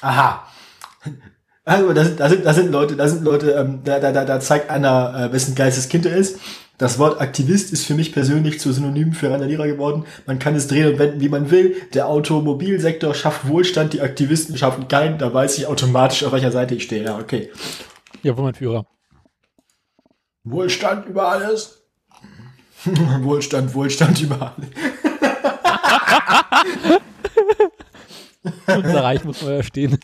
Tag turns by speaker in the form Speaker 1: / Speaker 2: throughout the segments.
Speaker 1: Aha. Also da sind, da sind, da sind Leute, da sind Leute, ähm, da, da, da, da zeigt einer, äh, wessen geistes Kind er ist. Das Wort Aktivist ist für mich persönlich zu Synonym für Randalierer geworden. Man kann es drehen und wenden, wie man will. Der Automobilsektor schafft Wohlstand, die Aktivisten schaffen keinen. Da weiß ich automatisch, auf welcher Seite ich stehe. Ja, okay.
Speaker 2: Ja, wo mein Führer.
Speaker 1: Wohlstand über alles. Wohlstand, Wohlstand über alles.
Speaker 2: Unser Reich muss neu erstehen.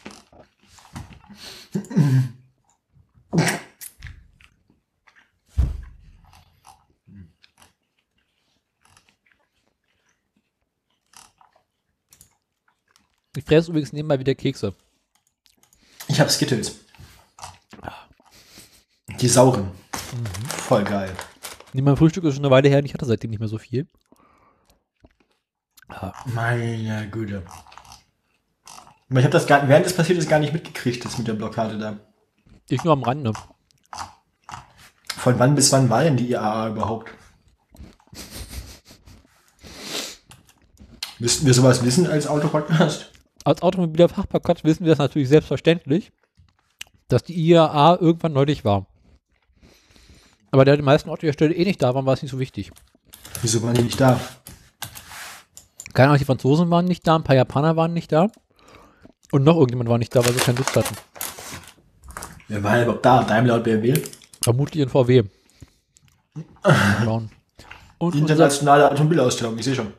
Speaker 2: Ich fresse übrigens nebenbei wieder Kekse.
Speaker 1: Ich habe Skittles. Die sauren. Voll geil.
Speaker 2: Nimm mein Frühstück ist schon eine Weile her und ich hatte seitdem nicht mehr so viel.
Speaker 1: Meine Güte. Aber ich habe das gar, während es passiert ist gar nicht mitgekriegt, das mit der Blockade da.
Speaker 2: Ich nur am Rande.
Speaker 1: Von wann bis wann war denn die IAA überhaupt? Müssten wir sowas wissen als Autopodcast?
Speaker 2: Als automobiler Fachpodcast wissen wir das natürlich selbstverständlich, dass die IAA irgendwann neulich war. Aber da die meisten Autohersteller eh nicht da waren, war es nicht so wichtig.
Speaker 1: Wieso waren die nicht da?
Speaker 2: Keine Ahnung, die Franzosen waren nicht da, ein paar Japaner waren nicht da. Und noch irgendjemand war nicht da, weil sie keine Lust hatten.
Speaker 1: Wer war denn überhaupt da? Daimler und BMW?
Speaker 2: Vermutlich in VW. Schauen. Und,
Speaker 1: Die
Speaker 2: unser,
Speaker 1: internationale Automobilausstellung, ich sehe schon.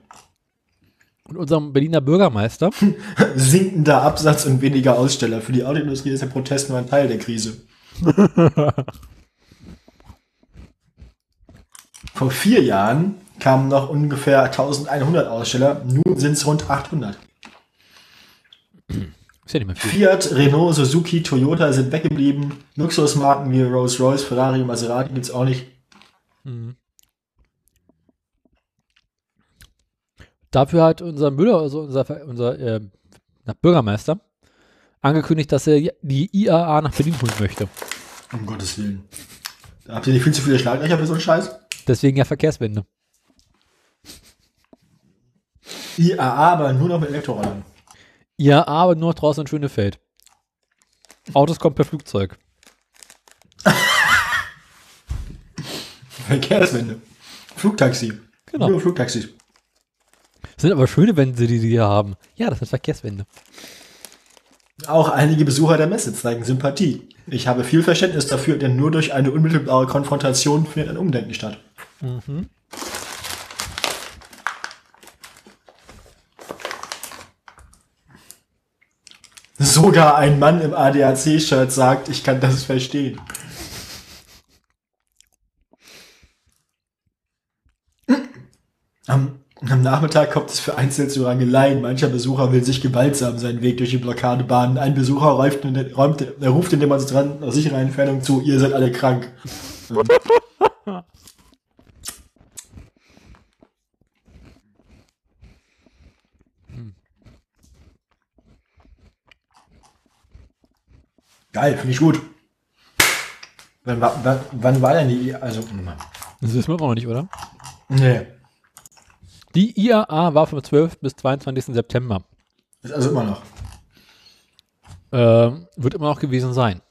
Speaker 2: und unserem Berliner Bürgermeister,
Speaker 1: Sinkender Absatz und weniger Aussteller. Für die Autoindustrie ist der Protest nur ein Teil der Krise. Vor vier Jahren kamen noch ungefähr 1100 Aussteller, nun sind es rund 800.
Speaker 2: ist ja nicht mehr viel.
Speaker 1: Fiat, Renault, Suzuki, Toyota sind weggeblieben. Luxusmarken wie Rolls-Royce, Ferrari, Maserati gibt es auch nicht.
Speaker 2: Dafür hat unser Müller, also unser, Ver- unser äh, na, Bürgermeister, angekündigt, dass er die IAA nach Berlin holen möchte.
Speaker 1: Um Gottes Willen. Da habt ihr nicht viel zu viele Schlaglöcher für so einen Scheiß?
Speaker 2: Deswegen ja Verkehrswende.
Speaker 1: IAA, aber nur noch mit Elektrorollern.
Speaker 2: IAA, aber nur noch draußen in Schönefeld. Autos kommen per Flugzeug.
Speaker 1: Verkehrswende. Flugtaxi.
Speaker 2: Genau.
Speaker 1: Nur Flugtaxis.
Speaker 2: Sind aber schöne Wände, die die hier haben. Ja, das sind Verkehrswände.
Speaker 1: Auch einige Besucher der Messe zeigen Sympathie. Ich habe viel Verständnis dafür, denn nur durch eine unmittelbare Konfrontation findet ein Umdenken statt. Sogar ein Mann im ADAC-Shirt sagt, ich kann das verstehen. Am, am Nachmittag kommt es für Einzelzurangeleien. Mancher Besucher will sich gewaltsam seinen Weg durch die Blockade bahnen. Ein Besucher räumt, räumt, er ruft den Demonstranten aus sicherer Entfernung zu, ihr seid alle krank. Hm. Geil, finde ich gut. Wann, war- wann, wann war denn die... Also,
Speaker 2: Das wissen wir auch noch nicht, oder?
Speaker 1: nee,
Speaker 2: Die IAA war vom 12. bis 22. September.
Speaker 1: ist also immer noch.
Speaker 2: Ähm, wird immer noch gewesen sein.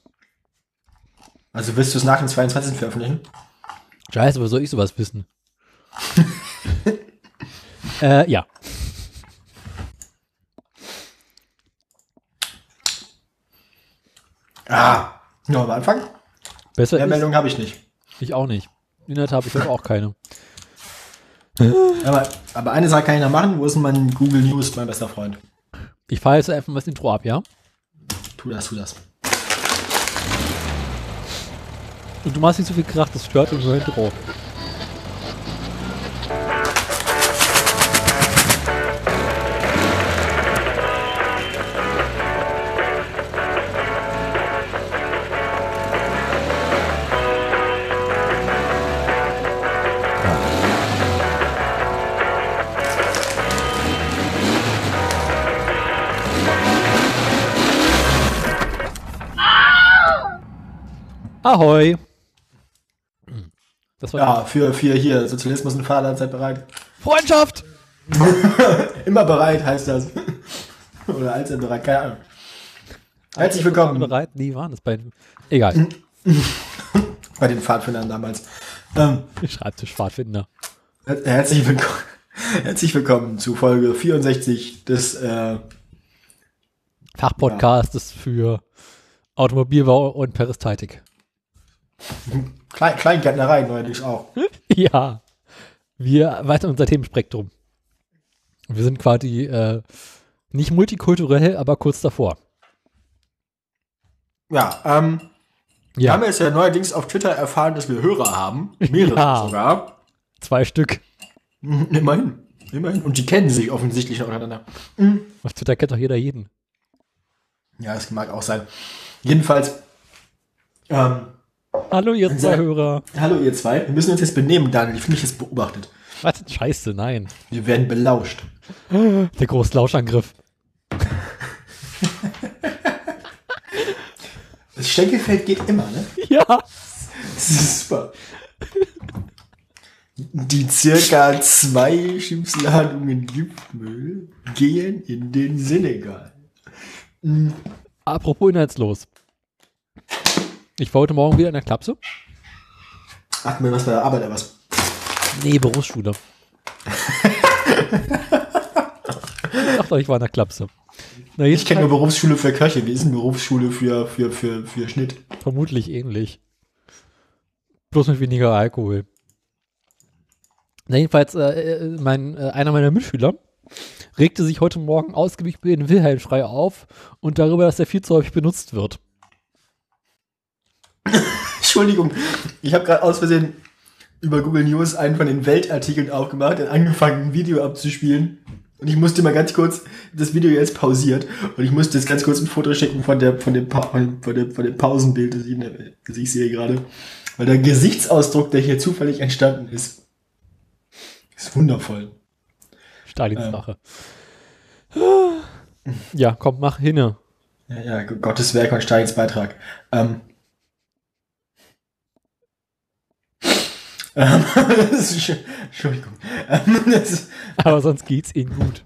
Speaker 1: Also willst du es nach dem 22. veröffentlichen?
Speaker 2: Scheiße, aber soll ich sowas wissen? äh, ja.
Speaker 1: Ah, nur am Anfang?
Speaker 2: Besser
Speaker 1: Mehr
Speaker 2: ist,
Speaker 1: Meldungen habe ich nicht.
Speaker 2: ich auch nicht. In der Tat, habe ich habe auch keine.
Speaker 1: Aber, aber eine Sache kann ich noch machen. Wo ist denn mein Google News, mein bester Freund?
Speaker 2: Ich fahre jetzt einfach mal das Intro ab, ja?
Speaker 1: Tu das, tu das.
Speaker 2: Und du machst nicht so viel Krach, das stört unser Intro. Ahoi! Das war
Speaker 1: Ja, für, für hier. Sozialismus und Vaterland seid bereit.
Speaker 2: Freundschaft!
Speaker 1: Immer bereit heißt das. Oder allzeit bereit, keine Ahnung. Herzlich willkommen.
Speaker 2: Bereit? Nee, waren das bei Egal,
Speaker 1: Bei den Pfadfindern damals. Ähm,
Speaker 2: Schreibtischpfadfinder.
Speaker 1: her- herzlich, willkommen, herzlich willkommen zu Folge 64 des äh,
Speaker 2: Fachpodcast ist für Automobilbau und Peristaltik.
Speaker 1: Klein Kleingärtnerei neulich auch.
Speaker 2: Ja. Wir erweitern unser Themenspektrum. Wir sind quasi äh, nicht multikulturell, aber kurz davor.
Speaker 1: Ja, ähm, wir
Speaker 2: Ja,
Speaker 1: haben jetzt ja neuerdings auf Twitter erfahren, dass wir Hörer haben. Mehrere
Speaker 2: Ja.
Speaker 1: sogar.
Speaker 2: zwei Stück.
Speaker 1: Mhm, Immerhin. Immerhin. Und die kennen sich offensichtlich untereinander.
Speaker 2: Auf Twitter kennt doch jeder jeden.
Speaker 1: Ja, das mag auch sein. Jedenfalls, ähm,
Speaker 2: Hallo, ihr zwei
Speaker 1: Sehr-
Speaker 2: Hörer.
Speaker 1: hallo ihr zwei. Wir müssen uns jetzt benehmen, Daniel. Ich fühle mich jetzt beobachtet.
Speaker 2: Was? Scheiße, nein.
Speaker 1: Wir werden belauscht.
Speaker 2: Der große Lauschangriff.
Speaker 1: Das Schenkelfeld geht immer, ne?
Speaker 2: Ja.
Speaker 1: Das ist super. Die circa zwei Schiffsladungen Giftmüll gehen in den Senegal.
Speaker 2: Apropos inhaltslos. Ich war heute Morgen wieder in der Klapse.
Speaker 1: Ach, mir was bei der Arbeit oder was?
Speaker 2: Nee, Berufsschule. ich dachte, ich war in der Klapse. Na,
Speaker 1: Ich kenne nur Berufsschule für Köche. Wie ist denn Berufsschule für, für, für, für Schnitt?
Speaker 2: Vermutlich ähnlich. Bloß mit weniger Alkohol. Na jedenfalls, äh, äh, mein, äh, einer meiner Mitschüler regte sich heute Morgen ausgiebig über den Wilhelm-Schrei auf und darüber, dass er viel zu häufig benutzt wird.
Speaker 1: Entschuldigung, ich habe gerade aus Versehen über Google News einen von den Weltartikeln aufgemacht und angefangen, ein Video abzuspielen. Und ich musste mal ganz kurz das Video jetzt pausiert und ich musste jetzt ganz kurz ein Foto schicken von der von dem, pa von dem, von dem Pausenbild, das ich, in der, das ich sehe gerade. Weil der Gesichtsausdruck, der hier zufällig entstanden ist, ist wundervoll.
Speaker 2: Stalins
Speaker 1: Ähm.
Speaker 2: Rache. Ja, komm, mach hinne.
Speaker 1: Ja, ja G- Gottes Werk und Stalins Beitrag. Ähm. Ähm, das ist, schon- Entschuldigung. Ähm, das ist,
Speaker 2: Aber sonst geht's ihnen gut.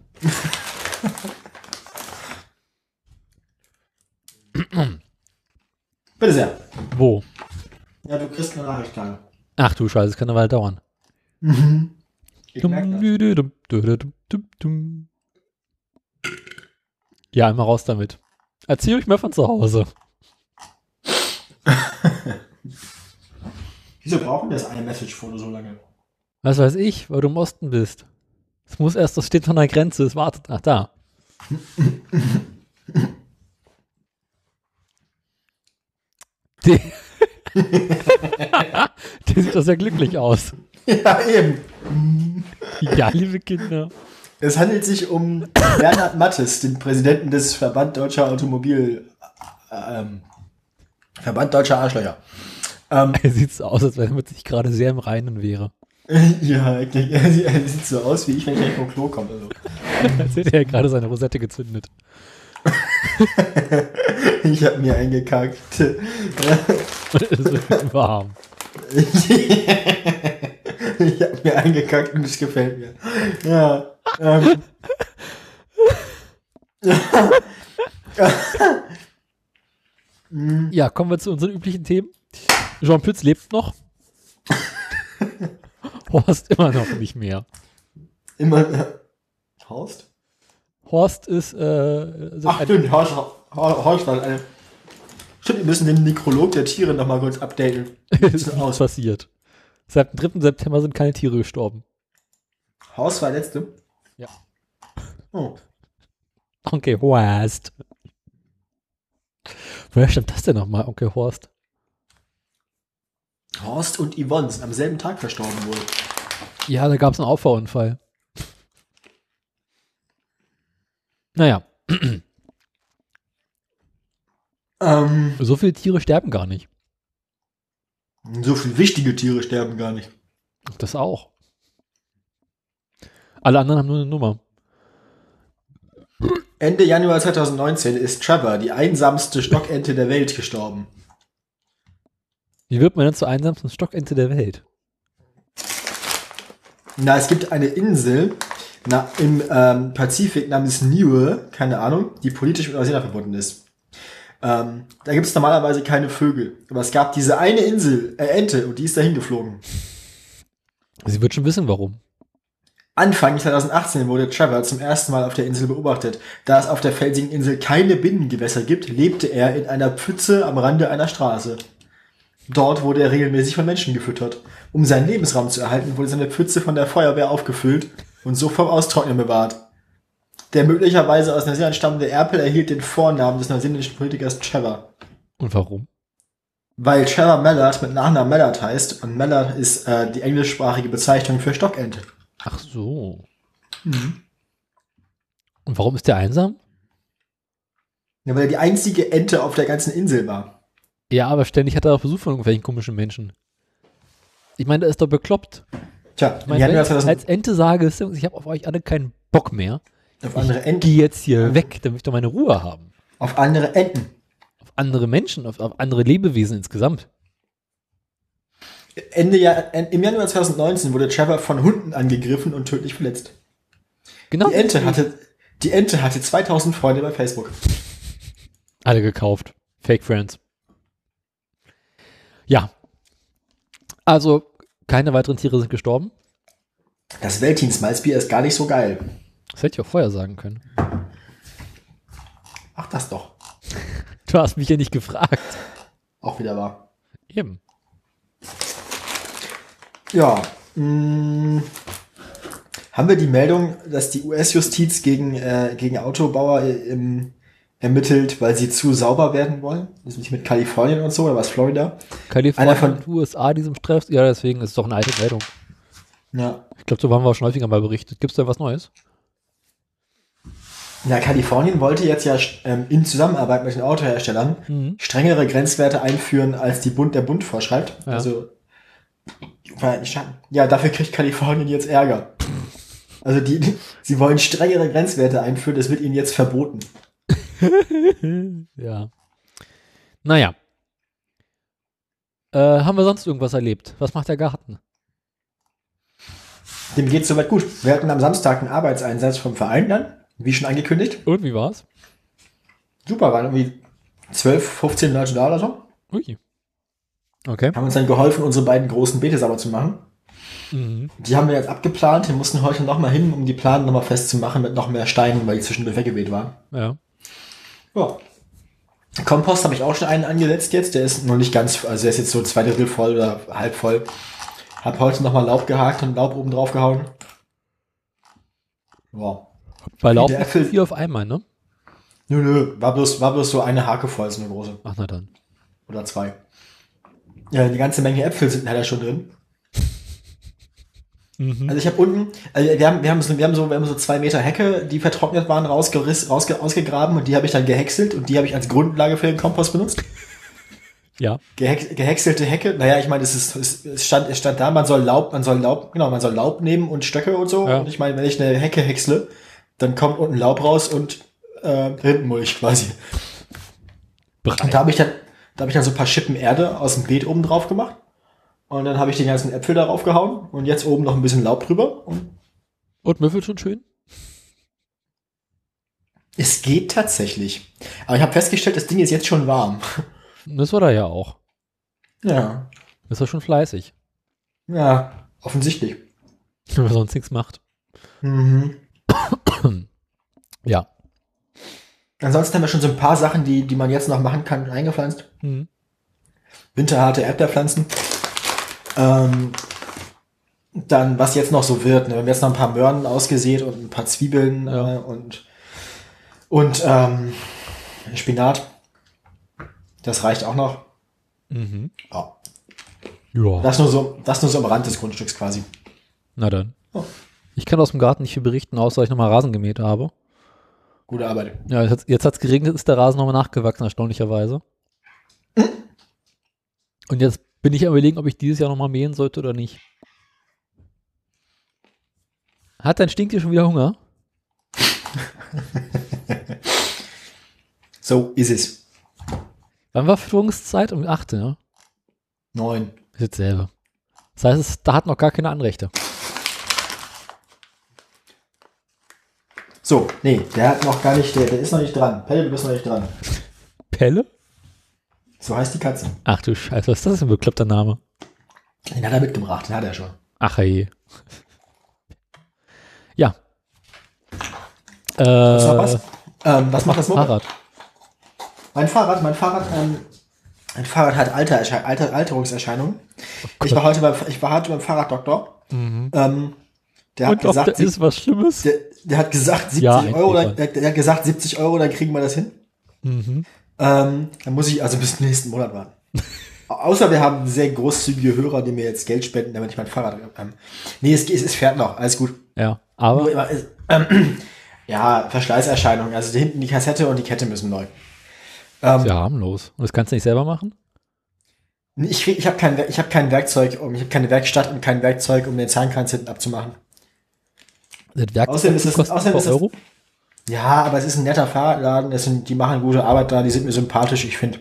Speaker 1: bitte sehr.
Speaker 2: Wo?
Speaker 1: Ja, du kriegst eine Nachricht, Daniel.
Speaker 2: Ach du Scheiße, es kann eine Weile dauern.
Speaker 1: Ich
Speaker 2: Dum,
Speaker 1: merk das.
Speaker 2: dü, dum, dü, dü, dum, dum, dum. Ja, einmal raus damit. Erzähl euch mehr von zu Hause.
Speaker 1: Wieso brauchen wir das eine Message-Foto so lange?
Speaker 2: Was weiß ich, weil du im Osten bist. Es muss erst, das steht an der Grenze, es wartet. Ach, da. Der, Der sieht doch sehr glücklich aus.
Speaker 1: Ja, eben.
Speaker 2: Ja, liebe Kinder.
Speaker 1: Es handelt sich um Bernhard Mattes, den Präsidenten des Verband Deutscher Automobil... Ähm, Verband Deutscher Arschlöcher. Ähm,
Speaker 2: Er sieht so aus, als wenn er mit sich gerade sehr im Reinen wäre.
Speaker 1: ja, er, er sieht so aus wie ich, wenn ich gleich vom Klo komme. So.
Speaker 2: Als hätte er gerade seine Rosette gezündet.
Speaker 1: Ich habe mir eingekackt.
Speaker 2: Und es wird warm.
Speaker 1: Ich habe mir eingekackt und es gefällt mir. Ja. Ähm.
Speaker 2: Ja, kommen wir zu unseren üblichen Themen. Jean Pütz lebt noch. Horst immer noch nicht mehr.
Speaker 1: Immer. Äh, Horst?
Speaker 2: Horst ist, äh, ist
Speaker 1: Ach,
Speaker 2: ein-
Speaker 1: stimmt, Horst, Horst, Horst war eine. Stimmt, wir müssen den Nekrolog der Tiere nochmal kurz updaten. Wie sieht's
Speaker 2: ist
Speaker 1: denn
Speaker 2: nichts
Speaker 1: aus?
Speaker 2: passiert. Seit dem 3. September sind keine Tiere gestorben.
Speaker 1: Horst war der letzte.
Speaker 2: Ja.
Speaker 1: Oh.
Speaker 2: Onkel Horst. Woher stammt das denn nochmal, Onkel Horst?
Speaker 1: Horst und Yvonne sind am selben Tag verstorben wohl.
Speaker 2: Ja, da gab es einen Auffahrunfall. Naja,
Speaker 1: Ähm,
Speaker 2: so viele Tiere sterben gar nicht.
Speaker 1: so viele wichtige Tiere sterben gar nicht.
Speaker 2: Das auch. Alle anderen haben nur eine Nummer.
Speaker 1: Ende Januar 2019 ist Trevor, die einsamste Stockente der Welt, gestorben.
Speaker 2: Wie wird man denn zur einsamsten Stockente der Welt?
Speaker 1: Na, es gibt eine Insel na, im ähm, Pazifik namens Niue, keine Ahnung, die politisch mit Neuseeland verbunden ist. Ähm, da gibt es normalerweise keine Vögel. Aber es gab diese eine Insel, äh, Ente, und die ist dahin geflogen.
Speaker 2: Sie wird schon wissen, warum.
Speaker 1: Anfang 2018 wurde Trevor zum ersten Mal auf der Insel beobachtet. Da es auf der felsigen Insel keine Binnengewässer gibt, lebte er in einer Pfütze am Rande einer Straße. Dort wurde er regelmäßig von Menschen gefüttert. Um seinen Lebensraum zu erhalten, wurde seine Pfütze von der Feuerwehr aufgefüllt und so vom Austrocknen bewahrt. Der möglicherweise aus Neuseeland stammende Erpel erhielt den Vornamen des neuseeländischen Politikers Trevor.
Speaker 2: Und warum?
Speaker 1: Weil Trevor Mallard mit Nachnamen Mallard heißt und Mallard ist äh, die englischsprachige Bezeichnung für Stockente.
Speaker 2: Ach so.
Speaker 1: Mhm.
Speaker 2: Und warum ist der einsam?
Speaker 1: Ja, weil er die einzige Ente auf der ganzen Insel war.
Speaker 2: Ja, aber ständig hat er auch Besuch von irgendwelchen komischen Menschen. Ich meine, der ist doch bekloppt.
Speaker 1: Tja,
Speaker 2: Ich
Speaker 1: im
Speaker 2: meine, wenn
Speaker 1: Januar
Speaker 2: ich
Speaker 1: 2000
Speaker 2: als Ente sage, ist, Jungs, ich habe auf euch alle keinen Bock mehr.
Speaker 1: auf andere
Speaker 2: Ich
Speaker 1: Enten.
Speaker 2: gehe jetzt hier weg, damit ich doch meine Ruhe haben.
Speaker 1: Auf andere Enten.
Speaker 2: Auf andere Menschen, auf, auf andere Lebewesen insgesamt.
Speaker 1: Ende Jahr, en- Im Januar 2019 wurde Trevor von Hunden angegriffen und tödlich verletzt.
Speaker 2: Genau.
Speaker 1: Die Ente hatte, die Ente hatte 2000 Freunde bei Facebook.
Speaker 2: Alle gekauft. Fake Friends. Ja. Also, keine weiteren Tiere sind gestorben.
Speaker 1: Das Weltins-Malzbier ist gar nicht so geil.
Speaker 2: Das hätte ich auch vorher sagen können.
Speaker 1: Ach, das doch.
Speaker 2: Du hast mich ja nicht gefragt.
Speaker 1: Auch wieder wahr.
Speaker 2: Eben.
Speaker 1: Ja. Mh, haben wir die Meldung, dass die US-Justiz gegen, äh, gegen Autobauer äh, ähm, ermittelt, weil sie zu sauber werden wollen? Das ist nicht mit Kalifornien und so, oder was, Florida?
Speaker 2: Kalifornien
Speaker 1: Einer von-
Speaker 2: und USA diesem Stress. Ja, deswegen ist es doch eine alte Meldung.
Speaker 1: Ja.
Speaker 2: Ich glaube, so haben wir auch schon häufiger mal berichtet. Gibt es da was Neues?
Speaker 1: Na, Kalifornien wollte jetzt ja ähm, in Zusammenarbeit mit den Autoherstellern strengere Grenzwerte einführen, als die Bund der Bund vorschreibt.
Speaker 2: Ja.
Speaker 1: Also die Vereinigten Staaten. ja, dafür kriegt Kalifornien jetzt Ärger. Also die, die, sie wollen strengere Grenzwerte einführen, das wird ihnen jetzt verboten.
Speaker 2: Ja. Naja. Äh, haben wir sonst irgendwas erlebt? Was macht der Garten?
Speaker 1: Dem geht's soweit gut. Wir hatten am Samstag einen Arbeitseinsatz vom Verein dann, wie schon angekündigt.
Speaker 2: Und wie war's?
Speaker 1: Super, waren irgendwie 12, 15 Leute da oder so.
Speaker 2: Ui. Okay.
Speaker 1: Haben uns dann geholfen, unsere beiden großen Beete sauber zu machen.
Speaker 2: Mhm.
Speaker 1: Die haben wir jetzt abgeplant. Wir mussten heute nochmal hin, um die Planen nochmal festzumachen mit noch mehr Steinen, weil die zwischendurch weggeweht waren.
Speaker 2: Ja.
Speaker 1: Ja. Kompost habe ich auch schon einen angesetzt jetzt. Der ist noch nicht ganz, also der ist jetzt so zwei Drittel voll oder halb voll. Hab heute nochmal Laub gehakt und Laub oben drauf gehauen. Wow.
Speaker 2: Weil laufen
Speaker 1: Der
Speaker 2: nicht so
Speaker 1: Äpfel-
Speaker 2: viel auf einmal, ne?
Speaker 1: Nö, nö, war bloß, war bloß so eine Hake voll, so eine große.
Speaker 2: Ach, na dann.
Speaker 1: Oder zwei. Ja, eine ganze Menge Äpfel sind leider schon drin.
Speaker 2: Mhm.
Speaker 1: Also ich habe unten, also wir haben, wir, haben so, wir, haben so, wir haben so zwei Meter Hecke, die vertrocknet waren, rausgerissen, rausge, ausgegraben und die habe ich dann gehäckselt und die habe ich als Grundlage für den Kompost benutzt.
Speaker 2: Ja.
Speaker 1: Gehex gehäckselte Hecke, naja, ich meine, es, ist, es, es, stand, es stand da, man soll Laub, man soll Laub, genau, man soll Laub nehmen und Stöcke und so.
Speaker 2: Ja.
Speaker 1: Und ich meine, wenn ich eine Hecke häcksle, dann kommt unten Laub raus und äh, Rindenmulch quasi. Und
Speaker 2: Brei.
Speaker 1: da habe ich dann, da habe ich dann so ein paar Schippen Erde aus dem Beet oben drauf gemacht. Und dann habe ich die ganzen Äpfel darauf gehauen und jetzt oben noch ein bisschen Laub drüber. Und
Speaker 2: Und Müffel schon schön?
Speaker 1: es geht tatsächlich. Aber ich habe festgestellt, das Ding ist jetzt schon warm.
Speaker 2: Das war da ja auch.
Speaker 1: Ja.
Speaker 2: Das war schon fleißig.
Speaker 1: Ja, offensichtlich.
Speaker 2: Wenn man sonst nichts macht.
Speaker 1: Mhm.
Speaker 2: Ja.
Speaker 1: Ansonsten haben wir schon so ein paar Sachen, die, die man jetzt noch machen kann, eingepflanzt.
Speaker 2: Mhm.
Speaker 1: winterharte Erdbeerpflanzen. Ähm, dann, was jetzt noch so wird, ne? wir haben jetzt noch ein paar Möhren ausgesät und ein paar Zwiebeln
Speaker 2: Ja.
Speaker 1: äh, und, und ähm, Spinat. Das reicht auch noch.
Speaker 2: Mhm.
Speaker 1: Ja.
Speaker 2: Ja.
Speaker 1: Das, nur so, das nur so am Rand des Grundstücks quasi.
Speaker 2: Na dann.
Speaker 1: Oh.
Speaker 2: Ich kann aus dem Garten nicht viel berichten, außer dass ich nochmal Rasen gemäht habe.
Speaker 1: Gute Arbeit.
Speaker 2: Ja, jetzt hat's- jetzt hat es geregnet, ist der Rasen nochmal nachgewachsen, erstaunlicherweise. Und jetzt bin ich am überlegen, ob ich dieses Jahr nochmal mähen sollte oder nicht. Hat dein Stinktier schon wieder Hunger?
Speaker 1: So ist es.
Speaker 2: Wann war Fütterungszeit? Um 8, ne?
Speaker 1: Neun.
Speaker 2: Ist jetzt selber. Das heißt, es, da hat noch gar keine Anrechte.
Speaker 1: So, nee, der hat noch gar nicht, der, der ist noch nicht dran. Pelle, du bist noch nicht dran.
Speaker 2: Pelle?
Speaker 1: So heißt die Katze.
Speaker 2: Ach du Scheiße, was ist das denn für ein bekloppter Name?
Speaker 1: Den hat er mitgebracht, den hat er schon.
Speaker 2: Ach je. Ja. Äh,
Speaker 1: Was war was? Ähm, was macht das Moped?
Speaker 2: Fahrrad.
Speaker 1: Mein Fahrrad, mein Fahrrad, ähm, mein Fahrrad hat Alter, Alter, Alterungserscheinungen.
Speaker 2: Gott.
Speaker 1: ich, war heute beim, ich war heute beim Fahrraddoktor. Ähm, der hat
Speaker 2: Mhm. Und ob da
Speaker 1: gesagt, sie-
Speaker 2: ist was Schlimmes?
Speaker 1: der, der hat gesagt 70
Speaker 2: Ja, ein
Speaker 1: Euro,
Speaker 2: Pfeffer.
Speaker 1: der, der hat gesagt 70 Euro, dann kriegen wir das hin.
Speaker 2: Mhm.
Speaker 1: Ähm, dann muss ich also bis zum nächsten Monat warten. Außer wir haben sehr großzügige Hörer, die mir jetzt Geld spenden, damit ich mein Fahrrad. Ähm, nee, es, geht- es fährt noch, alles gut.
Speaker 2: Ja, aber
Speaker 1: Nur immer ist- ähm, ja, Verschleißerscheinung. Also die- hinten die Kassette und die Kette müssen neu. Ähm,
Speaker 2: sehr harmlos. Und das kannst du nicht selber machen?
Speaker 1: nee, Ich, krieg- ich habe kein, Werk- ich hab kein Werkzeug, um, ich habe keine Werkstatt und kein Werkzeug, um den Zahnkranz hinten abzumachen.
Speaker 2: Das Werkzeug
Speaker 1: Außerdem ist das-
Speaker 2: kostet
Speaker 1: außerdem
Speaker 2: 4
Speaker 1: ist das-
Speaker 2: Euro?
Speaker 1: Ja, aber es ist ein netter Fahrradladen. Es sind, die machen gute Arbeit da, die sind mir sympathisch, ich finde.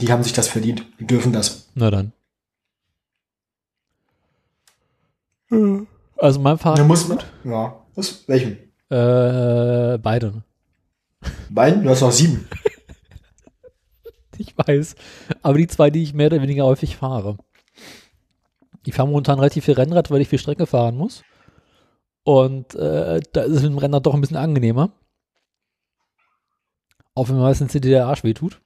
Speaker 1: Die haben sich das verdient. Die dürfen das.
Speaker 2: Na dann. Also mein
Speaker 1: Da
Speaker 2: Fahrrad,
Speaker 1: muss man. Ja. Was? Welchen?
Speaker 2: äh, beide.
Speaker 1: Beiden? Du hast noch sieben.
Speaker 2: Ich weiß. Aber die zwei, die ich mehr oder weniger häufig fahre. Ich fahre momentan relativ viel Rennrad, weil ich viel Strecke fahren muss. Und äh, da ist es mit dem Rennrad doch ein bisschen angenehmer. Auch wenn mir meistens hinter der Arsch wehtut.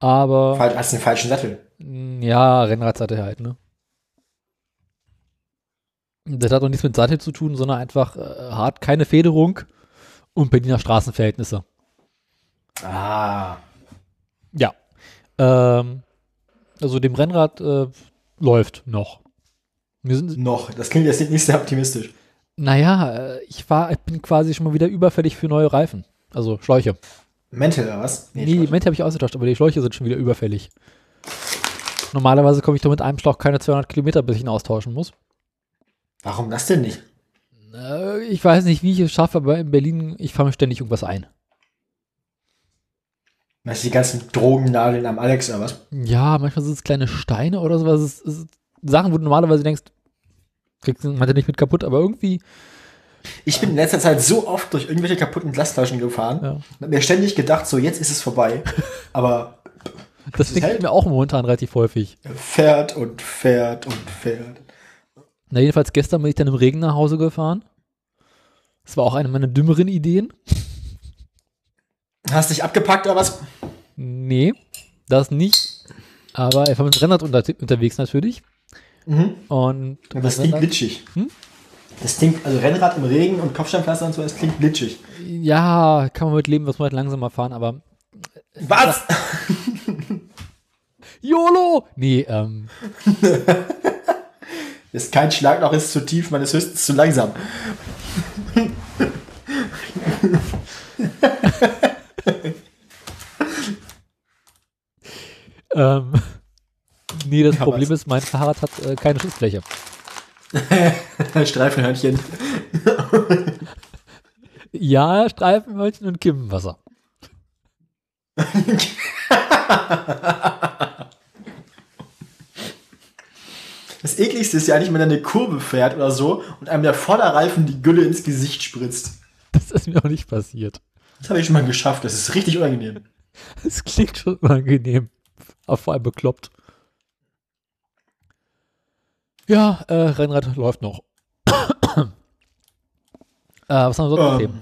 Speaker 2: Aber,
Speaker 1: Falsch, hast den falschen Sattel.
Speaker 2: mh, ja, Rennradsattel halt, ne? Das hat auch nichts mit Sattel zu tun, sondern einfach äh, hart, keine Federung und Berliner Straßenverhältnisse.
Speaker 1: Ah.
Speaker 2: Ja. Ähm, also dem Rennrad äh, läuft noch. Wir sind,
Speaker 1: Noch. Das klingt jetzt nicht sehr optimistisch.
Speaker 2: naja, äh, ich war, ich bin quasi schon mal wieder überfällig für neue Reifen. Also Schläuche.
Speaker 1: Mental oder was?
Speaker 2: Nee, die
Speaker 1: Spaß.
Speaker 2: Mente habe ich ausgetauscht, aber die Schläuche sind schon wieder überfällig. Normalerweise komme ich doch mit einem Schlauch keine 200 Kilometer, bis ich ihn austauschen muss.
Speaker 1: Warum das denn nicht?
Speaker 2: Äh, ich weiß nicht, wie ich es schaffe, aber in Berlin, ich fange ständig irgendwas ein.
Speaker 1: Weißt du, die ganzen Drogennadeln am Alex oder was?
Speaker 2: Ja, manchmal sind es kleine Steine oder sowas. Es, es, Sachen, wo du normalerweise denkst, kriegst du heute nicht mit kaputt, aber irgendwie
Speaker 1: Ich bin in letzter Zeit so oft durch irgendwelche kaputten Glastaschen gefahren
Speaker 2: Ja.
Speaker 1: und hab mir ständig gedacht, so jetzt ist es vorbei. Aber
Speaker 2: Das halt denke ich
Speaker 1: hält.
Speaker 2: mir auch momentan relativ häufig.
Speaker 1: fährt und fährt und fährt.
Speaker 2: Na, jedenfalls gestern bin ich dann im Regen nach Hause gefahren. Das war auch eine meiner dümmeren Ideen.
Speaker 1: Hast dich abgepackt oder was?
Speaker 2: Nee, das nicht. Aber ich war mit dem Rennrad unter, unterwegs natürlich. Und
Speaker 1: Aber das Hm? klingt glitschig. Das klingt, also Rennrad im Regen und Kopfsteinpflaster und so, das klingt glitschig.
Speaker 2: ja, kann man mit leben, dass man halt langsamer fahren, aber
Speaker 1: Was?
Speaker 2: YOLO! Nee, ähm,
Speaker 1: Ist kein Schlag, noch ist zu tief, man ist höchstens zu langsam.
Speaker 2: ähm, nee, das
Speaker 1: Ja,
Speaker 2: Problem ist, mein Fahrrad hat äh, keine Schutzfläche.
Speaker 1: Streifenhörnchen.
Speaker 2: Ja, Streifenhörnchen und Kimmenwasser.
Speaker 1: Das ekligste ist ja eigentlich, wenn er eine Kurve fährt oder so und einem der Vorderreifen die Gülle ins Gesicht spritzt.
Speaker 2: Das ist mir auch nicht passiert.
Speaker 1: Das habe ich schon mal geschafft, das ist richtig unangenehm.
Speaker 2: Das klingt schon unangenehm. Aber vor allem bekloppt. Ja, äh, Rennrad läuft noch. äh, was haben wir sonst noch
Speaker 1: Ähm,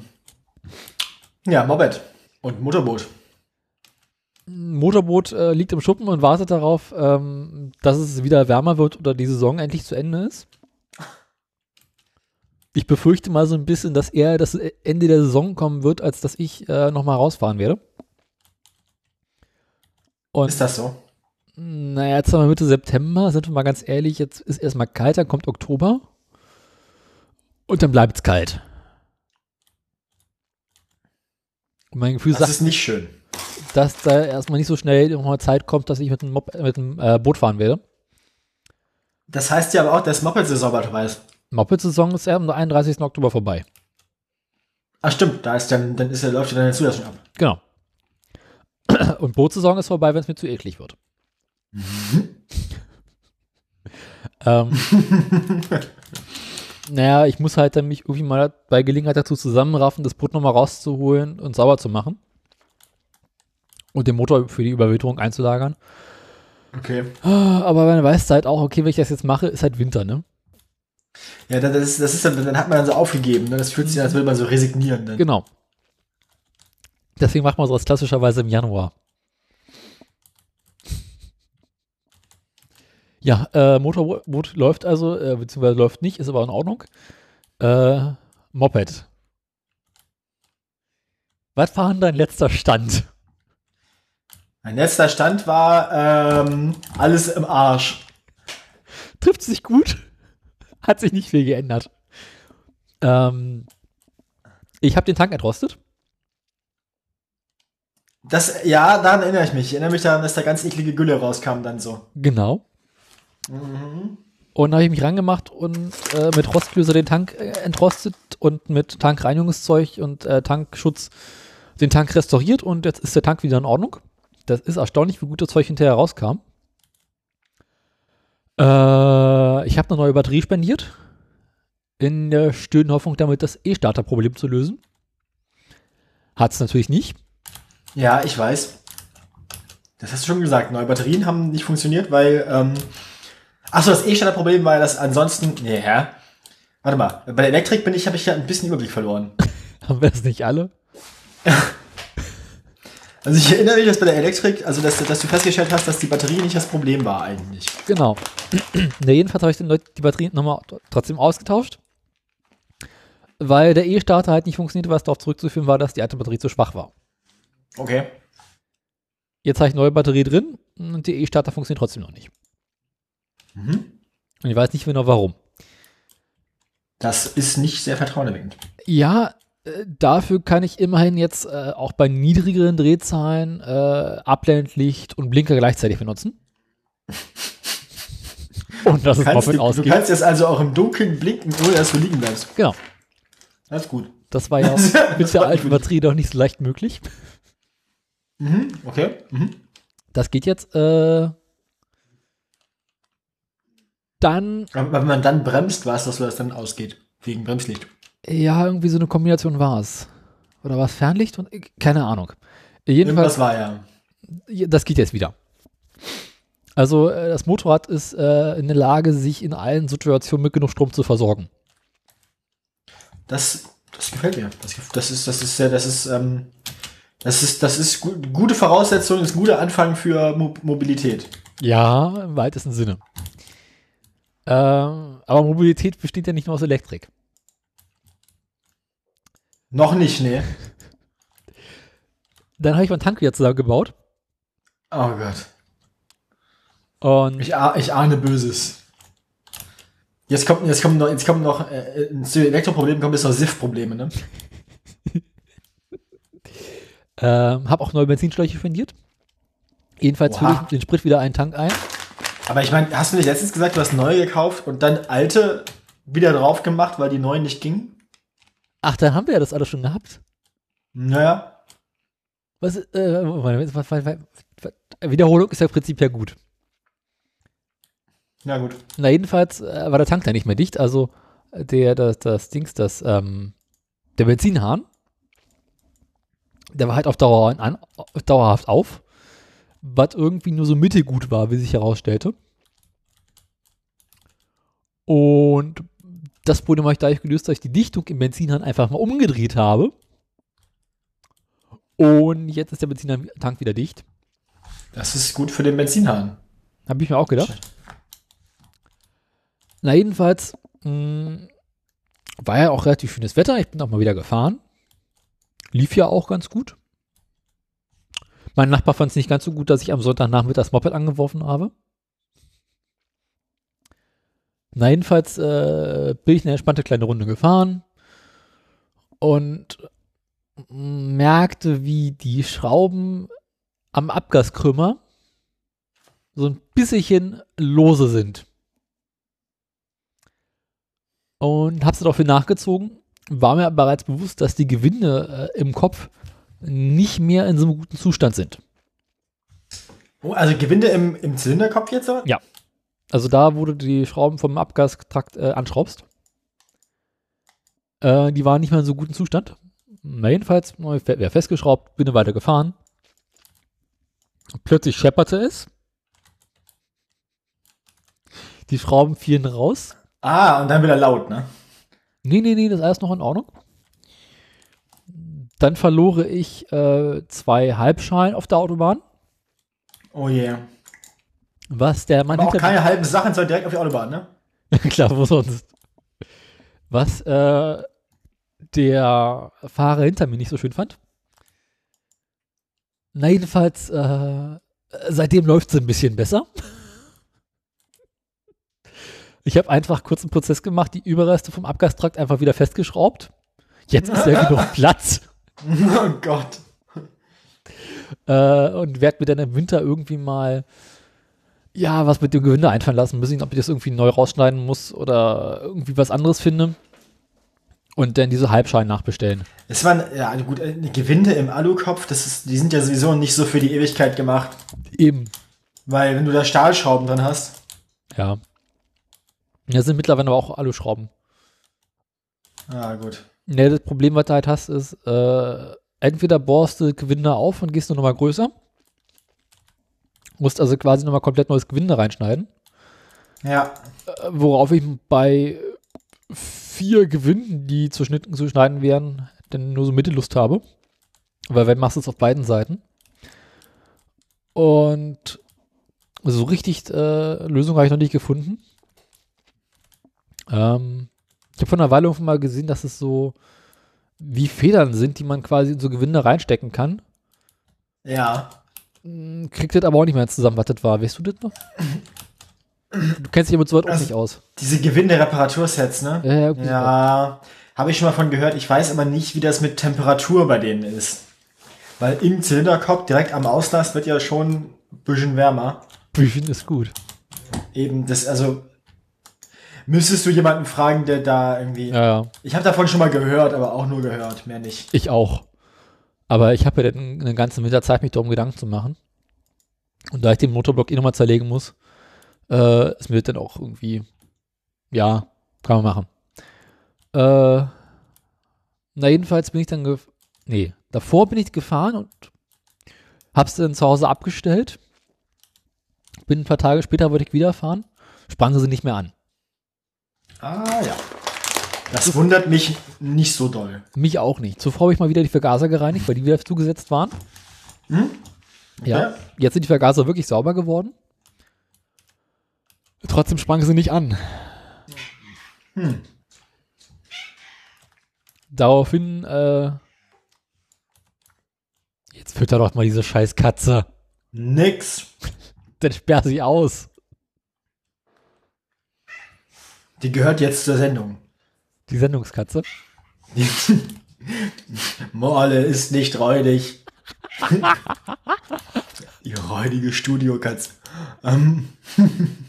Speaker 1: ja, Moped und Motorboot.
Speaker 2: Themen? Motorboot äh, liegt im Schuppen und wartet darauf, ähm, dass es wieder wärmer wird oder die Saison endlich zu Ende ist. Ich befürchte mal so ein bisschen, dass eher das Ende der Saison kommen wird, als dass ich äh, nochmal rausfahren werde. Und
Speaker 1: Ist das so?
Speaker 2: Naja, jetzt haben wir Mitte September, sind wir mal ganz ehrlich, jetzt ist erstmal kalt, dann kommt Oktober und dann bleibt es kalt. Und mein Gefühl
Speaker 1: Das
Speaker 2: sagt,
Speaker 1: ist nicht schön.
Speaker 2: dass da erstmal nicht so schnell nochmal Zeit kommt, dass ich mit dem, Mob, mit dem äh, Boot fahren werde.
Speaker 1: Das heißt ja aber auch, dass Moped-Saison bald vorbei ist.
Speaker 2: Moped-Saison ist ja am 31. Oktober vorbei.
Speaker 1: Ach Ah, stimmt, da ist dann, dann ist ja, läuft ja deine Zulassung ab.
Speaker 2: Genau. Und Bootsaison ist vorbei, wenn es mir zu eklig wird. ähm, naja, ich muss halt dann mich irgendwie mal bei Gelegenheit dazu zusammenraffen, das Boot nochmal rauszuholen und sauber zu machen. und den Motor für die Überwitterung einzulagern.
Speaker 1: Okay.
Speaker 2: Oh, Aber man weiß halt auch, okay, wenn ich das jetzt mache, ist halt Winter, ne?
Speaker 1: Ja, dann- das ist, das ist dann, dann hat man dann so aufgegeben. Ne? Das fühlt sich an, als würde man so resignieren. Dann.
Speaker 2: Genau. Deswegen macht man sowas klassischerweise im Januar. Ja, äh, Motorboot läuft also, äh, beziehungsweise läuft nicht, ist aber in Ordnung. Äh, Moped. Was war denn dein letzter Stand?
Speaker 1: Mein letzter Stand war ähm, alles im Arsch.
Speaker 2: trifft sich gut. Hat sich nicht viel geändert. Ähm, ich habe den Tank entrostet.
Speaker 1: Das, ja, daran erinnere ich mich. Ich erinnere mich daran, dass da ganz eklige Gülle rauskam dann so.
Speaker 2: Genau.
Speaker 1: Mhm.
Speaker 2: Und habe ich mich rangemacht und äh, mit Rostlöser den Tank äh, entrostet und mit Tankreinigungszeug und äh, Tankschutz den Tank restauriert und jetzt ist der Tank wieder in Ordnung. Das ist erstaunlich, wie gut das Zeug hinterher rauskam. Äh, ich habe eine neue Batterie spendiert. In der stillen Hoffnung, damit das E-Starter-Problem zu lösen. Hat es natürlich nicht.
Speaker 1: Ja, ich weiß. Das hast du schon gesagt. Neue Batterien haben nicht funktioniert, weil. Ähm, Achso, das E-Standard-Problem war, ja, dass ansonsten. Nee, hä? Warte mal. Bei der Elektrik bin ich, habe ich ja ein bisschen Überblick verloren.
Speaker 2: Haben wir das nicht alle?
Speaker 1: Also ich erinnere mich, dass bei der Elektrik, also dass, dass du festgestellt hast, dass die Batterie nicht das Problem war eigentlich.
Speaker 2: Genau. ne, jedenfalls habe ich den Leuten die Batterie nochmal tr- trotzdem ausgetauscht. Weil der E-Starter halt nicht funktionierte, was darauf zurückzuführen war, dass die alte Batterie zu schwach war.
Speaker 1: Okay.
Speaker 2: Jetzt habe ich neue Batterie drin und der E-Starter funktioniert trotzdem noch nicht.
Speaker 1: Mhm.
Speaker 2: Und ich weiß nicht genau warum.
Speaker 1: Das ist nicht sehr vertrauenerweckend.
Speaker 2: Ja, äh, dafür kann ich immerhin jetzt äh, auch bei niedrigeren Drehzahlen äh, Abblendlicht und Blinker gleichzeitig benutzen. und das
Speaker 1: Du
Speaker 2: ist
Speaker 1: kannst,
Speaker 2: Moped
Speaker 1: du, du
Speaker 2: ausgeht.
Speaker 1: kannst jetzt also auch im Dunkeln blinken, ohne dass du liegen bleibst.
Speaker 2: Genau.
Speaker 1: Das ist gut.
Speaker 2: Das war ja auch mit der alten Batterie doch nicht so leicht möglich.
Speaker 1: Mhm. Okay. Mhm.
Speaker 2: Das geht jetzt. Äh, dann,
Speaker 1: Aber wenn man dann bremst, weiß, dass das dann ausgeht. Wegen Bremslicht.
Speaker 2: ja, irgendwie so eine Kombination war es. Oder war es Fernlicht? Und, keine Ahnung.
Speaker 1: Irgendwas
Speaker 2: Jedenfalls,
Speaker 1: war ja.
Speaker 2: das geht jetzt wieder. Also, äh, das Motorrad ist äh, in der Lage, sich in allen Situationen mit genug Strom zu versorgen.
Speaker 1: Das, das gefällt mir. Das, gef- das ist, das ist sehr, das ist, ähm, das ist, das ist gu gute Voraussetzung, ist ein guter Anfang für Mo Mobilität.
Speaker 2: Ja, im weitesten Sinne. Ähm, aber Mobilität besteht ja nicht nur aus Elektrik.
Speaker 1: Noch nicht, nee.
Speaker 2: Dann habe ich meinen Tank wieder zusammengebaut
Speaker 1: Oh Gott.
Speaker 2: und
Speaker 1: Ich, ah- ich ahne Böses. Jetzt kommt, jetzt kommen noch, jetzt kommen noch, äh, äh, zu den Elektroproblemen kommen jetzt noch SIF-Probleme, ne?
Speaker 2: Ähm, habe auch neue Benzinschläuche spendiert. Jedenfalls
Speaker 1: Oha.
Speaker 2: fülle ich den Sprit wieder einen Tank ein.
Speaker 1: Aber ich meine, hast du nicht letztens gesagt, du hast neue gekauft und dann alte wieder drauf gemacht, weil die neuen nicht gingen?
Speaker 2: Ach, dann haben wir ja das alles schon gehabt.
Speaker 1: Naja.
Speaker 2: Was, äh, Moment, was, was, was, was, Wiederholung ist ja prinzipiell gut.
Speaker 1: Na gut.
Speaker 2: Na, jedenfalls äh, war der Tank da nicht mehr dicht. Also äh, der, das, das Dings, das, ähm, der Benzinhahn, der war halt auf Dauer an, an, dauerhaft auf, was irgendwie nur so mittelgut war, wie sich herausstellte. Und das Problem habe ich dadurch gelöst, dass ich die Dichtung im Benzinhahn einfach mal umgedreht habe. Und jetzt ist der Benzintank wieder dicht.
Speaker 1: Das ist gut für den Benzinhahn.
Speaker 2: Habe ich mir auch gedacht. Na, jedenfalls mh, war ja auch relativ schönes Wetter. Ich bin auch mal wieder gefahren. Lief ja auch ganz gut. Mein Nachbar fand es nicht ganz so gut, dass ich am Sonntagnachmittag das Moped angeworfen habe. Na, jedenfalls äh, bin ich eine entspannte kleine Runde gefahren und mm, merkte, wie die Schrauben am Abgaskrümmer so ein bisschen lose sind. Und hab's daraufhin nachgezogen, war mir bereits bewusst, dass die Gewinde äh, im Kopf nicht mehr in so einem guten Zustand sind.
Speaker 1: Oh, also Gewinde im, im Zylinderkopf jetzt? oder?
Speaker 2: Also da, wo du die Schrauben vom Abgastrakt äh, anschraubst, äh, die waren nicht mehr in so gutem Zustand. Na jedenfalls, wäre festgeschraubt, bin weiter gefahren. Plötzlich schepperte es. Die Schrauben fielen raus.
Speaker 1: Ah, und dann wieder laut, ne?
Speaker 2: Nee, nee, nee, das ist alles noch in Ordnung. Dann verlore ich äh, zwei Halbschalen auf der Autobahn,
Speaker 1: Oh yeah.
Speaker 2: was der Mann
Speaker 1: Aber auch
Speaker 2: hinter mir-
Speaker 1: keine halben Sachen, sondern direkt auf die Autobahn, ne?
Speaker 2: Klar, wo sonst? Was äh, der Fahrer hinter mir nicht so schön fand. Na, jedenfalls, äh, seitdem läuft es ein bisschen besser. Ich habe einfach kurz einen Prozess gemacht, die Überreste vom Abgastrakt einfach wieder festgeschraubt. Jetzt ist ja genug Platz.
Speaker 1: Oh Gott.
Speaker 2: äh, und werde mir dann im Winter irgendwie mal ja, was mit dem Gewinde einfallen lassen müssen, ob ich das irgendwie neu rausschneiden muss oder irgendwie was anderes finde. Und dann diese Halbschalen nachbestellen.
Speaker 1: Es waren, ja, gut, äh, Gewinde im Alukopf, das ist, die sind ja sowieso nicht so für die Ewigkeit gemacht.
Speaker 2: Eben,
Speaker 1: Weil, wenn du da Stahlschrauben dran hast,
Speaker 2: ja. Ja, sind mittlerweile aber auch Aluschrauben.
Speaker 1: ah, gut.
Speaker 2: Ne, das Problem, was du halt hast, ist, äh, entweder bohrst du Gewinde auf und gehst nur nochmal größer. Musst also quasi nochmal komplett neues Gewinde reinschneiden.
Speaker 1: Ja,
Speaker 2: worauf ich bei vier Gewinnen, die zu, schnitten, zu schneiden wären, dann nur so Mittellust habe. Weil wenn machst du es auf beiden Seiten. Und so richtig äh, Lösung habe ich noch nicht gefunden. Ähm, ich habe vor einer Weile mal gesehen, dass es so wie Federn sind, die man quasi in so Gewinde reinstecken kann.
Speaker 1: ja.
Speaker 2: Mm, Kriegt das aber auch nicht mehr zusammen, was das war. Weißt du das noch? Du kennst dich aber so weit auch
Speaker 1: Also-
Speaker 2: nicht aus.
Speaker 1: Diese Gewinde-Reparatursets, ne?
Speaker 2: Ja, ja, gut.
Speaker 1: Ja, habe ich schon mal von gehört. Ich weiß aber nicht, wie das mit Temperatur bei denen ist. Weil im Zylinderkopf direkt am Auslass wird ja schon ein bisschen wärmer.
Speaker 2: Briefing ist gut.
Speaker 1: Eben das, also müsstest du jemanden fragen, der da irgendwie.
Speaker 2: Ja, ja,
Speaker 1: Ich habe davon schon mal gehört, aber auch nur gehört, mehr nicht.
Speaker 2: ich auch. Aber ich habe ja dann eine ganze Winter Zeit, mich darum Gedanken zu machen. Und da ich den Motorblock eh nochmal zerlegen muss, äh, ist mir das dann auch irgendwie, ja, kann man machen. Äh, na, jedenfalls bin ich dann, gef- nee, davor bin ich gefahren und hab's dann zu Hause abgestellt. Bin ein paar Tage später, wollte ich wieder fahren, sprangen sie nicht mehr an.
Speaker 1: Ah ja. Das wundert mich nicht so doll.
Speaker 2: Mich auch nicht. Zuvor habe ich mal wieder die Vergaser gereinigt, weil die wieder zugesetzt waren. Ja.
Speaker 1: Okay.
Speaker 2: Jetzt sind die Vergaser wirklich sauber geworden. Trotzdem sprangen sie nicht an. Daraufhin, äh, jetzt fütter doch mal diese scheiß Katze.
Speaker 1: Nix.
Speaker 2: Dann sperr sie aus.
Speaker 1: Die gehört jetzt zur Sendung.
Speaker 2: Die Sendungskatze.
Speaker 1: Morle ist nicht räudig. Die räudige Studiokatze. Ähm.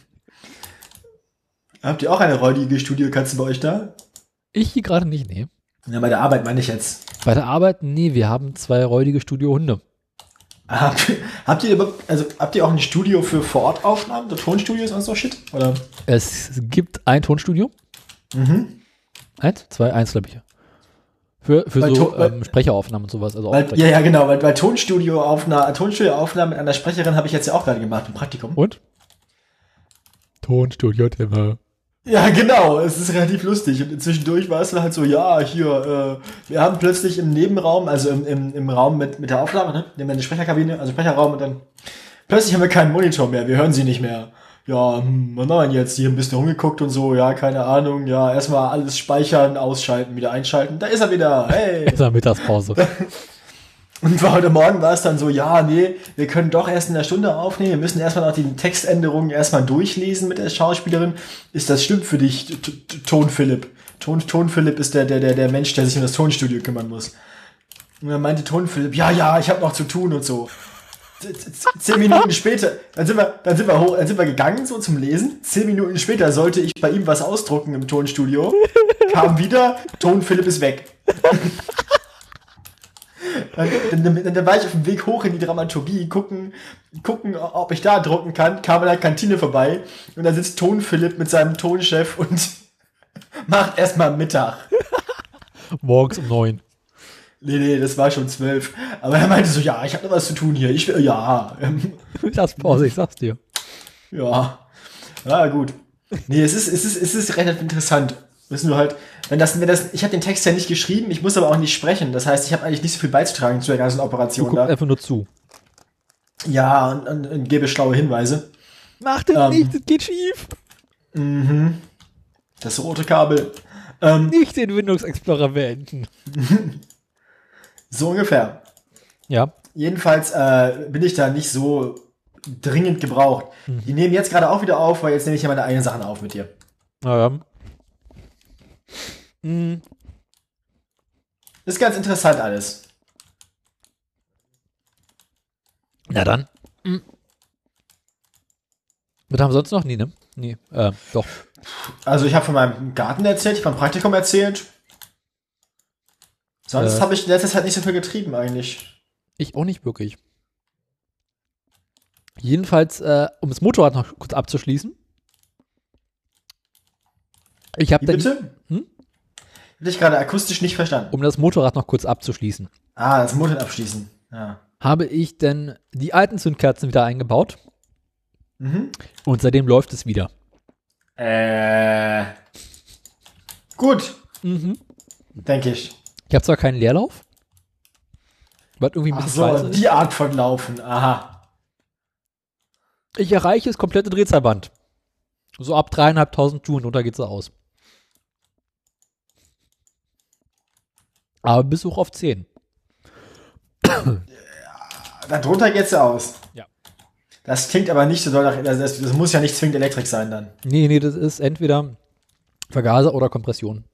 Speaker 1: Habt ihr auch eine räudige Studiokatze bei euch da?
Speaker 2: Ich hier gerade nicht, nee.
Speaker 1: Ja, bei der Arbeit meine ich jetzt.
Speaker 2: Bei der Arbeit, nee, wir haben zwei räudige Studiohunde.
Speaker 1: Habt, habt, ihr, überhaupt- also, habt ihr auch ein Studio für Vorortaufnahmen, so Tonstudios und so Shit? Oder?
Speaker 2: Es gibt ein Tonstudio.
Speaker 1: Mhm.
Speaker 2: Eins, zwei, eins, glaube ich. Für, für
Speaker 1: Weil
Speaker 2: so
Speaker 1: Ton- weil-
Speaker 2: ähm, Sprecheraufnahmen und sowas. Also auch
Speaker 1: Weil, ja, ja, genau, weil, weil Tonstudio-Aufnahmen Tonstudio mit einer Sprecherin habe ich jetzt ja auch gerade gemacht im Praktikum.
Speaker 2: Und? Tonstudio Timme.
Speaker 1: Ja, genau. Es ist relativ lustig. Und zwischendurch war es dann halt so, ja, hier, äh, wir haben plötzlich im Nebenraum, also im, im, im Raum mit, mit der Aufnahme, ne? Wir haben eine Sprecherkabine, also Sprecherraum und dann plötzlich haben wir keinen Monitor mehr, wir hören sie nicht mehr. Ja, hm, was machen wir jetzt? Hier ein bisschen rumgeguckt und so, ja, keine Ahnung, ja, erstmal alles speichern, ausschalten, wieder einschalten. Da ist er wieder, hey!
Speaker 2: Ist eine Mittagspause.
Speaker 1: Und war heute Morgen war es dann so, ja, nee, wir können doch erst in der Stunde aufnehmen. Wir müssen erstmal noch die Textänderungen erstmal durchlesen mit der Schauspielerin. Ist das stimmt für dich, T- T- Ton Philipp? Ton, Ton Philipp ist der, der, der, der Mensch, der sich um das Tonstudio kümmern muss. Und dann meinte Ton Philipp, ja, ja, ich habe noch zu tun und so. Z- z- Zehn Minuten später, dann sind wir, dann sind wir hoch, dann sind wir gegangen so zum Lesen. Zehn Minuten später sollte ich bei ihm was ausdrucken im Tonstudio. Kam wieder, Ton Philipp ist weg. Dann, dann, dann, dann war ich auf dem Weg hoch in die Dramaturgie, gucken, gucken, ob ich da drucken kann, kam in der Kantine vorbei und da sitzt Ton Philipp mit seinem Tonchef und macht erstmal Mittag.
Speaker 2: Morgens um neun.
Speaker 1: Nee, nee, das war schon zwölf. Aber er meinte so, ja, ich habe noch was zu tun hier. Ich will, ja, ähm,
Speaker 2: Mittagspause, ich sag's dir.
Speaker 1: ja. Ja, gut. Nee, es ist, es ist, es ist relativ interessant. Wissen wir halt, wenn das, wenn das, ich habe den Text ja nicht geschrieben, ich muss aber auch nicht sprechen. Das heißt, ich habe eigentlich nicht so viel beizutragen zu der ganzen
Speaker 2: Du
Speaker 1: Operation
Speaker 2: guckst
Speaker 1: da.
Speaker 2: einfach nur zu.
Speaker 1: Ja, und, und, und gebe schlaue Hinweise.
Speaker 2: Mach das
Speaker 1: Ähm.
Speaker 2: nicht, das geht schief.
Speaker 1: Das rote Kabel. Ähm,
Speaker 2: Nicht den Windows Explorer beenden.
Speaker 1: so ungefähr.
Speaker 2: Ja,
Speaker 1: Jedenfalls äh, bin ich da nicht so dringend gebraucht.
Speaker 2: Mhm.
Speaker 1: Die nehmen jetzt gerade auch wieder auf, weil jetzt nehme ich ja meine eigenen Sachen auf mit dir.
Speaker 2: naja. Hm,
Speaker 1: Ist ganz interessant alles.
Speaker 2: na dann. Hm. Was haben wir sonst noch? Nee, ne? Nee, äh, doch.
Speaker 1: Also ich habe von meinem Garten erzählt, ich habe vom Praktikum erzählt. Sonst
Speaker 2: Äh.
Speaker 1: habe ich in letzter Zeit nicht so viel getrieben eigentlich.
Speaker 2: Ich auch nicht wirklich. Jedenfalls, äh, um das Motorrad noch kurz abzuschließen. Ich habe
Speaker 1: Wie
Speaker 2: da die-
Speaker 1: bitte?
Speaker 2: Hm?
Speaker 1: Hab dich gerade akustisch nicht verstanden.
Speaker 2: um das Motorrad noch kurz abzuschließen,
Speaker 1: Ah, das Motorrad abschließen. Ja.
Speaker 2: habe ich denn die alten Zündkerzen wieder eingebaut
Speaker 1: Mhm.
Speaker 2: und seitdem läuft es wieder.
Speaker 1: Äh. Gut,
Speaker 2: Mhm.
Speaker 1: denke ich.
Speaker 2: Ich habe zwar keinen Leerlauf, was irgendwie ein
Speaker 1: Ach
Speaker 2: bisschen
Speaker 1: so,
Speaker 2: scheiße ist.
Speaker 1: die Art von Laufen. Aha.
Speaker 2: Ich erreiche das komplette Drehzahlband. So ab dreieinhalbtausend Touren runter geht's aus. Aber bis hoch auf 10.
Speaker 1: Darunter geht's ja aus.
Speaker 2: Ja.
Speaker 1: Das klingt aber nicht so doll nach. Also das, das muss ja nicht zwingend Elektrik sein dann.
Speaker 2: Nee, nee, das ist entweder Vergaser oder Kompression.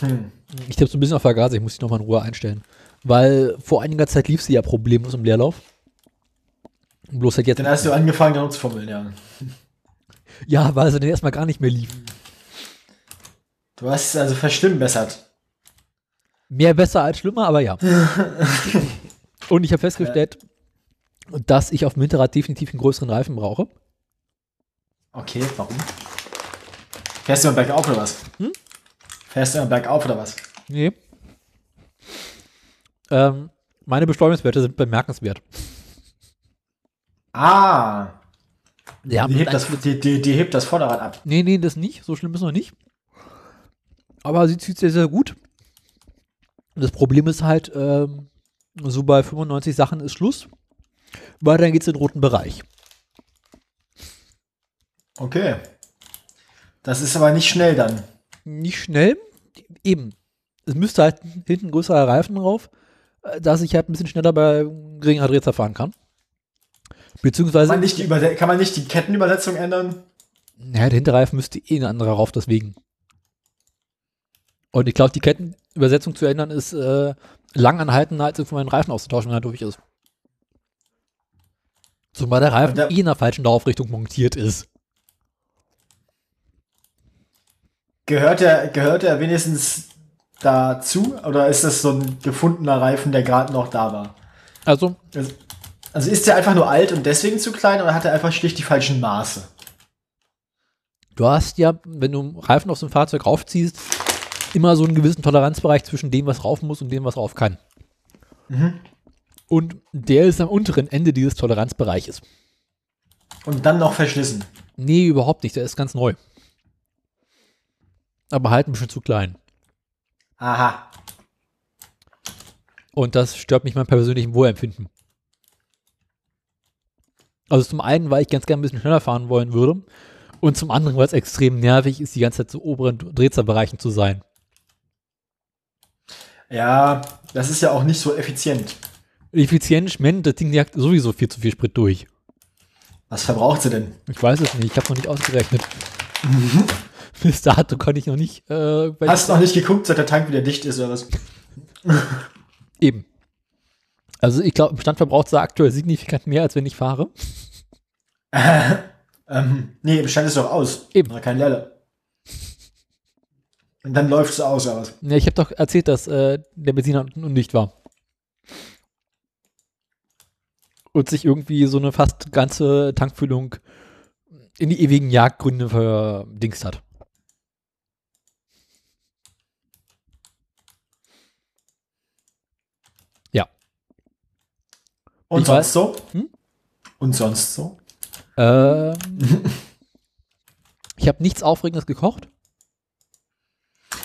Speaker 1: Hm.
Speaker 2: Ich tippe so ein bisschen auf Vergaser, ich muss die nochmal in Ruhe einstellen. Weil vor einiger Zeit lief sie ja problemlos im Leerlauf. Bloß halt jetzt.
Speaker 1: Dann hast du angefangen, darum zu fummeln, ja.
Speaker 2: ja, weil sie dann erstmal gar nicht mehr lief.
Speaker 1: Du hast es also verstimmbessert.
Speaker 2: Mehr besser als schlimmer, aber ja. Und ich habe festgestellt, dass ich auf dem Hinterrad definitiv einen größeren Reifen brauche.
Speaker 1: Okay, warum? Fährst du immer bergauf oder was?
Speaker 2: Hm?
Speaker 1: Fährst du immer bergauf oder was?
Speaker 2: Nee. Ähm, meine Bestäubungswerte sind bemerkenswert.
Speaker 1: Ah,
Speaker 2: Ja,
Speaker 1: die, hebt das, die, die, die hebt das Vorderrad ab.
Speaker 2: Nee, nee, das nicht. So schlimm ist noch nicht. Aber sie zieht sehr, sehr gut. Das Problem ist halt, ähm, so bei 95 Sachen ist Schluss, weil dann geht es in den roten Bereich.
Speaker 1: Okay. Das ist aber nicht schnell dann.
Speaker 2: Nicht schnell, eben. Es müsste halt hinten ein größerer Reifen drauf, äh, dass ich halt ein bisschen schneller bei geringerer Drehzahl fahren kann.
Speaker 1: Kann
Speaker 2: Beziehungsweise,
Speaker 1: man nicht die, Überse kann man nicht die Kettenübersetzung ändern?
Speaker 2: naja, der Hinterreifen müsste eh ein anderer rauf, deswegen. Und ich glaube, die Kettenübersetzung zu ändern ist äh, lang anhaltender, als irgendwo einen Reifen auszutauschen, wenn er durch ist. Zumal der Reifen
Speaker 1: Und der-
Speaker 2: eh in der falschen Laufrichtung montiert ist.
Speaker 1: Gehört er, gehört er wenigstens dazu? Oder ist das so ein gefundener Reifen, der gerade noch da war?
Speaker 2: Also,
Speaker 1: Also, also ist der einfach nur alt und deswegen zu klein oder hat er einfach schlicht die falschen Maße?
Speaker 2: du hast ja, wenn du einen Reifen auf so ein Fahrzeug raufziehst, immer so einen gewissen Toleranzbereich zwischen dem, was rauf muss und dem, was rauf kann. Und der ist am unteren Ende dieses Toleranzbereiches.
Speaker 1: Und dann noch verschlissen.
Speaker 2: Nee, überhaupt nicht. Der ist ganz neu. Aber halt ein bisschen zu klein.
Speaker 1: Aha.
Speaker 2: Und das stört mich mein persönlichen Wohlempfinden. Also zum einen, weil ich ganz gerne ein bisschen schneller fahren wollen würde. Und zum anderen, weil es extrem nervig ist, die ganze Zeit zu oberen Drehzahlbereichen zu sein.
Speaker 1: Ja, das ist ja auch nicht so effizient.
Speaker 2: Effizient, Schmend, das Ding jagt sowieso viel zu viel Sprit durch.
Speaker 1: Was verbraucht sie denn?
Speaker 2: Ich weiß es nicht, ich habe noch nicht ausgerechnet. Bis dato kann ich noch nicht. Äh, bei-
Speaker 1: Hast noch nicht geguckt, seit der Tank wieder dicht ist oder was?
Speaker 2: Eben. Also ich glaube, im Stand verbraucht sie aktuell signifikant mehr, als wenn ich fahre.
Speaker 1: Ähm, nee, im Stand ist doch aus.
Speaker 2: Eben.
Speaker 1: Na, kein Lelle. Und dann läuft es aus oder was?
Speaker 2: Ja, ich habe doch erzählt, dass äh, der Benziner unten undicht war. Und sich irgendwie so eine fast ganze Tankfüllung in die ewigen Jagdgründe verdingst hat.
Speaker 1: Und
Speaker 2: Ich
Speaker 1: sonst
Speaker 2: weiß-
Speaker 1: so?
Speaker 2: Hm?
Speaker 1: Und sonst so?
Speaker 2: Ähm, ich habe nichts Aufregendes gekocht.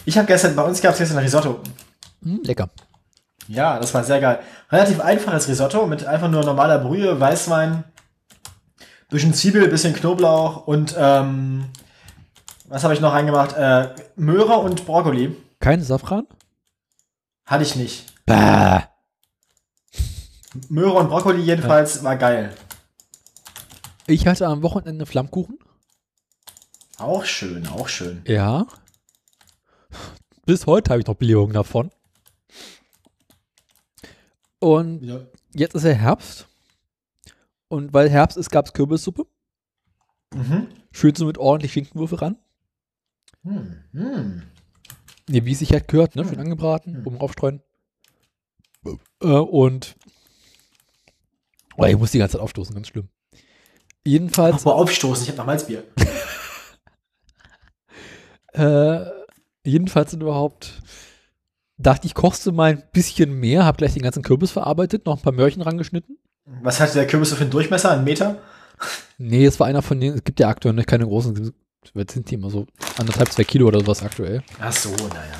Speaker 1: Ich habe gestern, bei uns gab es gestern Risotto.
Speaker 2: Hm, lecker.
Speaker 1: Ja, das war sehr geil. Relativ einfaches Risotto mit einfach nur normaler Brühe, Weißwein, bisschen Zwiebel, bisschen Knoblauch und ähm, was habe ich noch reingemacht? Äh, Möhre und Brokkoli.
Speaker 2: Kein Safran?
Speaker 1: Hatte ich nicht.
Speaker 2: Bah.
Speaker 1: Möhre und Brokkoli jedenfalls war geil.
Speaker 2: Ich hatte am Wochenende Flammkuchen.
Speaker 1: Auch schön, auch schön.
Speaker 2: Ja. Bis heute habe ich noch Blähungen davon. Und
Speaker 1: Ja.
Speaker 2: jetzt ist ja Herbst. Und weil Herbst ist, gab es Kürbissuppe.
Speaker 1: Mhm.
Speaker 2: Schön so mit ordentlich Schinkenwürfel ran.
Speaker 1: Hm, hm.
Speaker 2: Ne, wie es sich halt gehört, ne? Schön angebraten, oben draufstreuen. Äh, und. Oh, ich muss die ganze Zeit aufstoßen, ganz schlimm. Jedenfalls,
Speaker 1: Nochmal aufstoßen, ich habe noch Malzbier.
Speaker 2: äh, jedenfalls sind überhaupt. Dachte ich, kochst du mal ein bisschen mehr, hab gleich den ganzen Kürbis verarbeitet, noch ein paar Möhrchen rangeschnitten.
Speaker 1: Was hatte der Kürbis so für einen Durchmesser? Einen Meter?
Speaker 2: Nee, es war einer von denen, es gibt ja aktuell noch keine großen, was sind die immer so anderthalb, zwei Kilo oder sowas aktuell.
Speaker 1: Ach so, naja.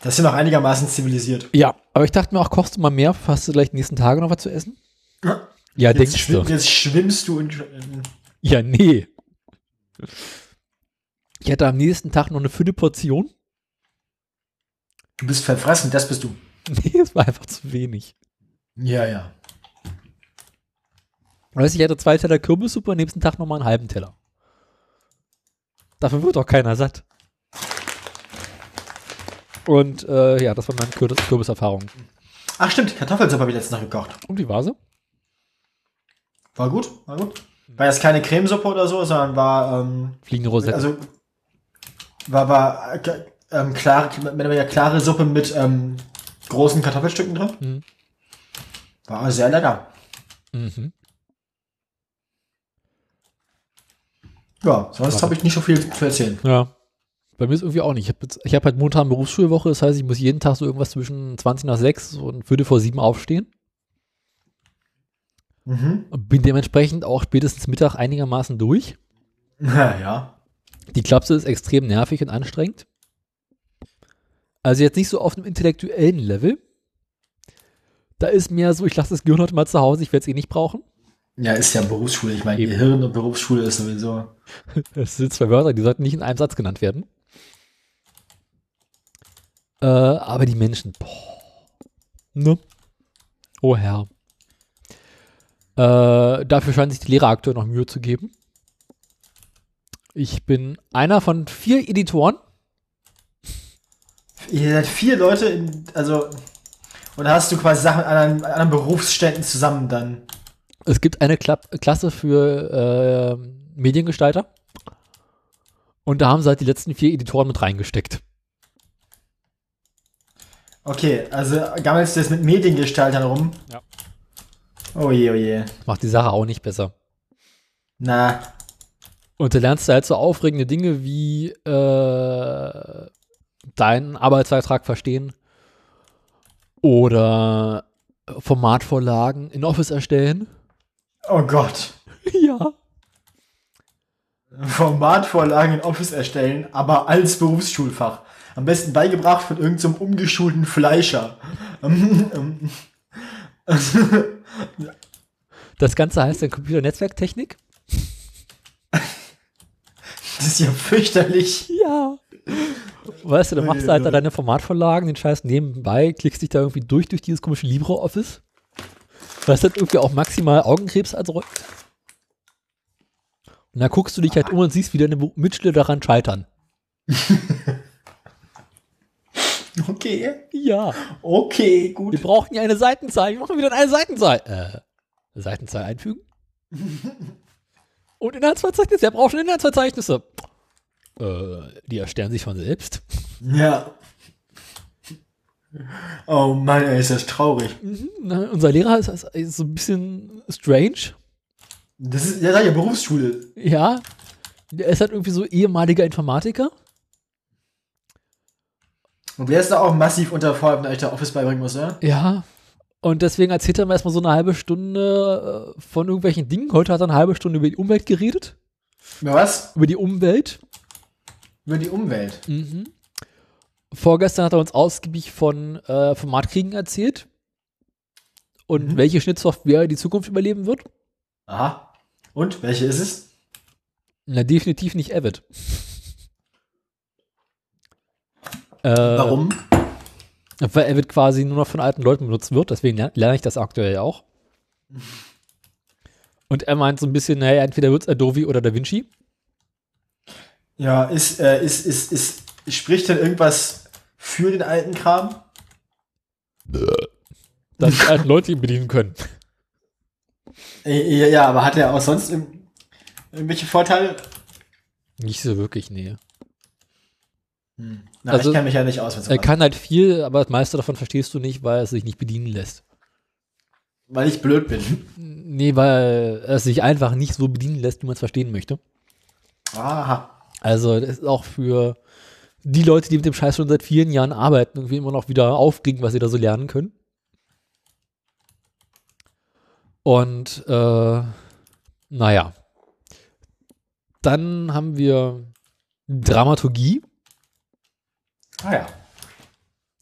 Speaker 1: Das ist ja noch einigermaßen zivilisiert.
Speaker 2: Ja, aber ich dachte mir auch, kochst du mal mehr, hast du gleich die nächsten Tage noch was zu essen? Ja,
Speaker 1: Jetzt,
Speaker 2: denkst
Speaker 1: schwimm,
Speaker 2: du.
Speaker 1: jetzt schwimmst du in,
Speaker 2: Ja, nee. Ich hatte am nächsten Tag noch eine Viertelportion.
Speaker 1: Du bist verfressen, das bist du.
Speaker 2: Nee, es war einfach zu wenig.
Speaker 1: Ja, ja.
Speaker 2: Weißt du, ich hatte zwei Teller Kürbissuppe und am nächsten Tag nochmal einen halben Teller. Dafür wird doch keiner satt. Und äh, ja, das war meine Kürbis Kürbiserfahrung.
Speaker 1: Ach stimmt, Kartoffelsuppe habe ich letztens noch gekocht.
Speaker 2: Und wie war sie?
Speaker 1: War gut, war gut. War jetzt keine Cremesuppe oder so, sondern war, ähm,
Speaker 2: Fliegende Rosette.
Speaker 1: also, war, war, äh, ähm, klare, mehr oder weniger klare Suppe mit, ähm, großen Kartoffelstücken drin.
Speaker 2: Mhm.
Speaker 1: War sehr lecker.
Speaker 2: mhm.
Speaker 1: Ja, sonst habe ich nicht so viel zu erzählen.
Speaker 2: Ja. Bei mir ist irgendwie auch nicht. Ich habe hab halt Montag Berufsschulwoche, das heißt, ich muss jeden Tag so irgendwas zwischen 20 nach 6 und Viertel vor 7 aufstehen.
Speaker 1: Mhm.
Speaker 2: Und bin dementsprechend auch spätestens Mittag einigermaßen durch.
Speaker 1: Ja, ja.
Speaker 2: Die Klapse ist extrem nervig und anstrengend. Also jetzt nicht so auf einem intellektuellen Level. Da ist mir so, ich lasse das Gehirn heute mal zu Hause, ich werde es eh nicht brauchen.
Speaker 1: Ja, ist ja Berufsschule. Ich meine,
Speaker 2: Eben.
Speaker 1: Gehirn und Berufsschule ist sowieso.
Speaker 2: Das sind zwei Wörter, die sollten nicht in einem Satz genannt werden. Äh, aber die Menschen, boah. Ne? Oh Herr. Äh, dafür scheinen sich die Lehrer aktuell noch Mühe zu geben. Ich bin einer von vier Editoren.
Speaker 1: Ihr seid vier Leute in, also, und hast du quasi Sachen an anderen, an anderen Berufsständen zusammen dann.
Speaker 2: Es gibt eine Kla Klasse für äh, Mediengestalter. Und da haben sie halt die letzten vier Editoren mit reingesteckt.
Speaker 1: Okay, also gammelst du jetzt mit Mediengestaltern rum?
Speaker 2: Ja.
Speaker 1: Oh je, oh je.
Speaker 2: Macht die Sache auch nicht besser.
Speaker 1: Na,
Speaker 2: Und da lernst du halt so aufregende Dinge wie äh, deinen Arbeitsvertrag verstehen oder Formatvorlagen in Office erstellen.
Speaker 1: oh Gott.
Speaker 2: ja.
Speaker 1: Formatvorlagen in Office erstellen, aber als Berufsschulfach. Am besten beigebracht von irgendeinem umgeschulten Fleischer.
Speaker 2: Das Ganze heißt dann Computernetzwerktechnik.
Speaker 1: Das ist ja fürchterlich.
Speaker 2: Ja. Weißt du, dann machst du halt
Speaker 1: Ui,
Speaker 2: da
Speaker 1: ui.
Speaker 2: deine Formatvorlagen, den Scheiß nebenbei, klickst dich da irgendwie durch, durch dieses komische LibreOffice. Was halt irgendwie auch maximal Augenkrebs erzeugt. Und dann guckst du dich halt um und siehst, wie deine Bu- Mitschüler daran scheitern.
Speaker 1: Okay,
Speaker 2: Ja.
Speaker 1: okay,
Speaker 2: Wir
Speaker 1: gut.
Speaker 2: brauchen ja eine Seitenzahl. Wir machen wieder eine Seitenzahl. Äh, Seitenzahl einfügen. Und Inhaltsverzeichnis. Wer braucht schon Inhaltsverzeichnisse? Äh, die erstellen sich von selbst.
Speaker 1: Ja. Oh Mann, ey, ist das traurig.
Speaker 2: Na, unser Lehrer ist, ist, ist so ein bisschen strange.
Speaker 1: Das ist, ja, sag ja, Berufsschule.
Speaker 2: Ja. Er ist halt irgendwie so ehemaliger Informatiker.
Speaker 1: Und wer ist da auch massiv unterfordert, wenn ich da Office beibringen muss, oder?
Speaker 2: Ja. Und deswegen erzählt er mir erstmal so eine halbe Stunde äh, von irgendwelchen Dingen. Heute hat er eine halbe Stunde über die Umwelt geredet.
Speaker 1: Über was?
Speaker 2: Über die Umwelt.
Speaker 1: Über die Umwelt.
Speaker 2: Mhm. Vorgestern hat er uns ausgiebig von äh, Formatkriegen erzählt und
Speaker 1: Mhm.
Speaker 2: welche Schnittsoftware die Zukunft überleben wird.
Speaker 1: Aha. Und welche ist es?
Speaker 2: Na, definitiv nicht Avid. Äh,
Speaker 1: Warum?
Speaker 2: Warum? Weil Avid quasi nur noch von alten Leuten benutzt wird, deswegen lerne, lerne ich das aktuell auch. Und er meint so ein bisschen, naja, entweder wird es Adobe oder DaVinci.
Speaker 1: Ja, ist, äh, ist, ist, ist, spricht denn irgendwas für den alten Kram?
Speaker 2: Dass die alten Leute ihn bedienen können.
Speaker 1: Äh, Ja, ja, aber hat er auch sonst irg- irgendwelche Vorteile?
Speaker 2: Nicht so wirklich, nee.
Speaker 1: Na,
Speaker 2: Also,
Speaker 1: ich kenne mich ja nicht aus mit
Speaker 2: Er
Speaker 1: sowas.
Speaker 2: kann halt viel, aber das meiste davon verstehst du nicht, weil es sich nicht bedienen lässt.
Speaker 1: Weil ich blöd bin.
Speaker 2: Nee, weil es sich einfach nicht so bedienen lässt, wie man es verstehen möchte.
Speaker 1: Aha.
Speaker 2: Also, das ist auch für die Leute, die mit dem Scheiß schon seit vielen Jahren arbeiten, irgendwie immer noch wieder aufkriegen, was sie da so lernen können. Und, äh, naja. Dann haben wir Dramaturgie.
Speaker 1: Ah ja.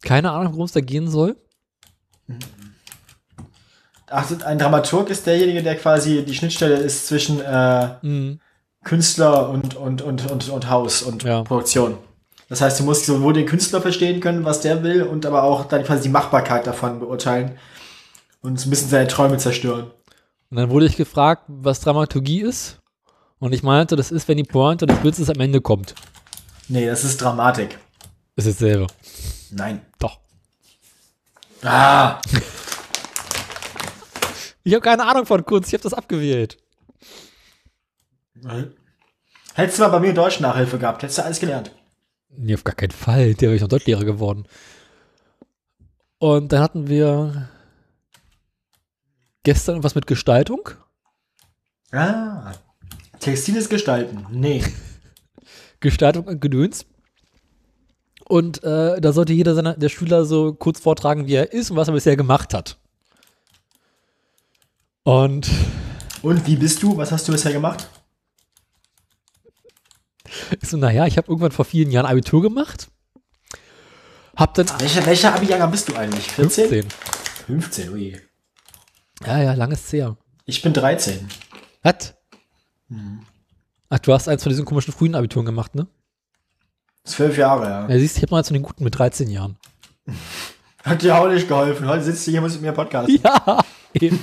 Speaker 2: Keine Ahnung, worum es da gehen soll.
Speaker 1: Ach, so, ein Dramaturg ist derjenige, der quasi die Schnittstelle ist zwischen äh,
Speaker 2: Mhm.
Speaker 1: Künstler und, und, und, und, und Haus und
Speaker 2: Ja.
Speaker 1: Produktion. Das heißt, du musst sowohl den Künstler verstehen können, was der will, und aber auch dann quasi die Machbarkeit davon beurteilen und so ein bisschen seine Träume zerstören.
Speaker 2: Und dann wurde ich gefragt, was Dramaturgie ist. Und ich meinte, das ist, wenn die Pointe des Blitzes am Ende kommt.
Speaker 1: Nee, das ist Dramatik.
Speaker 2: Ist dasselbe.
Speaker 1: Nein.
Speaker 2: Doch.
Speaker 1: Ah!
Speaker 2: Ich habe keine Ahnung von Kunst, ich habe das abgewählt.
Speaker 1: Hättest du mal bei mir Deutsch Nachhilfe gehabt, hättest du alles gelernt.
Speaker 2: Nee, auf gar keinen Fall. Der wäre ich noch Deutschlehrer geworden. Und dann hatten wir gestern was mit Gestaltung.
Speaker 1: Ah. Textiles Gestalten. Nee.
Speaker 2: Gestaltung und Gedöns. Und äh, da sollte jeder seiner, der Schüler so kurz vortragen, wie er ist und was er bisher gemacht hat. Und
Speaker 1: Und wie bist du? Was hast du bisher gemacht?
Speaker 2: ich so, naja, ich habe irgendwann vor vielen Jahren Abitur gemacht. Hab dann
Speaker 1: Welcher, welcher Abi-Jahrgang bist du eigentlich? 14?
Speaker 2: 15.
Speaker 1: 15, ui.
Speaker 2: Ja, ja, langes her.
Speaker 1: Ich bin 13.
Speaker 2: Was? Ach, du hast eins von diesen komischen frühen Abituren gemacht, ne?
Speaker 1: Zwölf Jahre, ja.
Speaker 2: Ja, siehst, ich hab mal zu den Guten mit 13 Jahren.
Speaker 1: Hat dir auch nicht geholfen. Heute sitzt du hier, musst mit mir podcasten.
Speaker 2: Ja, eben.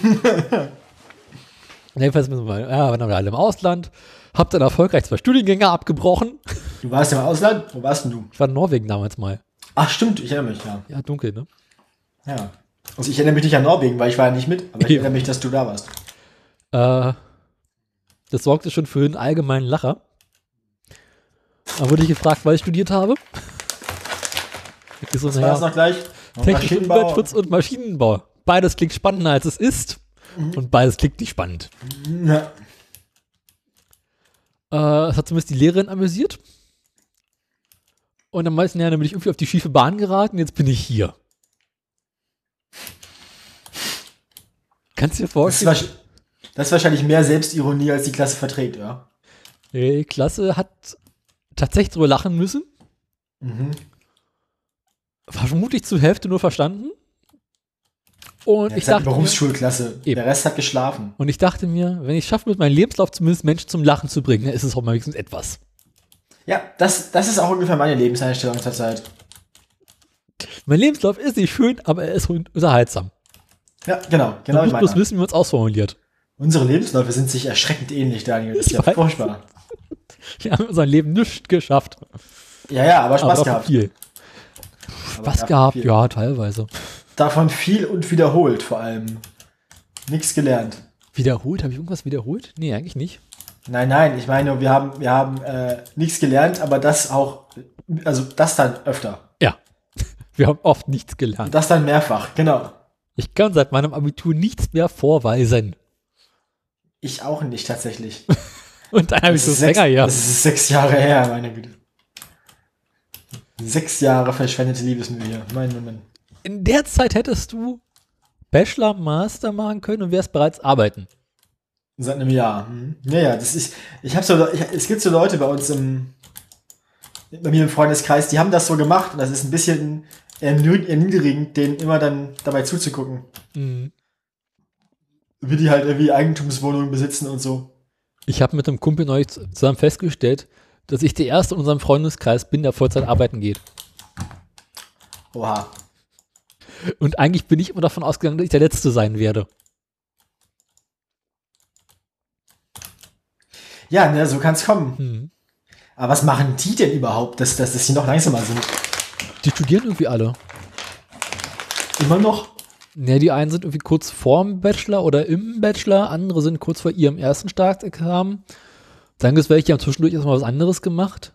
Speaker 2: Jedenfalls müssen wir, ja, waren wir alle im Ausland. Hab dann erfolgreich zwei Studiengänge abgebrochen.
Speaker 1: Du warst ja im Ausland? Wo warst denn du?
Speaker 2: Ich war in Norwegen damals mal.
Speaker 1: Ach, stimmt, ich erinnere mich, ja.
Speaker 2: Ja, dunkel, ne?
Speaker 1: ja. Also ich erinnere mich nicht an Norwegen, weil ich war ja nicht mit, aber ich
Speaker 2: Ja.
Speaker 1: erinnere mich, dass du da warst.
Speaker 2: Äh, das sorgte schon für einen allgemeinen Lacher. Dann wurde ich gefragt, weil ich studiert habe. Ich so,
Speaker 1: Was war es
Speaker 2: naja,
Speaker 1: noch gleich?
Speaker 2: Technik und Umweltschutz und Maschinenbau. Beides klingt spannender, als es ist. Und beides klingt nicht spannend.
Speaker 1: Ja.
Speaker 2: Äh, es hat zumindest die Lehrerin amüsiert. Und dann meinte ich, naja, dann bin ich irgendwie auf die schiefe Bahn geraten, jetzt bin ich hier. Kannst du dir
Speaker 1: Das, ist
Speaker 2: vorstellen?
Speaker 1: wahrsch- das ist wahrscheinlich mehr Selbstironie, als die Klasse verträgt, ja.
Speaker 2: Die Klasse hat tatsächlich drüber lachen müssen.
Speaker 1: Mhm.
Speaker 2: War vermutlich zur Hälfte nur verstanden. Und
Speaker 1: Ja,
Speaker 2: ich
Speaker 1: das hat die
Speaker 2: dachte mir,
Speaker 1: Berufsschulklasse.
Speaker 2: Eben.
Speaker 1: Der Rest hat geschlafen.
Speaker 2: und ich dachte mir, wenn ich es schaffe, mit meinem Lebenslauf zumindest Menschen zum Lachen zu bringen, dann ist es auch mal wenigstens etwas.
Speaker 1: Ja, das, das ist auch ungefähr meine Lebenseinstellung zurzeit.
Speaker 2: Mein Lebenslauf ist nicht schön, aber er ist unterhaltsam.
Speaker 1: Ja, genau, genau
Speaker 2: Man
Speaker 1: wie
Speaker 2: muss bloß
Speaker 1: meiner.
Speaker 2: wissen, wie man es ausformuliert.
Speaker 1: Unsere Lebensläufe sind sich erschreckend ähnlich, Daniel. Das ist
Speaker 2: Ich
Speaker 1: ja
Speaker 2: weiß.
Speaker 1: furchtbar.
Speaker 2: Wir haben in unserem Leben nichts geschafft.
Speaker 1: Ja, ja, aber Spaß
Speaker 2: aber dafür
Speaker 1: gehabt.
Speaker 2: viel.
Speaker 1: Aber
Speaker 2: Spaß
Speaker 1: davon
Speaker 2: gehabt,
Speaker 1: viel.
Speaker 2: ja, teilweise.
Speaker 1: Davon viel und wiederholt vor allem. Nichts gelernt.
Speaker 2: Wiederholt? Habe ich irgendwas wiederholt? Nee, eigentlich nicht.
Speaker 1: Nein, nein, ich meine, wir haben, wir haben äh, nichts gelernt, aber das auch, also das dann öfter.
Speaker 2: Ja. Wir haben oft nichts gelernt.
Speaker 1: Das dann mehrfach, genau.
Speaker 2: Ich kann seit meinem Abitur nichts mehr vorweisen.
Speaker 1: Ich auch nicht tatsächlich.
Speaker 2: Und dann habe ich so
Speaker 1: sechs,
Speaker 2: länger ja.
Speaker 1: das ist sechs Jahre her, meine Güte. Sechs Jahre verschwendete Liebesmühe. Mein Mann.
Speaker 2: In der Zeit hättest du Bachelor, Master machen können und wärst bereits arbeiten.
Speaker 1: Seit einem Jahr. Mhm. Naja, das ist, ich habe so, Le- ich, es gibt so Leute bei uns im, bei mir im Freundeskreis, die haben das so gemacht und das ist ein bisschen erniedrig- erniedrigend, denen immer dann dabei zuzugucken,
Speaker 2: Mhm.
Speaker 1: wie die halt irgendwie Eigentumswohnungen besitzen und so.
Speaker 2: Ich habe mit einem Kumpel neulich z- zusammen festgestellt, dass ich der Erste in unserem Freundeskreis bin, der Vollzeit arbeiten geht.
Speaker 1: Oha.
Speaker 2: Und eigentlich bin ich immer davon ausgegangen, dass ich der Letzte sein werde.
Speaker 1: Ja, ne, so kann's kommen.
Speaker 2: Mhm.
Speaker 1: Aber was machen die denn überhaupt, dass, dass, dass sie noch langsamer sind?
Speaker 2: Die studieren irgendwie alle.
Speaker 1: Immer noch?
Speaker 2: Ne, die einen sind irgendwie kurz vorm Bachelor oder im Bachelor, andere sind kurz vor ihrem ersten Staatsexamen. Dann gibt es welche, die haben zwischendurch erstmal was anderes gemacht.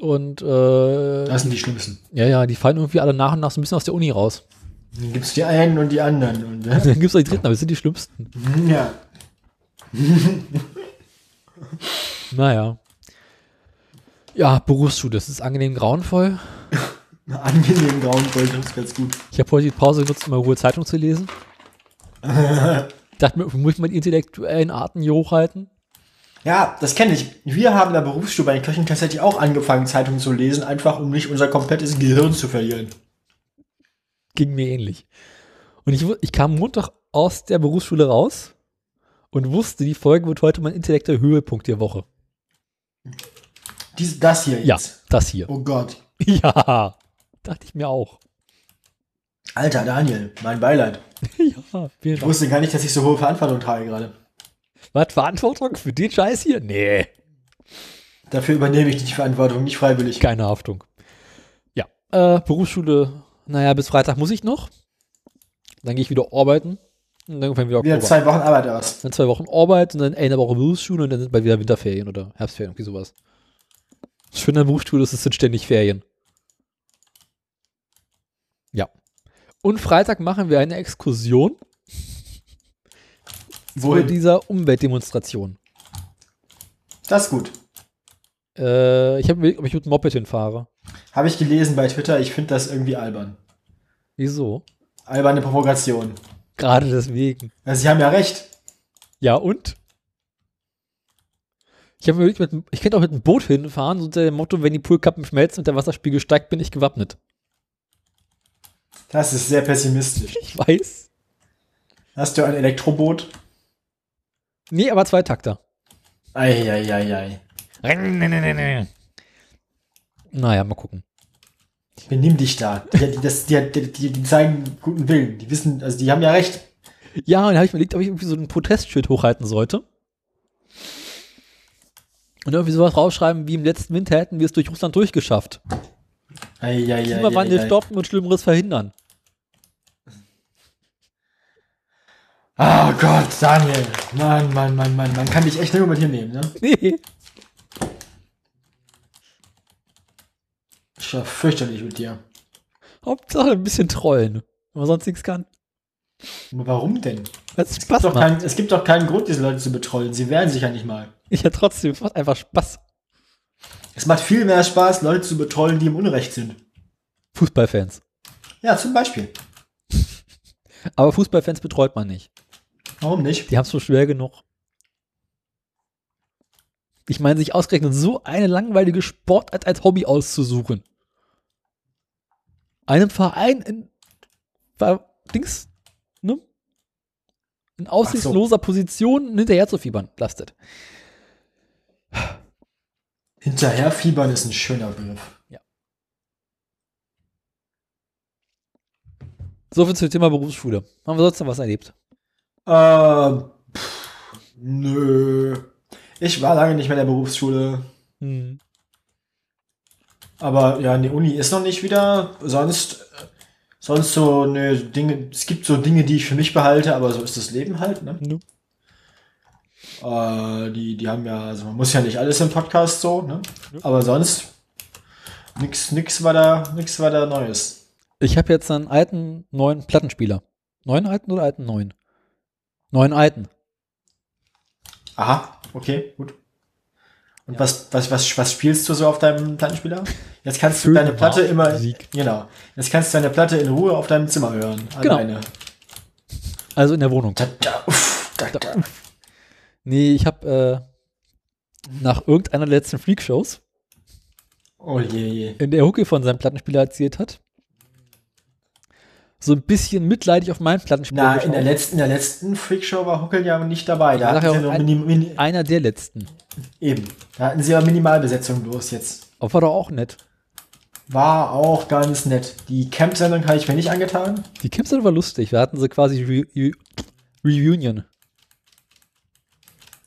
Speaker 2: Und äh,
Speaker 1: sind die Schlimmsten.
Speaker 2: ja, ja, die fallen irgendwie alle nach und nach so ein bisschen aus der Uni raus.
Speaker 1: Dann gibt's die einen und die anderen. Und, ne?
Speaker 2: Dann gibt es die dritten, aber das sind die schlimmsten.
Speaker 1: Ja.
Speaker 2: Naja. Ja, Berufsschule, das ist angenehm grauenvoll.
Speaker 1: Angenehm grauenvoll, das ist ganz gut.
Speaker 2: Ich habe heute die Pause genutzt, um mal Ruhe Zeitung zu lesen. Dachte mir, muss ich meinen intellektuellen Arten hier hochhalten?
Speaker 1: Ja, das kenne ich. Wir haben in der Berufsschule bei den Köchen tatsächlich auch angefangen, Zeitungen zu lesen, einfach um nicht unser komplettes Gehirn zu verlieren.
Speaker 2: ging mir ähnlich. Und ich, wu- ich kam Montag aus der Berufsschule raus und wusste, die Folge wird heute mein intellektueller Höhepunkt der Woche.
Speaker 1: Dies, das hier
Speaker 2: Ja,
Speaker 1: jetzt.
Speaker 2: das hier.
Speaker 1: Oh Gott.
Speaker 2: Ja, dachte ich mir auch.
Speaker 1: Alter Daniel, mein Beileid.
Speaker 2: Ja, vielen
Speaker 1: Ich
Speaker 2: Dank.
Speaker 1: wusste gar nicht, dass ich so hohe Verantwortung trage gerade.
Speaker 2: Was, Verantwortung für den Scheiß hier? Nee,
Speaker 1: Dafür übernehme ich die Verantwortung nicht freiwillig.
Speaker 2: keine Haftung. Ja, äh, Berufsschule, naja, bis Freitag muss ich noch. Dann gehe ich wieder arbeiten. Und dann fangen wir
Speaker 1: Wieder
Speaker 2: Oktober.
Speaker 1: zwei Wochen Arbeit aus.
Speaker 2: Dann zwei Wochen Arbeit und dann eine Woche Berufsschule und dann sind bald wieder Winterferien oder Herbstferien, irgendwie sowas. Das Schöne an der Berufsschule ist, es sind ständig Ferien. Ja. Und Freitag machen wir eine Exkursion zu
Speaker 1: Wohin?
Speaker 2: dieser Umweltdemonstration.
Speaker 1: Das ist gut.
Speaker 2: Äh, ich habe überlegt, ob ich mit dem Moped hinfahre.
Speaker 1: Habe ich gelesen bei Twitter, ich finde das irgendwie albern.
Speaker 2: Wieso?
Speaker 1: Alberne Provokation.
Speaker 2: Gerade deswegen.
Speaker 1: Also, Sie haben ja recht.
Speaker 2: Ja, und? Ich habe überlegt, mit, dem- ich könnte auch mit dem Boot hinfahren, so unter dem Motto, wenn die Poolkappen schmelzen und der Wasserspiegel steigt, bin ich gewappnet.
Speaker 1: Das ist sehr pessimistisch.
Speaker 2: Ich weiß.
Speaker 1: Hast du ein Elektroboot?
Speaker 2: Nee, aber zwei Takter.
Speaker 1: Eieieiei.
Speaker 2: Naja, mal gucken.
Speaker 1: Benimm dich da. Die, die, das, die, die, die, die zeigen guten Willen. Die wissen, also die haben ja recht.
Speaker 2: Ja, und da habe ich mir überlegt, ob ich irgendwie so ein Protestschild hochhalten sollte. Und irgendwie sowas rausschreiben, wie im letzten Winter hätten wir es durch Russland durchgeschafft.
Speaker 1: Eieieiei.
Speaker 2: Klimawandel stoppen und Schlimmeres verhindern.
Speaker 1: Ah Gott, Daniel. Mann, Mann, Mann, Mann. Man kann dich echt nur mit hinnehmen, ne?
Speaker 2: Nee.
Speaker 1: Ist ja fürchterlich mit dir.
Speaker 2: Hauptsache ein bisschen trollen. Wenn man sonst nichts kann.
Speaker 1: Aber warum denn?
Speaker 2: Das Spaß
Speaker 1: Doch
Speaker 2: macht.
Speaker 1: kein, es gibt doch keinen Grund, diese Leute zu betrollen. Sie wehren sich ja nicht mal.
Speaker 2: Ich ja trotzdem, es macht einfach Spaß.
Speaker 1: Es macht viel mehr Spaß, Leute zu betrollen, die im Unrecht sind.
Speaker 2: Fußballfans.
Speaker 1: Ja, zum Beispiel.
Speaker 2: Aber Fußballfans betreut man nicht.
Speaker 1: Warum nicht?
Speaker 2: Die haben es schon schwer genug. Ich meine, sich ausgerechnet so eine langweilige Sportart als Hobby auszusuchen. Einem Verein in war Dings, ne? In aussichtsloser Position hinterher zu fiebern, lastet.
Speaker 1: Hinterherfiebern ist ein schöner Begriff.
Speaker 2: Soviel zum Thema Berufsschule. Haben wir sonst noch was erlebt?
Speaker 1: Ähm, pff, nö. Ich war lange nicht mehr in der Berufsschule.
Speaker 2: Hm.
Speaker 1: Aber ja, die Uni ist noch nicht wieder. Sonst, sonst so, nö, Dinge, es gibt so Dinge, die ich für mich behalte, aber so ist das Leben halt, ne?
Speaker 2: Ne.
Speaker 1: Äh, die, die haben ja, also man muss ja nicht alles im Podcast so, ne? Aber sonst, nix, nix war da, nix war da Neues.
Speaker 2: Ich habe jetzt einen alten, neuen Plattenspieler. Neuen alten oder alten neuen? Neuen alten.
Speaker 1: Aha, okay, gut. Und was, was, was, was spielst du so auf deinem Plattenspieler? Jetzt kannst du
Speaker 2: Schöne
Speaker 1: deine Platte immer.
Speaker 2: Musik.
Speaker 1: Genau. Jetzt kannst du deine Platte in Ruhe auf deinem Zimmer hören.
Speaker 2: Genau.
Speaker 1: Alleine.
Speaker 2: Also in der Wohnung.
Speaker 1: Da, da, uff, da, da.
Speaker 2: Nee, ich habe äh, nach irgendeiner der letzten Freakshows,
Speaker 1: Oh je, je.
Speaker 2: in der Hucke von seinem Plattenspieler erzählt hat, so ein bisschen mitleidig auf meinen Plattenspieler
Speaker 1: Na, in der,
Speaker 2: geschaut.
Speaker 1: letzten, in der letzten Freakshow war Huckel ja nicht dabei. Da
Speaker 2: Sag
Speaker 1: hatten
Speaker 2: ja
Speaker 1: sie
Speaker 2: auch
Speaker 1: nur
Speaker 2: ein-
Speaker 1: mini, mini,
Speaker 2: Einer der letzten.
Speaker 1: eben. Da hatten sie ja Minimalbesetzung bloß jetzt.
Speaker 2: Aber war doch auch nett.
Speaker 1: War auch ganz nett. Die Camp-Sendung habe ich mir nicht angetan.
Speaker 2: Die Kimson war lustig. Wir hatten so quasi Re Re Reunion.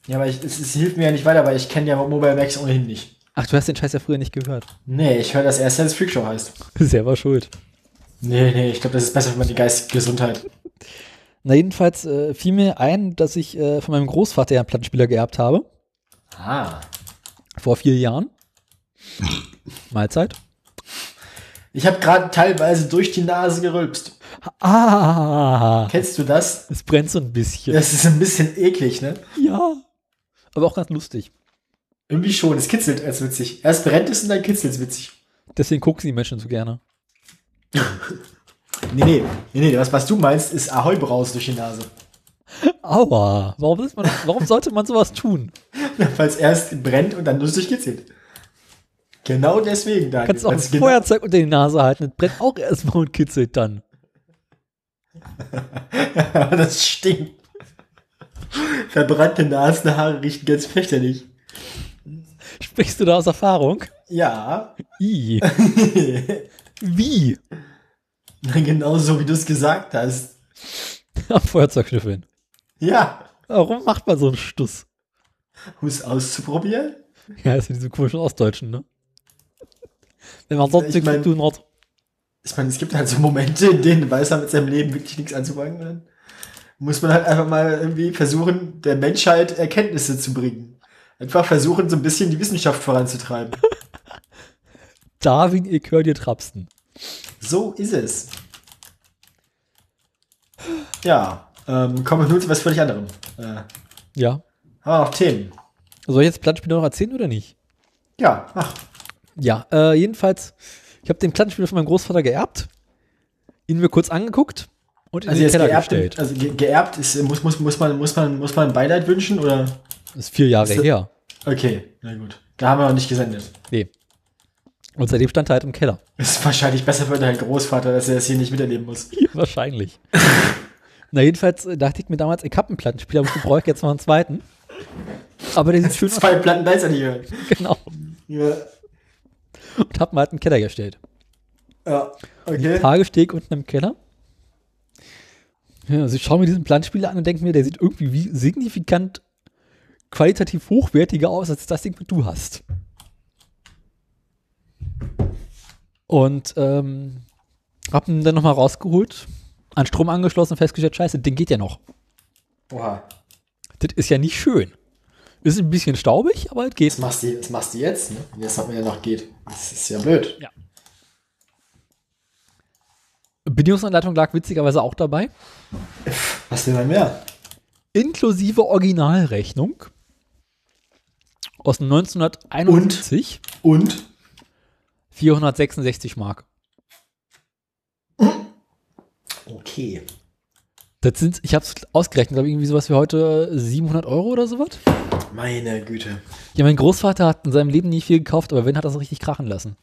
Speaker 1: Ja, aber ich, es, es hilft mir ja nicht weiter, weil ich kenne ja Mobile Max ohnehin nicht.
Speaker 2: Ach, du hast den Scheiß ja früher nicht gehört.
Speaker 1: Nee, ich höre das erst, wenn es Freakshow heißt.
Speaker 2: Selber schuld.
Speaker 1: Nee, nee, ich glaube, das ist besser für meine geistige Gesundheit.
Speaker 2: Na, jedenfalls äh, fiel mir ein, dass ich äh, von meinem Großvater ja einen Plattenspieler geerbt habe.
Speaker 1: Ah.
Speaker 2: Vor vier Jahren. Mahlzeit.
Speaker 1: Ich habe gerade teilweise durch die Nase gerülpst.
Speaker 2: Ah,
Speaker 1: Kennst du das?
Speaker 2: es brennt so ein bisschen.
Speaker 1: Das ist ein bisschen eklig, ne?
Speaker 2: Ja. Aber auch ganz lustig.
Speaker 1: Irgendwie schon, es kitzelt als witzig. Erst brennt es und dann kitzelt es witzig.
Speaker 2: Deswegen gucken sie die Menschen so gerne.
Speaker 1: Nee, nee, nee, nee, was, was du meinst, ist Ahoi braus durch die Nase.
Speaker 2: Aua. Warum, ist man, warum sollte man sowas tun?
Speaker 1: Falls erst brennt und dann lustig kitzelt. Genau deswegen, Daniel.
Speaker 2: Kannst auch ein
Speaker 1: Weil's genau-
Speaker 2: Feuerzeug unter die Nase halten. Das brennt auch erstmal und kitzelt dann.
Speaker 1: genau- das stinkt. Verbrannte Nasenhaare riechen ganz fürchterlich.
Speaker 2: Sprichst du da aus Erfahrung?
Speaker 1: Ja,
Speaker 2: I. Wie?
Speaker 1: genau so, wie du es gesagt hast.
Speaker 2: Am Feuerzeug schnüffeln.
Speaker 1: Ja,
Speaker 2: Warum macht man so einen Stuss?
Speaker 1: um es auszuprobieren.
Speaker 2: Ja, ist ja diese komischen Ostdeutschen, ne? Wenn man sonst
Speaker 1: Ich
Speaker 2: nichts zu
Speaker 1: mein-
Speaker 2: tun hat.
Speaker 1: Ich meine, es gibt halt so Momente, in denen weiß er mit seinem Leben wirklich nichts anzufangen. Und dann muss man halt einfach mal irgendwie versuchen, der Menschheit Erkenntnisse zu bringen. Einfach versuchen, so ein bisschen die Wissenschaft voranzutreiben.
Speaker 2: Darwin, ich hör dir trapsen.
Speaker 1: So ist es. Ja, ähm, kommen wir nun zu was völlig anderem. Äh, haben
Speaker 2: Ja.
Speaker 1: wir noch Themen?
Speaker 2: Soll ich jetzt Plattenspieler noch erzählen oder nicht?
Speaker 1: Ja, mach.
Speaker 2: Ja, äh, jedenfalls, ich habe den Plattenspieler von meinem Großvater geerbt, ihn mir kurz angeguckt und in
Speaker 1: Also
Speaker 2: den
Speaker 1: jetzt
Speaker 2: Keller
Speaker 1: geerbt,
Speaker 2: gestellt.
Speaker 1: also ge geerbt ist, äh, muss, muss, muss, man, muss, man, muss man Beileid wünschen oder?
Speaker 2: Das ist vier Jahre
Speaker 1: Ist das-
Speaker 2: her.
Speaker 1: Okay, na gut. Da haben wir noch nicht gesendet.
Speaker 2: Nee. Und seitdem stand er halt im Keller.
Speaker 1: Ist wahrscheinlich besser für deinen Großvater, dass er das hier nicht miterleben muss.
Speaker 2: Ja, wahrscheinlich. Na, jedenfalls äh, dachte ich mir damals, ich habe einen Plattenspieler, aber ich brauche jetzt noch einen zweiten. Aber der sieht schön aus,
Speaker 1: Zwei Platten gleichzeitig hören.
Speaker 2: genau.
Speaker 1: Ja,
Speaker 2: Und hab mal halt einen Keller gestellt.
Speaker 1: ja
Speaker 2: Okay.
Speaker 1: okay.
Speaker 2: Tagesteg unten im Keller. Ja, also ich schaue mir diesen Plattenspieler an und denke mir, der sieht irgendwie wie signifikant qualitativ hochwertiger aus, als das Ding, was du hast. Und ähm, hab ihn dann nochmal rausgeholt, an Strom angeschlossen und festgestellt, scheiße, das Ding geht ja noch.
Speaker 1: Oha.
Speaker 2: Das ist ja nicht schön. Ist ein bisschen staubig, aber es geht.
Speaker 1: Das machst du, das machst du jetzt, ne? Wenn das mir ja noch geht. Das ist ja blöd.
Speaker 2: Bedienungsanleitung lag witzigerweise auch dabei.
Speaker 1: Was will man mehr?
Speaker 2: Inklusive Originalrechnung aus 1971
Speaker 1: Und?
Speaker 2: 466 Mark.
Speaker 1: Okay.
Speaker 2: Das sind, ich habe es ausgerechnet, glaube ich, irgendwie sowas wie heute 700 Euro oder sowas.
Speaker 1: Meine Güte.
Speaker 2: Ja, mein Großvater hat in seinem Leben nie viel gekauft, aber wenn hat er es richtig krachen lassen.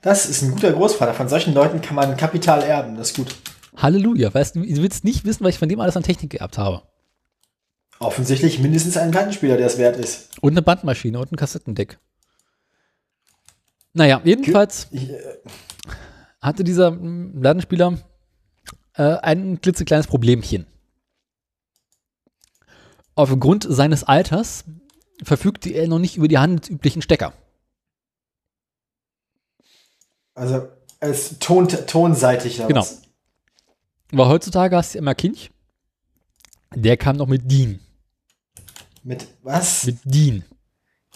Speaker 1: Das ist ein guter Großvater. Von solchen Leuten kann man Kapital erben. Das ist gut.
Speaker 2: Halleluja, weißt du, du willst nicht wissen, was ich von dem alles an Technik geerbt habe.
Speaker 1: Offensichtlich mindestens einen Plattenspieler, der es wert ist.
Speaker 2: Und eine Bandmaschine und ein Kassettendeck. Naja, jedenfalls
Speaker 1: Ich, äh,
Speaker 2: hatte dieser mm, Ladenspieler äh, ein klitzekleines Problemchen. Aufgrund seines Alters verfügte er noch nicht über die handelsüblichen Stecker.
Speaker 1: also, als ton, tonseitig da
Speaker 2: Genau.
Speaker 1: was.
Speaker 2: Weil heutzutage hast du immer Kinch. Der kam noch mit DIN.
Speaker 1: Mit was?
Speaker 2: Mit DIN.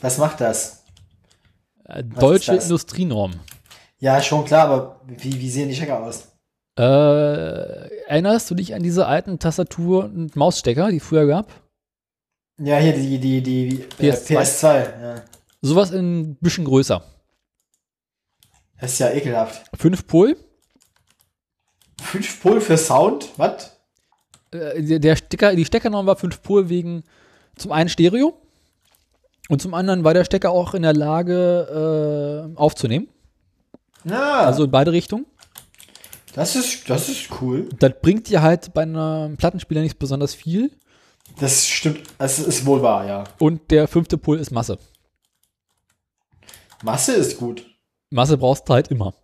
Speaker 1: Was macht das?
Speaker 2: Äh, deutsche
Speaker 1: das?
Speaker 2: Industrienorm.
Speaker 1: Ja, schon klar, aber wie, wie sehen die Checker aus?
Speaker 2: Äh, erinnerst du dich an diese alten Tastatur- und Mausstecker, die es früher gab?
Speaker 1: Ja, hier die, die, die äh,
Speaker 2: PS2.
Speaker 1: PS2. Ja.
Speaker 2: Sowas in ein bisschen größer.
Speaker 1: Das ist ja ekelhaft.
Speaker 2: 5 Pol,
Speaker 1: Fünf Pol für Sound? Was?
Speaker 2: äh, der der Stecker, die Steckernorm war 5 Pol wegen zum einen Stereo und zum anderen war der Stecker auch in der Lage äh, aufzunehmen,
Speaker 1: Ja,
Speaker 2: also in beide Richtungen.
Speaker 1: das ist, das ist cool.
Speaker 2: Das bringt dir halt bei einem Plattenspieler nicht besonders viel
Speaker 1: Das stimmt, das ist wohl wahr, ja.
Speaker 2: und der fünfte Pol ist Masse.
Speaker 1: Masse ist gut.
Speaker 2: Masse brauchst du halt immer.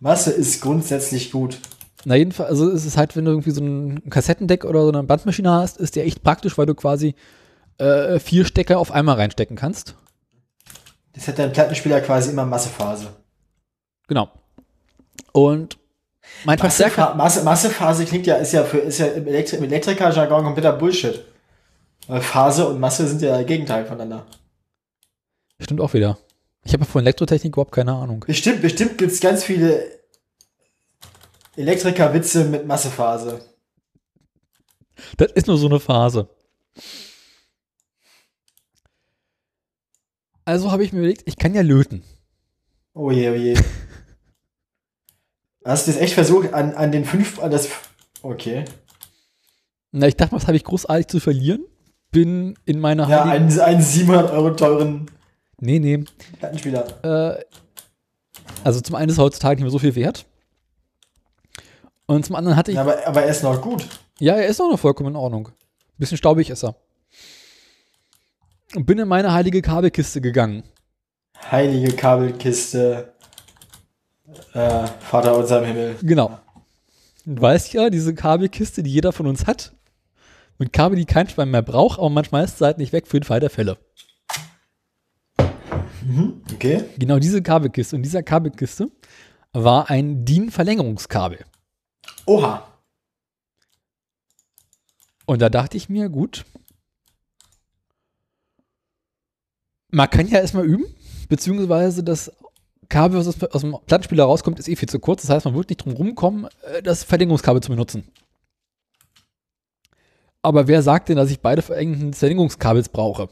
Speaker 1: Masse ist grundsätzlich gut.
Speaker 2: Na jedenfalls, also es ist halt, wenn du irgendwie so ein Kassettendeck oder so eine Bandmaschine hast, ist der echt praktisch, weil du quasi äh, vier Stecker auf einmal reinstecken kannst.
Speaker 1: Das hat dein Plattenspieler quasi immer Massephase.
Speaker 2: Genau. Und mein
Speaker 1: Massefa
Speaker 2: Verstärker,
Speaker 1: Masse Massephase klingt ja, ist ja für, ist ja im, Elektri im Elektriker-Jargon kompletter Bullshit. Weil Phase und Masse sind ja Gegenteil voneinander.
Speaker 2: stimmt auch wieder. Ich habe ja von Elektrotechnik überhaupt keine Ahnung.
Speaker 1: Bestimmt, bestimmt gibt's ganz viele Elektriker-Witze mit Massephase.
Speaker 2: Das ist nur so eine Phase. Also habe ich mir überlegt, ich kann ja löten.
Speaker 1: Oh je, oh je. Hast du das echt versucht, an, an den fünf, an das. Okay.
Speaker 2: Na, ich dachte, was habe ich großartig zu verlieren? Bin in meiner
Speaker 1: Ja,
Speaker 2: heiligen-
Speaker 1: einen, einen 700 Euro teuren
Speaker 2: Nee, nee.
Speaker 1: Plattenspieler.
Speaker 2: Äh, also zum einen ist heutzutage nicht mehr so viel wert. Und zum anderen hatte ich.
Speaker 1: Ja,
Speaker 2: Ja,
Speaker 1: aber, aber er ist noch gut.
Speaker 2: er ist auch noch vollkommen in Ordnung. Bisschen staubig ist er. Und bin in meine heilige Kabelkiste gegangen.
Speaker 1: Heilige Kabelkiste. Äh, Vater unser im Himmel.
Speaker 2: Genau. Du weißt ja, diese Kabelkiste, die jeder von uns hat. Mit Kabel, die kein Schwein mehr braucht, aber man schmeißt sie halt nicht weg für den Fall der Fälle.
Speaker 1: Okay.
Speaker 2: Genau diese Kabelkiste. Und dieser Kabelkiste war ein DIN-Verlängerungskabel.
Speaker 1: Oha.
Speaker 2: Und da dachte ich mir, gut, man kann ja erstmal üben, beziehungsweise das Kabel, was aus- aus dem Plattenspieler rauskommt, ist eh viel zu kurz. Das heißt, man wird nicht drum rumkommen, äh, das Verlängerungskabel zu benutzen. Aber wer sagt denn, dass ich beide verlängerten Verlängerungskabels brauche?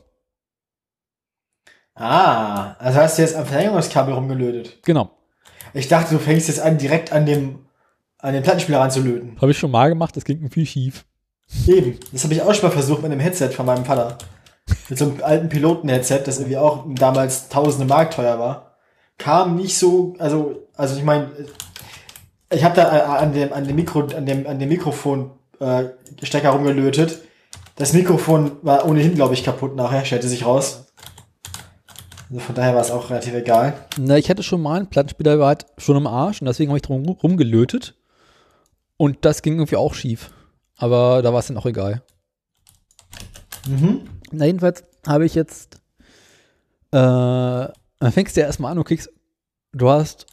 Speaker 1: Ah, also hast du jetzt am Verlängerungskabel rumgelötet.
Speaker 2: Genau.
Speaker 1: Ich dachte, du fängst jetzt an, direkt an dem, an den Plattenspieler ranzulöten.
Speaker 2: Habe ich schon mal gemacht, das ging irgendwie schief.
Speaker 1: Eben. Das habe ich auch schon mal versucht mit einem Headset von meinem Vater. Mit so einem alten Piloten-Headset, das irgendwie auch damals tausende Mark teuer war. Kam nicht so, also, also ich meine, ich habe da äh, an dem, an dem Mikro, an dem, an dem Mikrofon äh, Stecker rumgelötet. Das Mikrofon war ohnehin, glaube ich, kaputt nachher, stellte sich raus. Also von daher war es auch relativ egal.
Speaker 2: Na, ich hatte schon mal einen Plattenspieler, der war halt schon im Arsch und deswegen habe ich drum rumgelötet. Und das ging irgendwie auch schief. Aber da war es dann auch egal.
Speaker 1: Mhm.
Speaker 2: Na, jedenfalls habe ich jetzt. Äh, dann fängst du ja erstmal an und kriegst. Du hast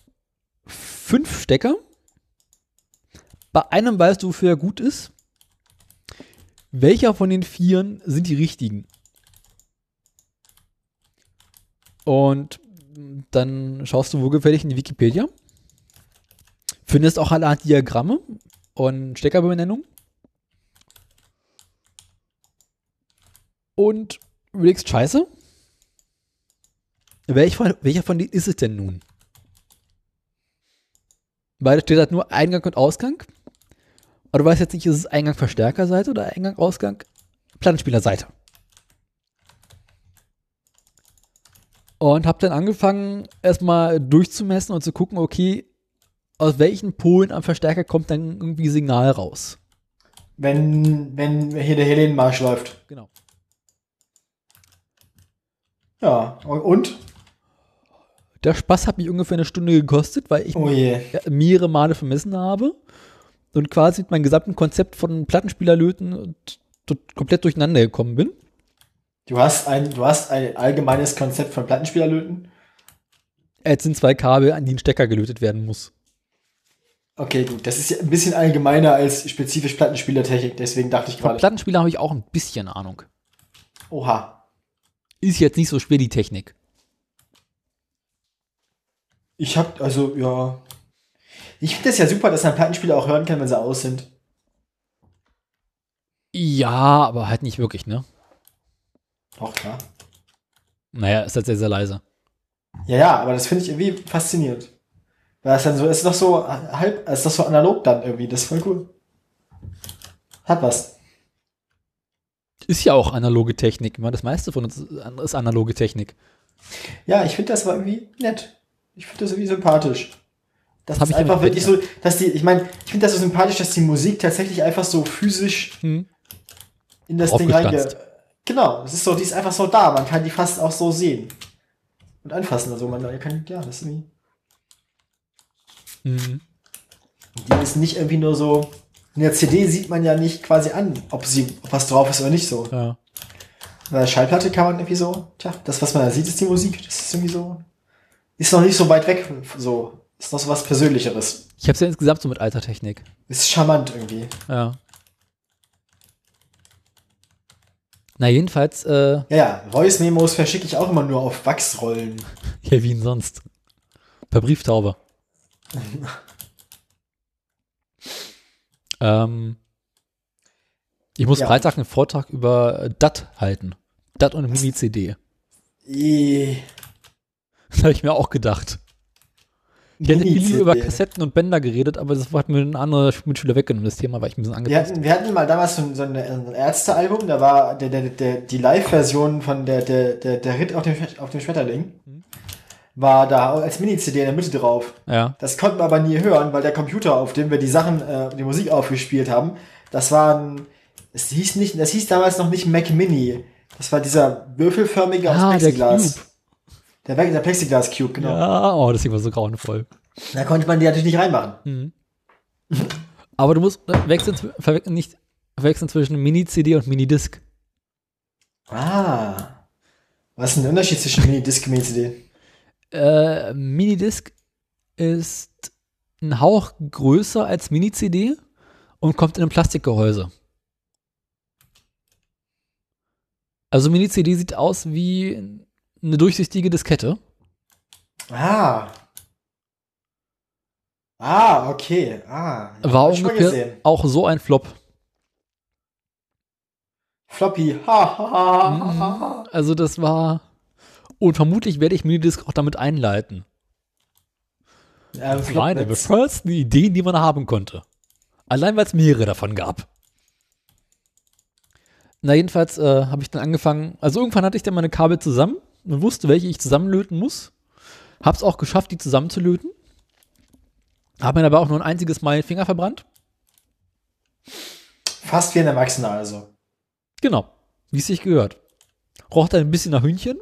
Speaker 2: fünf Stecker. Bei einem weißt du, wofür er gut ist. Welcher von den vieren sind die richtigen? Und dann schaust du wohlgefällig in die Wikipedia. Findest auch alle Art Diagramme und Steckerbenennungen. und überlegst, scheiße, welch von, welcher von denen ist es denn nun? Weil da steht halt nur Eingang und Ausgang. Aber du weißt jetzt nicht, ist es Eingang Verstärkerseite oder Eingang Ausgang Plattenspielerseite. Und hab dann angefangen, erstmal durchzumessen und zu gucken, okay, aus welchen Polen am Verstärker kommt dann irgendwie Signal raus.
Speaker 1: Wenn, wenn hier der Helenenmarsch läuft.
Speaker 2: Genau.
Speaker 1: Ja, und?
Speaker 2: Der Spaß hat mich ungefähr eine Stunde gekostet, weil ich
Speaker 1: Oh je.
Speaker 2: ja, mehrere Male vermessen habe und quasi mit meinem gesamten Konzept von Plattenspielerlöten und dort komplett durcheinander gekommen bin.
Speaker 1: Du hast ein, du hast ein allgemeines Konzept von Plattenspielerlöten?
Speaker 2: Jetzt sind zwei Kabel, an die ein Stecker gelötet werden muss.
Speaker 1: Okay, gut. Das ist ja ein bisschen allgemeiner als spezifisch Plattenspielertechnik, deswegen dachte ich
Speaker 2: Von
Speaker 1: gerade.
Speaker 2: Plattenspieler habe ich auch ein bisschen Ahnung.
Speaker 1: Oha.
Speaker 2: Ist jetzt nicht so schwer, die Technik.
Speaker 1: Ich hab, also, ja. Ich finde das ja super, dass man Plattenspieler auch hören kann, wenn sie aus sind.
Speaker 2: Ja, aber halt nicht wirklich, ne?
Speaker 1: Auch klar.
Speaker 2: Naja, ist halt sehr, sehr leise.
Speaker 1: Ja, ja, aber das finde ich irgendwie faszinierend. Weil es dann so, es ist doch so halb, es ist doch so analog dann irgendwie, das ist voll cool. Hat was.
Speaker 2: Ist ja auch analoge Technik. Ich meine, das meiste von uns ist analoge Technik.
Speaker 1: Ja, ich finde das war irgendwie nett. Ich finde das irgendwie sympathisch. Das
Speaker 2: Hab
Speaker 1: ist
Speaker 2: ich
Speaker 1: einfach
Speaker 2: immer
Speaker 1: wirklich so,
Speaker 2: gehört,
Speaker 1: dass die, ich meine, ich finde das so sympathisch, dass die Musik tatsächlich einfach so physisch
Speaker 2: Hm.
Speaker 1: in das Ding reinge...
Speaker 2: Aufgestanzt.
Speaker 1: Genau, es ist so, die ist einfach so da, man kann die fast auch so sehen. Und anfassen, also man kann, ja, das ist irgendwie,
Speaker 2: Hm.
Speaker 1: die ist nicht irgendwie nur so, in der CD sieht man ja nicht quasi an, ob sie, ob was drauf ist oder nicht so.
Speaker 2: Ja.
Speaker 1: Bei der Schallplatte kann man irgendwie so, tja, das, was man da sieht, ist die Musik, das ist irgendwie so, ist noch nicht so weit weg, so, ist noch so was Persönlicheres.
Speaker 2: Ich hab's ja insgesamt so mit alter Technik.
Speaker 1: Ist charmant irgendwie.
Speaker 2: Ja. Na, jedenfalls, äh,
Speaker 1: Ja, ja, Voice-Memos verschicke ich auch immer nur auf Wachsrollen.
Speaker 2: ja, wie denn sonst? Per Brieftaube. ähm, ich muss
Speaker 1: Ja.
Speaker 2: Freitag einen Vortrag über DAT halten. DAT und Mini-CD.
Speaker 1: Eh,
Speaker 2: Das habe ich mir auch gedacht. Ich hätte viel
Speaker 1: Mini-CD.
Speaker 2: lieber über Kassetten und Bänder geredet, aber das hat mir ein anderer Mitschüler weggenommen, das Thema, weil ich ein bisschen
Speaker 1: Wir
Speaker 2: angepisst
Speaker 1: hatten, wir hatten mal damals so, ein- so ein ein Ärztealbum, da war der, der, der, die Live-Version von der, der, der, der Ritt auf dem, Schmet- auf dem Schmetterling, war da als Mini-CD in der Mitte drauf.
Speaker 2: Ja.
Speaker 1: Das konnten wir aber nie hören, weil der Computer, auf dem wir die Sachen, äh, die Musik aufgespielt haben, das war ein, es hieß nicht, das hieß damals noch nicht Mac Mini. Das war dieser würfelförmige aus
Speaker 2: Ah, der
Speaker 1: Plexiglas.
Speaker 2: Cube.
Speaker 1: Der, der, der Plexiglas-Cube, genau.
Speaker 2: Ja, oh, das Ding war so grauenvoll. Hm.
Speaker 1: Da konnte man die natürlich nicht reinmachen.
Speaker 2: Aber du musst äh, wechseln, zw- verwe- nicht wechseln zwischen Mini-CD und Minidisc.
Speaker 1: Ah. Was ist denn der Unterschied zwischen Mini-Disc und Mini-CD?
Speaker 2: Äh, Minidisc ist ein Hauch größer als Mini-CD und kommt in einem Plastikgehäuse. Also Mini-CD sieht aus wie eine durchsichtige Diskette.
Speaker 1: Ah. Ah, okay. Ah. ja,
Speaker 2: War
Speaker 1: hab ich schon mal
Speaker 2: ungefähr
Speaker 1: gesehen.
Speaker 2: auch so ein Flop.
Speaker 1: Floppy. Ha, ha, ha, ha, ha, ha.
Speaker 2: Also das war. Und vermutlich werde ich Minidisc auch damit einleiten.
Speaker 1: Ähm,
Speaker 2: Das war eine der
Speaker 1: Flopnetz.
Speaker 2: bescheuertsten Ideen, die man haben konnte. Allein weil es mehrere davon gab. Na, jedenfalls äh, habe ich dann angefangen. Also irgendwann hatte ich dann meine Kabel zusammen und wusste, welche ich zusammenlöten muss. Hab's auch geschafft, die zusammenzulöten. Habe mir dabei auch nur ein einziges Mal den Finger verbrannt.
Speaker 1: Fast wie ein Erwachsener, also.
Speaker 2: Genau, wie es sich gehört. Roch dann ein bisschen nach Hühnchen.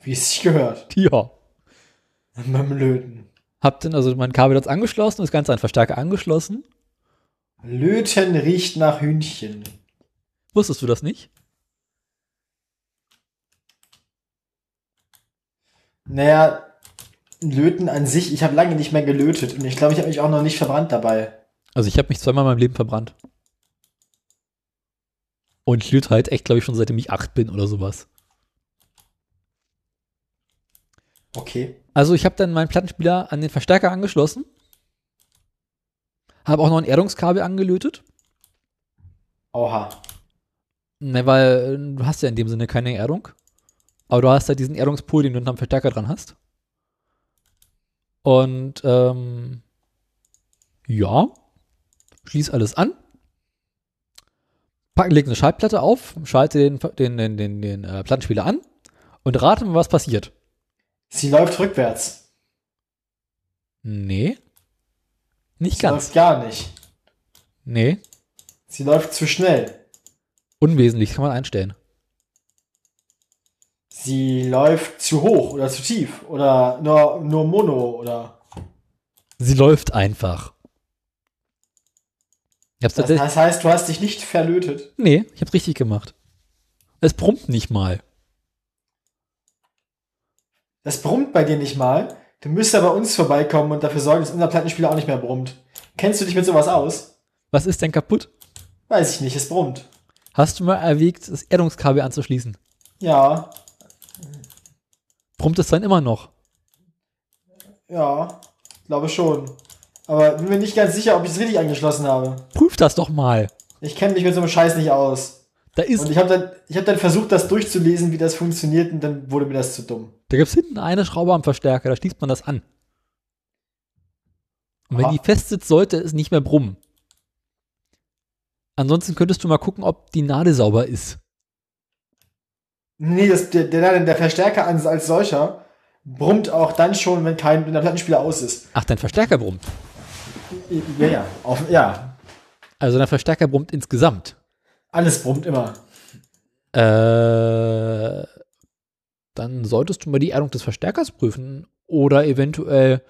Speaker 1: Wie es sich gehört.
Speaker 2: Ja.
Speaker 1: Beim Löten.
Speaker 2: Hab dann also mein Kabel jetzt angeschlossen, das Ganze an den Verstärker angeschlossen.
Speaker 1: Löten riecht nach Hühnchen.
Speaker 2: Wusstest du das nicht?
Speaker 1: Naja, Löten an sich, ich habe lange nicht mehr gelötet und ich glaube, ich habe mich auch noch nicht verbrannt dabei.
Speaker 2: Also ich habe mich zweimal in meinem Leben verbrannt. Und ich lüte halt echt, glaube ich, schon seitdem ich acht bin oder sowas.
Speaker 1: Okay.
Speaker 2: Also ich habe dann meinen Plattenspieler an den Verstärker angeschlossen. Habe auch noch ein Erdungskabel angelötet.
Speaker 1: Oha.
Speaker 2: Ne, weil äh, du hast ja in dem Sinne keine Erdung. Aber du hast halt diesen Erdungspol, den du unterm Verstärker dran hast. Und ähm, ja, schließ alles an. Pack, leg eine Schallplatte auf, schalte den, den, den, den, den äh, Plattenspieler an und rate mal, was passiert.
Speaker 1: Sie läuft rückwärts.
Speaker 2: Nee. Nicht
Speaker 1: Sie
Speaker 2: ganz.
Speaker 1: läuft gar nicht.
Speaker 2: Nee.
Speaker 1: Sie läuft zu schnell.
Speaker 2: Unwesentlich, kann man einstellen.
Speaker 1: Sie läuft zu hoch oder zu tief oder nur, nur mono oder.
Speaker 2: Sie läuft einfach. Ich hab's
Speaker 1: Das,
Speaker 2: tatsächlich.
Speaker 1: das heißt, du hast dich nicht verlötet.
Speaker 2: Nee, ich hab's richtig gemacht. Es brummt nicht mal.
Speaker 1: Das brummt bei dir nicht mal. Du müsstest aber uns vorbeikommen und dafür sorgen, dass unser Plattenspieler auch nicht mehr brummt. Kennst du dich mit sowas aus?
Speaker 2: Was ist denn kaputt?
Speaker 1: Weiß ich nicht, es brummt.
Speaker 2: Hast du mal erwägt, das Erdungskabel anzuschließen?
Speaker 1: Ja,
Speaker 2: Brummt es dann immer noch?
Speaker 1: ja, glaube schon. Aber bin mir nicht ganz sicher, ob ich es richtig angeschlossen habe.
Speaker 2: Prüf das doch mal.
Speaker 1: Ich kenne mich mit so einem Scheiß nicht aus.
Speaker 2: Da ist,
Speaker 1: Und ich habe dann, ich hab dann versucht, das durchzulesen, wie das funktioniert, und dann wurde mir das zu dumm.
Speaker 2: da gibt's hinten eine Schraube am Verstärker, da schließt man das an. Und wenn
Speaker 1: Ah.
Speaker 2: die fest sitzt, sollte es nicht mehr brummen. Ansonsten könntest du mal gucken, ob die Nadel sauber ist.
Speaker 1: Nee, das, der, der, der Verstärker als, als solcher brummt auch dann schon, wenn, kein, wenn der Plattenspieler aus ist.
Speaker 2: Ach, dein Verstärker brummt.
Speaker 1: Ja, ja. Auf, ja.
Speaker 2: Also dein Verstärker brummt insgesamt.
Speaker 1: Alles brummt immer.
Speaker 2: Äh, dann solltest du mal die Erdung des Verstärkers prüfen oder eventuell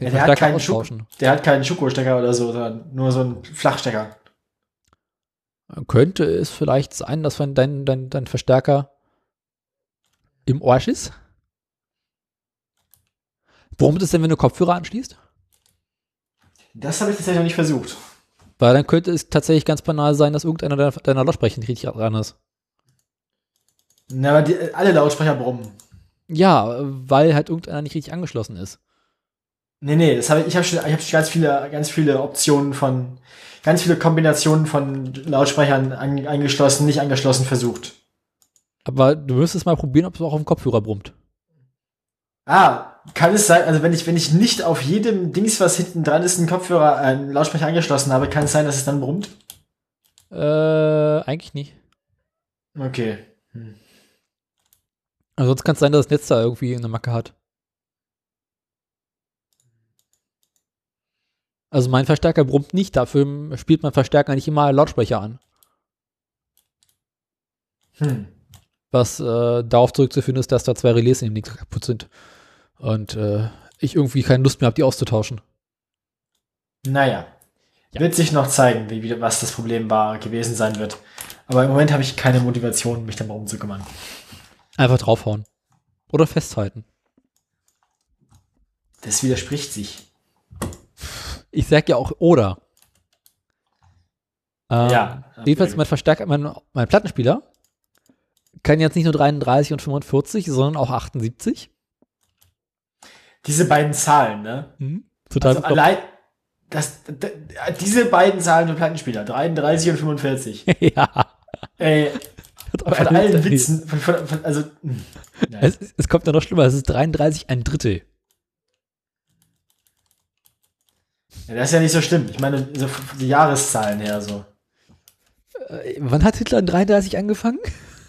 Speaker 2: den
Speaker 1: Ja, der, hat
Speaker 2: Verstärker
Speaker 1: keinen Schuko,
Speaker 2: austauschen.
Speaker 1: der hat keinen Schuko-Stecker oder so, sondern nur so einen Flachstecker.
Speaker 2: Könnte es vielleicht sein, dass wenn dein, dein, dein Verstärker im Arsch ist? Brummt es denn, wenn du Kopfhörer anschließt?
Speaker 1: Das habe ich tatsächlich noch nicht versucht.
Speaker 2: Weil dann könnte es tatsächlich ganz banal sein, dass irgendeiner deiner, deiner Lautsprecher nicht richtig dran ist.
Speaker 1: Na, aber die, alle Lautsprecher brummen.
Speaker 2: Ja, weil halt irgendeiner nicht richtig angeschlossen ist.
Speaker 1: Nee, nee, das habe ich, ich habe schon, ich habe schon ganz viele, ganz viele Optionen von, ganz viele Kombinationen von Lautsprechern an, angeschlossen, nicht angeschlossen versucht.
Speaker 2: Aber du müsstest mal probieren, ob es auch auf dem Kopfhörer brummt.
Speaker 1: Ah, kann es sein, also wenn ich, wenn ich nicht auf jedem Dings, was hinten dran ist, einen Kopfhörer, äh, einen Lautsprecher angeschlossen habe, kann es sein, dass es dann brummt?
Speaker 2: Äh, eigentlich nicht.
Speaker 1: Okay.
Speaker 2: Also sonst kann es sein, dass das Netz da irgendwie eine Macke hat. Also mein Verstärker brummt nicht, dafür spielt mein Verstärker nicht immer Lautsprecher an.
Speaker 1: Hm.
Speaker 2: Was äh, darauf zurückzuführen ist, dass da zwei Relais neben nichts kaputt sind. Und äh, ich irgendwie keine Lust mehr habe, die auszutauschen.
Speaker 1: Naja.
Speaker 2: Ja.
Speaker 1: Wird sich noch zeigen, wie, wie, was das Problem war, gewesen sein wird. Aber im Moment habe ich keine Motivation, mich darum zu kümmern.
Speaker 2: Einfach draufhauen. Oder festhalten.
Speaker 1: Das widerspricht sich.
Speaker 2: Ich sag ja auch oder. Ähm,
Speaker 1: Ja.
Speaker 2: Jedenfalls mein Verstärker, mein, mein Plattenspieler kann jetzt nicht nur 33 und 45, sondern auch 78.
Speaker 1: Diese beiden Zahlen, ne?
Speaker 2: Total
Speaker 1: Also
Speaker 2: bekloppt.
Speaker 1: allein, das, d- d- diese beiden Zahlen für Plattenspieler, 33 und 45.
Speaker 2: ja.
Speaker 1: Ey,
Speaker 2: Hat auch
Speaker 1: von
Speaker 2: einer
Speaker 1: allen
Speaker 2: mitgedreht.
Speaker 1: Witzen, von, von, von, also, hm. Nein.
Speaker 2: Es, es kommt ja noch schlimmer, es ist 33 ein Drittel.
Speaker 1: ja, das ist ja nicht so schlimm. Ich meine, so f- die Jahreszahlen her, so.
Speaker 2: Äh, Wann hat Hitler in 33 angefangen?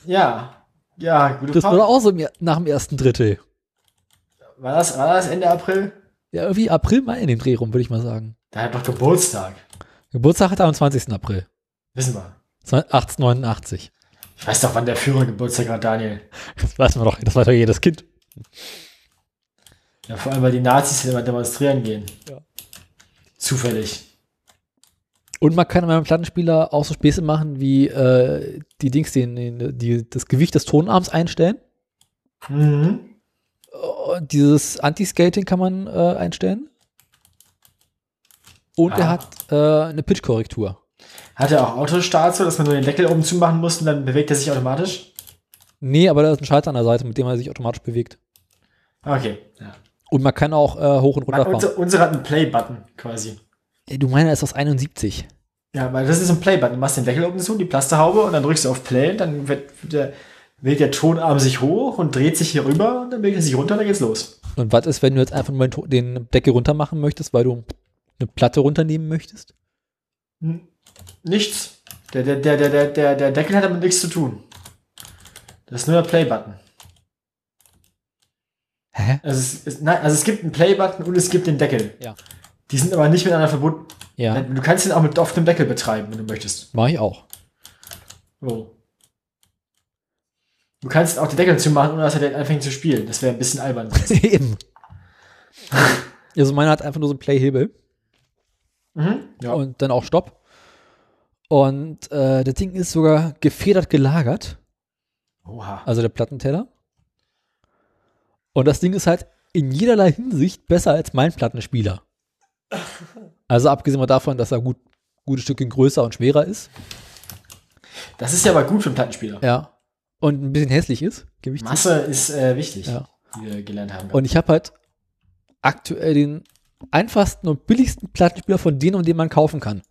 Speaker 1: Ja, ja, gute
Speaker 2: Das war doch
Speaker 1: Frage.
Speaker 2: auch so im, Er- nach dem ersten Drittel.
Speaker 1: War das, war das Ende April?
Speaker 2: Ja, irgendwie April, Mai in dem Dreh rum, würde ich mal sagen.
Speaker 1: Da hat doch Geburtstag.
Speaker 2: Geburtstag hat er am 20. April.
Speaker 1: Wissen wir.
Speaker 2: 1889.
Speaker 1: Ich weiß doch, wann der Führer Geburtstag hat, Daniel.
Speaker 2: Das weiß man doch, das weiß doch jedes Kind.
Speaker 1: Ja, vor allem, weil die Nazis immer demonstrieren gehen.
Speaker 2: Ja.
Speaker 1: Zufällig.
Speaker 2: Und man kann beim Plattenspieler auch so Späße machen, wie äh, die Dings, den, den, die, das Gewicht des Tonarms einstellen.
Speaker 1: Mhm.
Speaker 2: Und dieses Anti-Skating kann man äh, einstellen. Und er
Speaker 1: Ah.
Speaker 2: hat äh, eine Pitch-Korrektur.
Speaker 1: Hat er auch Autostart so, dass man nur den Deckel oben zumachen muss und dann bewegt er sich automatisch?
Speaker 2: Nee, aber da ist ein Schalter an der Seite, mit dem er sich automatisch bewegt.
Speaker 1: Okay. Ja.
Speaker 2: Und man kann auch äh, hoch und runter
Speaker 1: Man,
Speaker 2: fahren.
Speaker 1: unser, unsere hat einen Play-Button quasi.
Speaker 2: Ey, Du meinst, er ist aus 71.
Speaker 1: Ja, weil das ist so ein Play-Button. Du machst den Deckel oben zu, die Plasterhaube und dann drückst du auf Play und dann wird der, wählt der Tonarm sich hoch und dreht sich hier rüber und dann bewegt er sich runter und dann geht's los.
Speaker 2: Und was ist, wenn du jetzt einfach nur den, To- den Deckel runter machen möchtest, weil du eine Platte runternehmen möchtest?
Speaker 1: Hm, Nichts. Der, der, der, der, der, der, der Deckel hat damit nichts zu tun. Das ist nur der Play-Button.
Speaker 2: Hä?
Speaker 1: Also es, es, nein, also es gibt einen Play-Button und es gibt den Deckel.
Speaker 2: Ja.
Speaker 1: Die sind aber nicht miteinander verbunden.
Speaker 2: Ja,
Speaker 1: Du kannst ihn auch mit auf dem Deckel betreiben, wenn du möchtest.
Speaker 2: mache ich auch.
Speaker 1: So. Du kannst auch den Deckel zumachen, ohne dass er direkt anfängt zu spielen. Das wäre ein bisschen albern.
Speaker 2: Eben. Also meiner hat einfach nur so einen Play-Hebel
Speaker 1: mhm. Ja.
Speaker 2: und dann auch Stopp. Und äh, das Ding ist sogar gefedert gelagert,
Speaker 1: Oha.
Speaker 2: also der Plattenteller. Und das Ding ist halt in jederlei Hinsicht besser als mein Plattenspieler. Also abgesehen mal davon, dass er gut, gutes Stückchen größer und schwerer ist.
Speaker 1: Das ist ja aber gut für einen Plattenspieler.
Speaker 2: Ja. Und ein bisschen hässlich ist, gebe ich zu.
Speaker 1: Masse ist äh, wichtig,
Speaker 2: Ja.
Speaker 1: wie wir gelernt haben.
Speaker 2: Und ich habe halt aktuell den einfachsten und billigsten Plattenspieler von denen, um den man kaufen kann.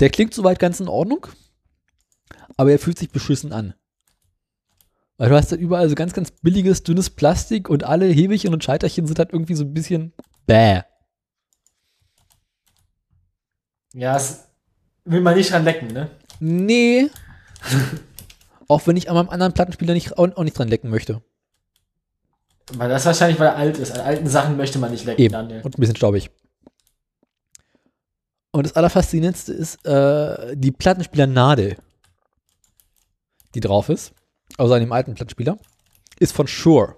Speaker 2: Der klingt soweit ganz in Ordnung, aber er fühlt sich beschissen an. Weil du hast halt überall so ganz, ganz billiges, dünnes Plastik und alle Hebelchen und Scheiterchen sind halt irgendwie so ein bisschen bäh.
Speaker 1: ja, es, will man nicht dran lecken, ne?
Speaker 2: Nee. auch wenn ich an meinem anderen Plattenspieler nicht, auch, auch nicht dran lecken möchte.
Speaker 1: Weil das wahrscheinlich, weil er alt ist. An alten Sachen möchte man nicht lecken,
Speaker 2: Eben.
Speaker 1: Daniel.
Speaker 2: Und ein bisschen staubig. Und das Allerfaszinierendste ist äh, die Plattenspieler-Nadel, die drauf ist. Also an dem alten Plattenspieler. Ist von Shure.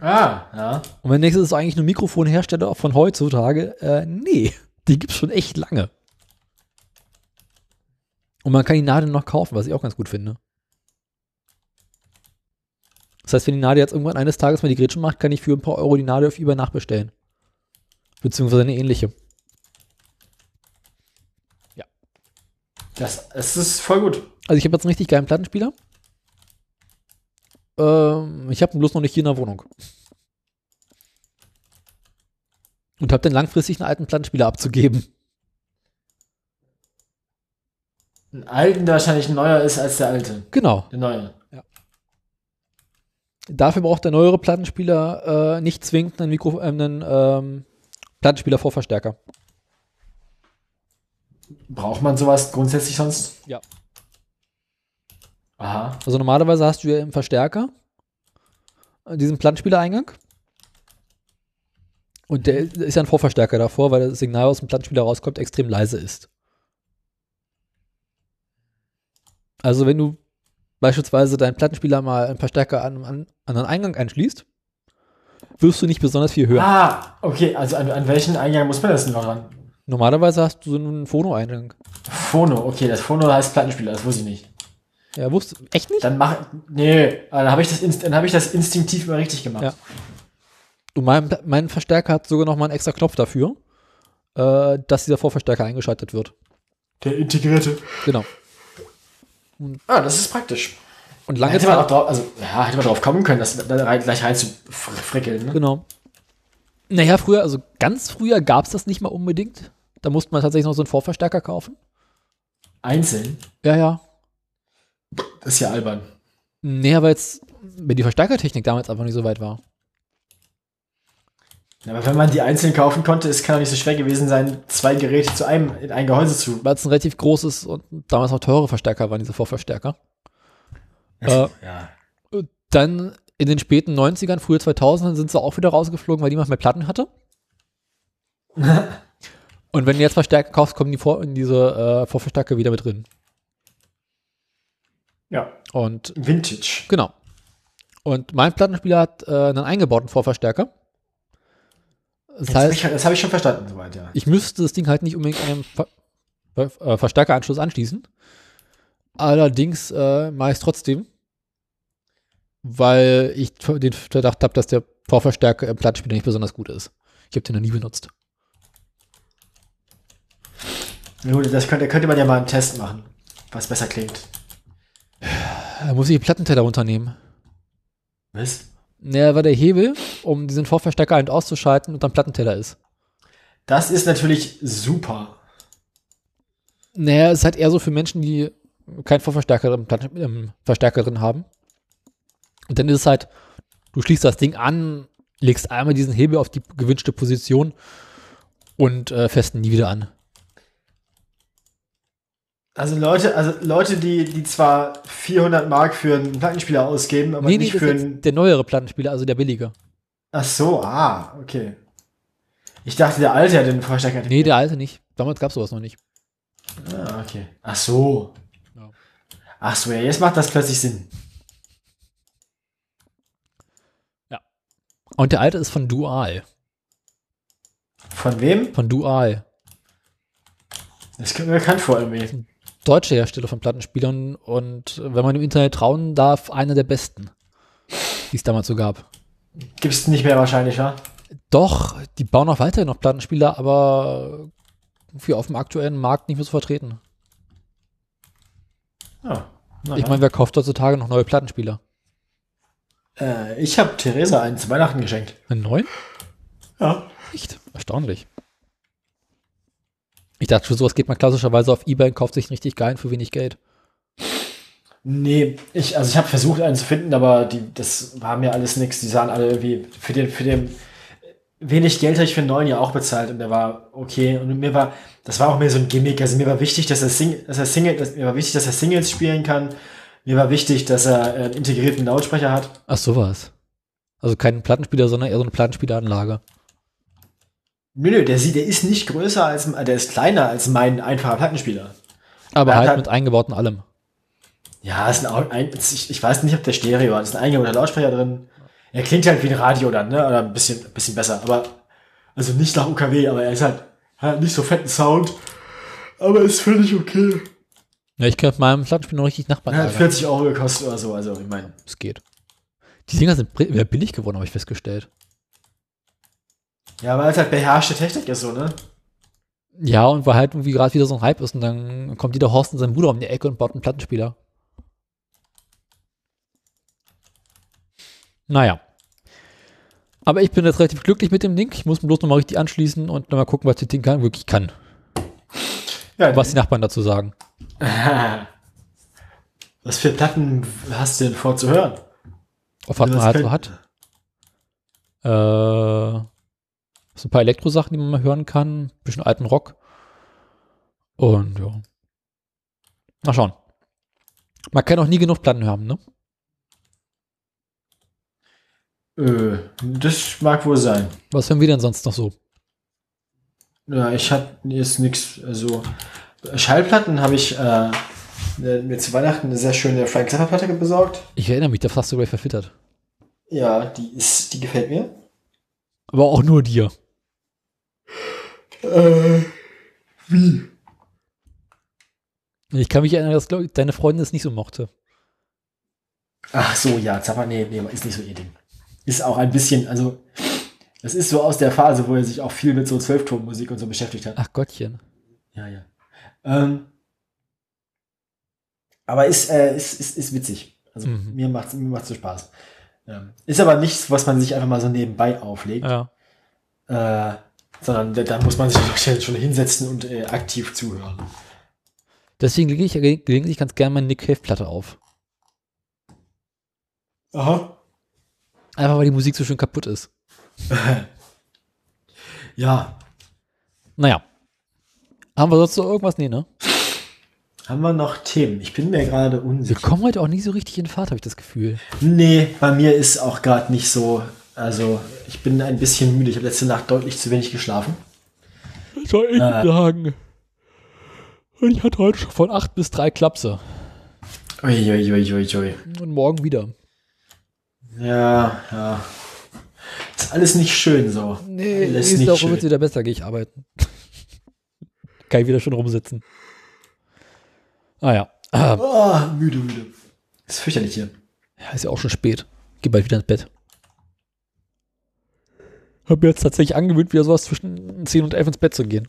Speaker 1: Ah, ja.
Speaker 2: Und wenn nächstes ist eigentlich nur Mikrofonhersteller von heutzutage, äh, nee, die gibt's schon echt lange. Und man kann die Nadel noch kaufen, was ich auch ganz gut finde. Das heißt, wenn die Nadel jetzt irgendwann eines Tages mal die Grätsche macht, kann ich für ein paar Euro die Nadel auf eBay nachbestellen. Beziehungsweise eine ähnliche.
Speaker 1: Das, das ist voll gut.
Speaker 2: Also ich habe jetzt einen richtig geilen Plattenspieler. Ähm, ich habe ihn bloß noch nicht hier in der Wohnung. Und habe dann langfristig einen alten Plattenspieler abzugeben.
Speaker 1: Ein alten, der wahrscheinlich neuer ist als der alte.
Speaker 2: Genau.
Speaker 1: Der neue.
Speaker 2: Dafür braucht der neuere Plattenspieler äh, nicht zwingend einen, Mikro äh, einen ähm, Plattenspieler vor Verstärker.
Speaker 1: Braucht man sowas grundsätzlich sonst?
Speaker 2: Ja.
Speaker 1: Aha.
Speaker 2: Also normalerweise hast du ja im Verstärker äh, diesen Plattenspielereingang. Und der ist ja ein Vorverstärker davor, weil das Signal aus dem Plattenspieler rauskommt, extrem leise ist. Also wenn du beispielsweise deinen Plattenspieler mal einen Verstärker an, an, an einen Eingang einschließt, wirst du nicht besonders viel hören.
Speaker 1: Ah, okay, also an, an welchen Eingang muss man das denn noch ran?
Speaker 2: Normalerweise hast du so einen Phono-Eingang.
Speaker 1: Phono, okay, das Phono heißt Plattenspieler, das wusste ich nicht.
Speaker 2: Ja, wusstest du. Echt nicht?
Speaker 1: Dann mach. Nee, ah, dann habe ich, das inst- dann hab ich das instinktiv immer richtig gemacht.
Speaker 2: Ja. Du, mein, mein Verstärker hat sogar noch mal einen extra Knopf dafür, äh, dass dieser Vorverstärker eingeschaltet wird.
Speaker 1: Der integrierte.
Speaker 2: Genau.
Speaker 1: Ah, das ist praktisch.
Speaker 2: Und lange
Speaker 1: Hätte man auch
Speaker 2: Zeit.
Speaker 1: drauf, also, ja, hätte man drauf kommen können, das da rein, gleich rein zu fr- frickeln. Ne?
Speaker 2: Genau. Naja, früher, also ganz früher gab es das nicht mal unbedingt. Da musste man tatsächlich noch so einen Vorverstärker kaufen.
Speaker 1: Einzeln.
Speaker 2: Ja, ja.
Speaker 1: Das ist ja albern.
Speaker 2: Naja, weil es, wenn die Verstärkertechnik damals einfach nicht so weit war.
Speaker 1: Ja, aber wenn man die einzeln kaufen konnte, es kann doch nicht so schwer gewesen sein, zwei Geräte zu einem in ein Gehäuse zu.
Speaker 2: Weil es ein relativ großes und damals noch teure Verstärker waren, diese Vorverstärker. äh,
Speaker 1: Ja.
Speaker 2: dann in den späten 90ern, frühe 2000ern sind sie auch wieder rausgeflogen, weil niemand mehr Platten hatte. Und wenn du jetzt Verstärker kaufst, kommen die vor in diese äh, Vorverstärker wieder mit drin.
Speaker 1: Ja.
Speaker 2: Und
Speaker 1: Vintage.
Speaker 2: genau. Und mein Plattenspieler hat äh, einen eingebauten Vorverstärker. Das
Speaker 1: Das habe ich,
Speaker 2: heißt,
Speaker 1: das hab ich schon verstanden, soweit, ja.
Speaker 2: ich müsste das Ding halt nicht unbedingt an einem Ver Ver- äh, Verstärkeranschluss anschließen. Allerdings äh, mache ich es trotzdem, weil ich t- den Verdacht habe, dass der Vorverstärker im Plattenspieler nicht besonders gut ist. Ich habe den noch nie benutzt.
Speaker 1: Na Gut, das könnte, könnte man ja mal einen Test machen, was besser klingt.
Speaker 2: Da Äh, muss ich den Plattenteller runternehmen.
Speaker 1: Was?
Speaker 2: Naja, weil der Hebel, um diesen Vorverstärker halt auszuschalten, unter dem Plattenteller ist.
Speaker 1: Das ist natürlich super.
Speaker 2: Naja, es ist halt eher so für Menschen, die keinen Vorverstärker im, Platten- im Verstärker drin haben. Und dann ist es halt, du schließt das Ding an, legst einmal diesen Hebel auf die gewünschte Position und äh, fährst ihn nie wieder an.
Speaker 1: Also Leute, also Leute, die, die zwar 400 Mark für einen Plattenspieler ausgeben, aber
Speaker 2: nee, nee,
Speaker 1: nicht
Speaker 2: das
Speaker 1: für
Speaker 2: ist
Speaker 1: einen.
Speaker 2: jetzt der neuere Plattenspieler, also der billige.
Speaker 1: Ach so, ah, okay. Ich dachte, der alte hat den Vorstärker.
Speaker 2: Nee, der alte nicht. Damals gab es sowas noch nicht.
Speaker 1: Ah, okay. Ach so.
Speaker 2: Ja.
Speaker 1: Ach so, ja, jetzt macht das plötzlich Sinn.
Speaker 2: Und der alte ist von Dual.
Speaker 1: Von wem?
Speaker 2: Von Dual.
Speaker 1: Das kommt mir bekannt vor irgendwie.
Speaker 2: Deutsche Hersteller von Plattenspielern und äh, wenn man im Internet trauen darf, einer der besten, die es damals so gab.
Speaker 1: Gibt's nicht mehr wahrscheinlich, wa?
Speaker 2: Doch, die bauen auch weiterhin noch Plattenspieler, aber für auf dem aktuellen Markt nicht mehr so vertreten.
Speaker 1: Ja. Ah, Na
Speaker 2: Ich
Speaker 1: ja.
Speaker 2: meine, wer kauft heutzutage noch neue Plattenspieler?
Speaker 1: äh, ich habe Theresa einen zu Weihnachten geschenkt.
Speaker 2: Einen neuen?
Speaker 1: Ja.
Speaker 2: Echt? Erstaunlich. Ich dachte schon, sowas geht man klassischerweise auf Ebay und kauft sich einen richtig geilen für wenig Geld.
Speaker 1: Nee, ich, also ich habe versucht, einen zu finden, aber die, das war mir alles nix. Die sahen alle irgendwie für den, für den, wenig Geld habe ich für einen neuen ja auch bezahlt und der war okay und mir war das war auch mehr so ein Gimmick also mir war wichtig dass er Sing dass er Single dass, mir war wichtig dass er Singles spielen kann mir war wichtig dass er äh, einen integrierten Lautsprecher hat
Speaker 2: Ach, sowas. Also keinen Plattenspieler, sondern eher so eine Plattenspieleranlage.
Speaker 1: nö nö der sieht der ist nicht größer als äh, der ist kleiner als mein einfacher Plattenspieler
Speaker 2: Aber
Speaker 1: Ja,
Speaker 2: halt
Speaker 1: dann-
Speaker 2: mit eingebauten allem.
Speaker 1: ja ist ein, Au- ein ich, ich weiß nicht ob der Stereo hat ist ein eingebauter Lautsprecher drin er klingt halt wie ein Radio dann ne oder ein bisschen ein bisschen besser aber also nicht nach UKW aber er ist halt hat nicht so fetten Sound aber ist völlig okay
Speaker 2: Ja, ich kann mit meinem Plattenspieler noch richtig Nachbarn
Speaker 1: Ja, hat
Speaker 2: ärgern.
Speaker 1: 40 Euro gekostet oder so, also ich meine.
Speaker 2: Es geht. Die Dinger sind bri- wieder billig geworden, habe ich festgestellt.
Speaker 1: Ja, weil es halt beherrschte Technik ist so, ne?
Speaker 2: Ja, und weil halt irgendwie gerade wieder so ein Hype ist und dann kommt jeder Horst in seinem Bruder um die Ecke und baut einen Plattenspieler. Naja. Aber ich bin jetzt relativ glücklich mit dem Ding. Ich muss ihn bloß nochmal richtig anschließen und nochmal gucken, was das Ding kann, wirklich kann.
Speaker 1: Ja,
Speaker 2: Was die Nachbarn dazu sagen.
Speaker 1: Was für Platten hast du denn vor zu hören?
Speaker 2: Auf was
Speaker 1: Ja,
Speaker 2: man
Speaker 1: das
Speaker 2: halt
Speaker 1: kann-
Speaker 2: so hat. Äh, so ein paar Elektrosachen, die man mal hören kann. Ein bisschen alten Rock. Und ja. Mal schauen. Man kann auch nie genug Platten hören, ne?
Speaker 1: Äh, das mag wohl sein.
Speaker 2: Was hören wir denn sonst noch so?
Speaker 1: Ja, ich hab jetzt nichts, also Schallplatten habe ich äh, ne- mir zu Weihnachten eine sehr schöne Frank Zappa Platte besorgt.
Speaker 2: Ich erinnere mich, da hast du gleich verfittert.
Speaker 1: Ja, die ist, die gefällt mir.
Speaker 2: Aber auch nur dir.
Speaker 1: Äh, wie?
Speaker 2: Ich kann mich erinnern, dass glaub ich, deine Freundin es nicht so mochte.
Speaker 1: Ach so, ja, Zappa, nee, nee, ist nicht so ihr Ding. Ist auch ein bisschen, also, das ist so aus der Phase, wo er sich auch viel mit so Zwölftonmusik und so beschäftigt hat.
Speaker 2: Ach Gottchen.
Speaker 1: Ja, ja. Ähm, aber ist, äh, ist, ist, ist witzig. Also
Speaker 2: Mhm.
Speaker 1: mir macht mir macht's so Spaß. Ähm, ist aber nichts, was man sich einfach mal so nebenbei auflegt,
Speaker 2: Ja.
Speaker 1: äh, sondern da, da muss man sich doch schon- schon hinsetzen und äh, aktiv zuhören.
Speaker 2: Deswegen lege ich ge- gelegentlich ganz gerne meine Nick Cave-Platte auf.
Speaker 1: Aha.
Speaker 2: Einfach weil die Musik so schön kaputt ist.
Speaker 1: Ja.
Speaker 2: Naja. Haben wir sonst noch irgendwas? Nee, ne?
Speaker 1: Haben wir noch Themen? Ich bin mir gerade
Speaker 2: Wir
Speaker 1: unsicher.
Speaker 2: kommen heute auch nicht so richtig in Fahrt, habe ich das Gefühl.
Speaker 1: Nee, bei mir ist auch gerade nicht so. Also, ich bin ein bisschen müde. Ich habe letzte Nacht deutlich zu wenig geschlafen.
Speaker 2: Ich soll echt sagen. Und ich hatte heute schon von 8 bis 3 Klapse.
Speaker 1: Uiuiuiui. Ui, ui, ui.
Speaker 2: Und morgen wieder.
Speaker 1: Ja, ja. Ist alles nicht schön so.
Speaker 2: Nee,
Speaker 1: alles
Speaker 2: nächste
Speaker 1: nicht
Speaker 2: Woche wird es
Speaker 1: schön.
Speaker 2: wieder besser, gehe ich arbeiten. Kann ich wieder schon rumsitzen. Ah ja. Ah,
Speaker 1: Oh, müde, müde. Ist fürchterlich hier.
Speaker 2: ist ja auch schon spät. Geh bald wieder ins Bett. Hab mir jetzt tatsächlich angewöhnt, wieder sowas zwischen 10 und 11 ins Bett zu gehen.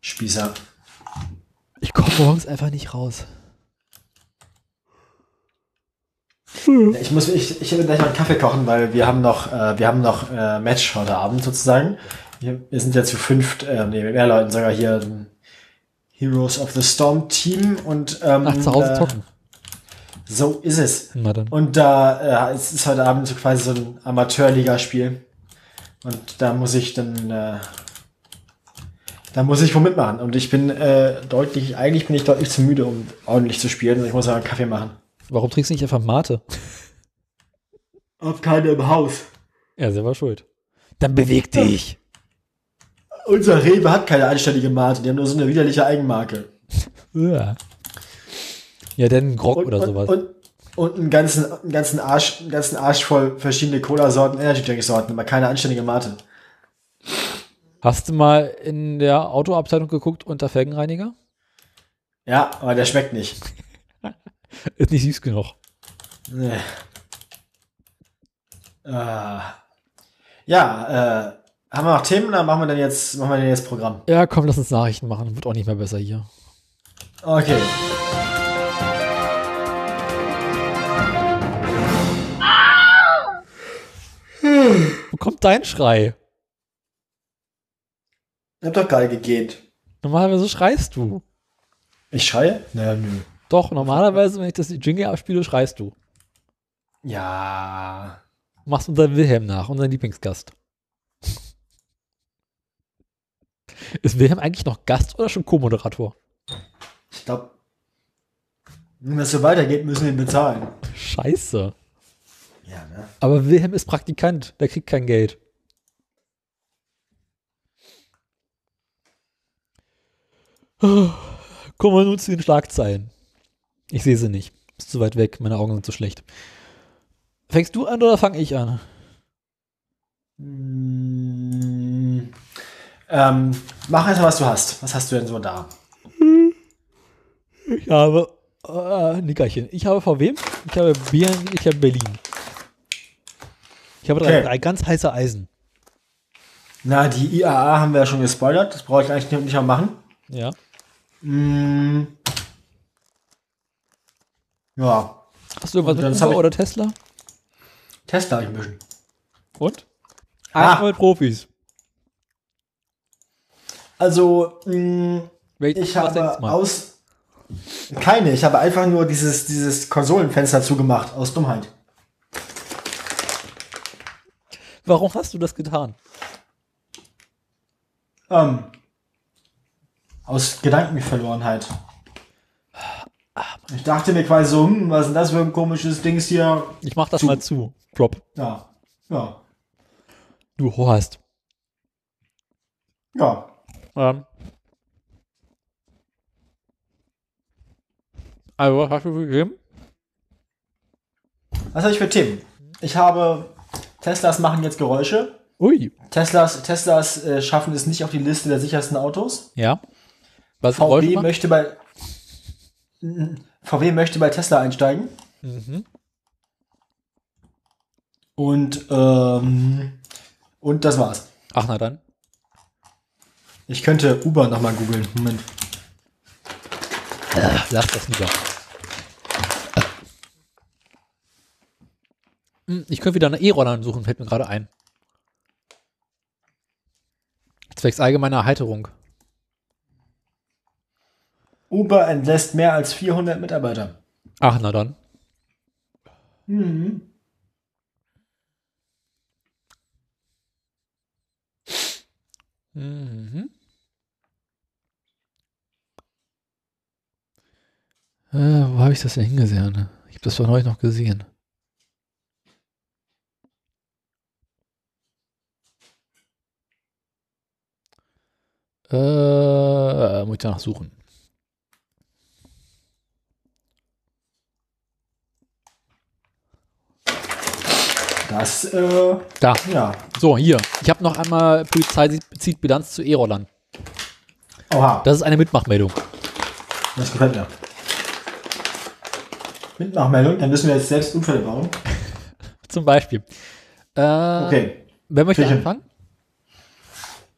Speaker 1: Spießer.
Speaker 2: Ich komme morgens einfach nicht raus.
Speaker 1: Ich muss, ich, ich werde gleich mal einen Kaffee kochen, weil wir haben noch, äh, wir haben noch äh, Match heute Abend sozusagen. Wir, wir sind ja zu fünft, äh, nee, mit mehr Leuten sogar hier. ähm, Heroes of the Storm Team und ähm,
Speaker 2: Ach, zu Hause
Speaker 1: äh,
Speaker 2: zocken.
Speaker 1: so ist es.
Speaker 2: Na dann.
Speaker 1: Und da äh, es ist heute Abend so quasi so ein Amateurligaspiel. Und da muss ich dann äh, da muss ich wohl mitmachen. Und ich bin äh, deutlich, eigentlich bin ich deutlich zu müde, um ordentlich zu spielen. Und ich muss aber einen Kaffee machen.
Speaker 2: Warum trinkst du nicht einfach Mate?
Speaker 1: Hab keine im Haus.
Speaker 2: Ja, selber schuld. Dann beweg dich.
Speaker 1: Unser Rewe hat keine anständige Mate, die haben nur so eine widerliche Eigenmarke.
Speaker 2: Ja, ja dann Grog
Speaker 1: Und,
Speaker 2: oder
Speaker 1: und,
Speaker 2: sowas.
Speaker 1: Und, und einen ganzen, einen ganzen Arsch, einen ganzen Arsch voll verschiedene Cola-Sorten, Energy-Drink-Sorten, aber keine anständige Mate.
Speaker 2: Hast du mal in der Autoabteilung geguckt unter Felgenreiniger?
Speaker 1: Ja, aber der schmeckt nicht.
Speaker 2: Ist nicht süß genug.
Speaker 1: Nee. Ah. ja, äh, haben wir noch Themen oder machen wir denn jetzt, machen wir denn jetzt Programm?
Speaker 2: Ja, komm, lass uns Nachrichten machen. Wird auch nicht mehr besser hier.
Speaker 1: Okay.
Speaker 2: Wo kommt dein Schrei?
Speaker 1: Ich hab doch gerade gegähnt.
Speaker 2: Normalerweise schreist du.
Speaker 1: Ich schreie? Naja, nö.
Speaker 2: Doch, normalerweise, wenn ich das Jingle abspiele, schreist du.
Speaker 1: Ja.
Speaker 2: machst unseren Wilhelm nach, unseren Lieblingsgast. Ist Wilhelm eigentlich noch Gast oder schon Co-Moderator?
Speaker 1: Ich glaube, wenn das so weitergeht, müssen wir ihn bezahlen.
Speaker 2: Scheiße.
Speaker 1: Ja, ne?
Speaker 2: Aber Wilhelm ist Praktikant, der kriegt kein Geld. Kommen wir nun zu den Schlagzeilen. Ich sehe sie nicht. Ist zu weit weg, meine Augen sind zu schlecht. Fängst du an oder fange ich an?
Speaker 1: Mm, ähm, mach erst mal, was du hast. Was hast du denn so da?
Speaker 2: Ich habe äh, Nickerchen. Ich habe VW, ich habe Bier, ich habe Berlin. Ich habe drei,
Speaker 1: Okay.
Speaker 2: drei ganz heiße Eisen.
Speaker 1: Na, die IAA haben wir ja schon gespoilert. Das brauche ich eigentlich nicht mehr machen.
Speaker 2: Ja.
Speaker 1: Mm, ja,
Speaker 2: Hast du irgendwas
Speaker 1: Und dann
Speaker 2: mit
Speaker 1: habe
Speaker 2: Uber
Speaker 1: ich-
Speaker 2: oder Tesla?
Speaker 1: Tesla habe ich ein bisschen.
Speaker 2: Und?
Speaker 1: Ah.
Speaker 2: Einmal mit Profis.
Speaker 1: Also, mm, ich habe aus. Keine, ich habe einfach nur dieses, dieses Konsolenfenster zugemacht, aus Dummheit.
Speaker 2: Warum hast du das getan?
Speaker 1: Ähm, aus Gedankenverlorenheit. Ich dachte mir quasi so, hm, was ist denn das für ein komisches Dings hier?
Speaker 2: Ich mach das
Speaker 1: Zu-
Speaker 2: mal zu. Plop.
Speaker 1: Ja, ja,
Speaker 2: Du Horst.
Speaker 1: ja.
Speaker 2: Ähm. Also, was hast du gegeben?
Speaker 1: Was habe ich für Themen? Ich habe Teslas machen jetzt Geräusche.
Speaker 2: Ui.
Speaker 1: Teslas, Teslas äh, schaffen es nicht auf die Liste der sichersten Autos.
Speaker 2: Ja. Was Geräusche
Speaker 1: VW
Speaker 2: macht?
Speaker 1: möchte bei VW möchte bei Tesla einsteigen.
Speaker 2: Mhm.
Speaker 1: Und ähm, und das war's.
Speaker 2: Ach, na dann.
Speaker 1: Ich könnte Uber nochmal googeln. Moment.
Speaker 2: Lass das lieber. Hm, Ich könnte wieder eine E-Roller suchen, fällt mir gerade ein. Zwecks allgemeiner Erheiterung.
Speaker 1: Uber entlässt mehr als 400 Mitarbeiter.
Speaker 2: Ach, na dann.
Speaker 1: Mhm.
Speaker 2: Mhm. Äh, wo habe ich das denn hingesehen? Ich habe das vor neulich noch gesehen. Äh, muss ich danach suchen.
Speaker 1: Das, äh,
Speaker 2: Da.
Speaker 1: ja.
Speaker 2: So, hier. Ich habe noch einmal Polizei zieht Bilanz zu E-Rollern.
Speaker 1: Oha,
Speaker 2: Das ist eine Mitmachmeldung.
Speaker 1: das gefällt mir. Mitmachmeldung, dann müssen wir jetzt selbst Unfälle bauen.
Speaker 2: Zum Beispiel. Äh, okay.
Speaker 1: Okay.
Speaker 2: Wer möchte
Speaker 1: Küche.
Speaker 2: anfangen?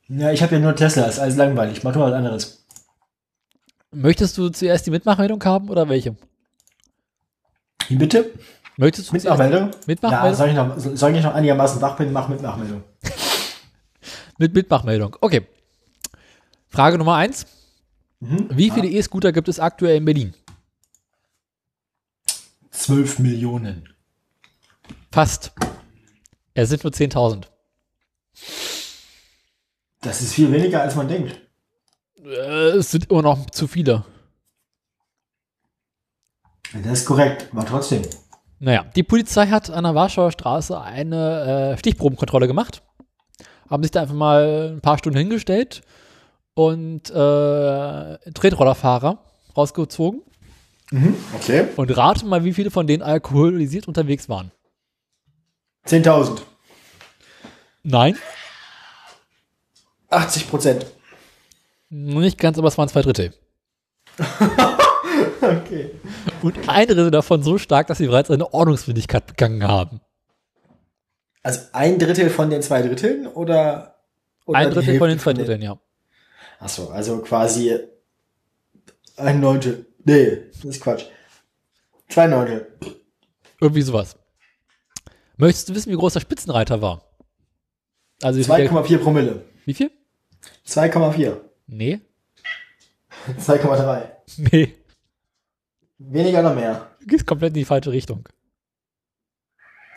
Speaker 1: Ja, ich habe ja nur Tesla, ist alles langweilig. Mach doch mal was anderes.
Speaker 2: Möchtest du zuerst die Mitmachmeldung haben oder welche?
Speaker 1: Wie bitte?
Speaker 2: Möchtest du zuerst-
Speaker 1: Mitmachmeldung? Ja,
Speaker 2: Mitmachmeldung?
Speaker 1: soll ich, noch, soll ich noch einigermaßen wach bin, mach Mitmachmeldung.
Speaker 2: Mit Mitmachmeldung. Okay. Frage Nummer eins.
Speaker 1: Mhm.
Speaker 2: Wie viele E-Scooter gibt es aktuell in Berlin?
Speaker 1: 12 Millionen.
Speaker 2: Fast. Es sind nur 10.000.
Speaker 1: Das ist viel weniger, als man denkt.
Speaker 2: Äh, es sind immer noch zu viele.
Speaker 1: Das ist korrekt, aber trotzdem.
Speaker 2: Naja, die Polizei hat an der Warschauer Straße eine äh, Stichprobenkontrolle gemacht. Haben sich da einfach mal ein paar Stunden hingestellt und äh, Tretrollerfahrer rausgezogen.
Speaker 1: Okay.
Speaker 2: Und rate mal, wie viele von denen alkoholisiert unterwegs waren.
Speaker 1: 10.000.
Speaker 2: Nein,
Speaker 1: 80 Prozent.
Speaker 2: nicht ganz, aber es waren zwei Drittel.
Speaker 1: Okay.
Speaker 2: Und ein Drittel davon so stark, dass sie bereits eine Ordnungswidrigkeit begangen haben.
Speaker 1: Also ein Drittel von den zwei Dritteln oder? oder
Speaker 2: ein
Speaker 1: die
Speaker 2: Drittel
Speaker 1: Hälfte
Speaker 2: von den zwei Dritteln, ja.
Speaker 1: Achso, also quasi ein Neuntel. Nee, das ist Quatsch. Zwei Neuntel.
Speaker 2: Irgendwie sowas. Möchtest du wissen, wie groß der Spitzenreiter war? Also, wie viel?
Speaker 1: 2,4 Promille.
Speaker 2: Wie viel?
Speaker 1: 2,4.
Speaker 2: Nee.
Speaker 1: 2,3.
Speaker 2: Nee.
Speaker 1: Weniger oder mehr?
Speaker 2: Du gehst komplett in die falsche Richtung.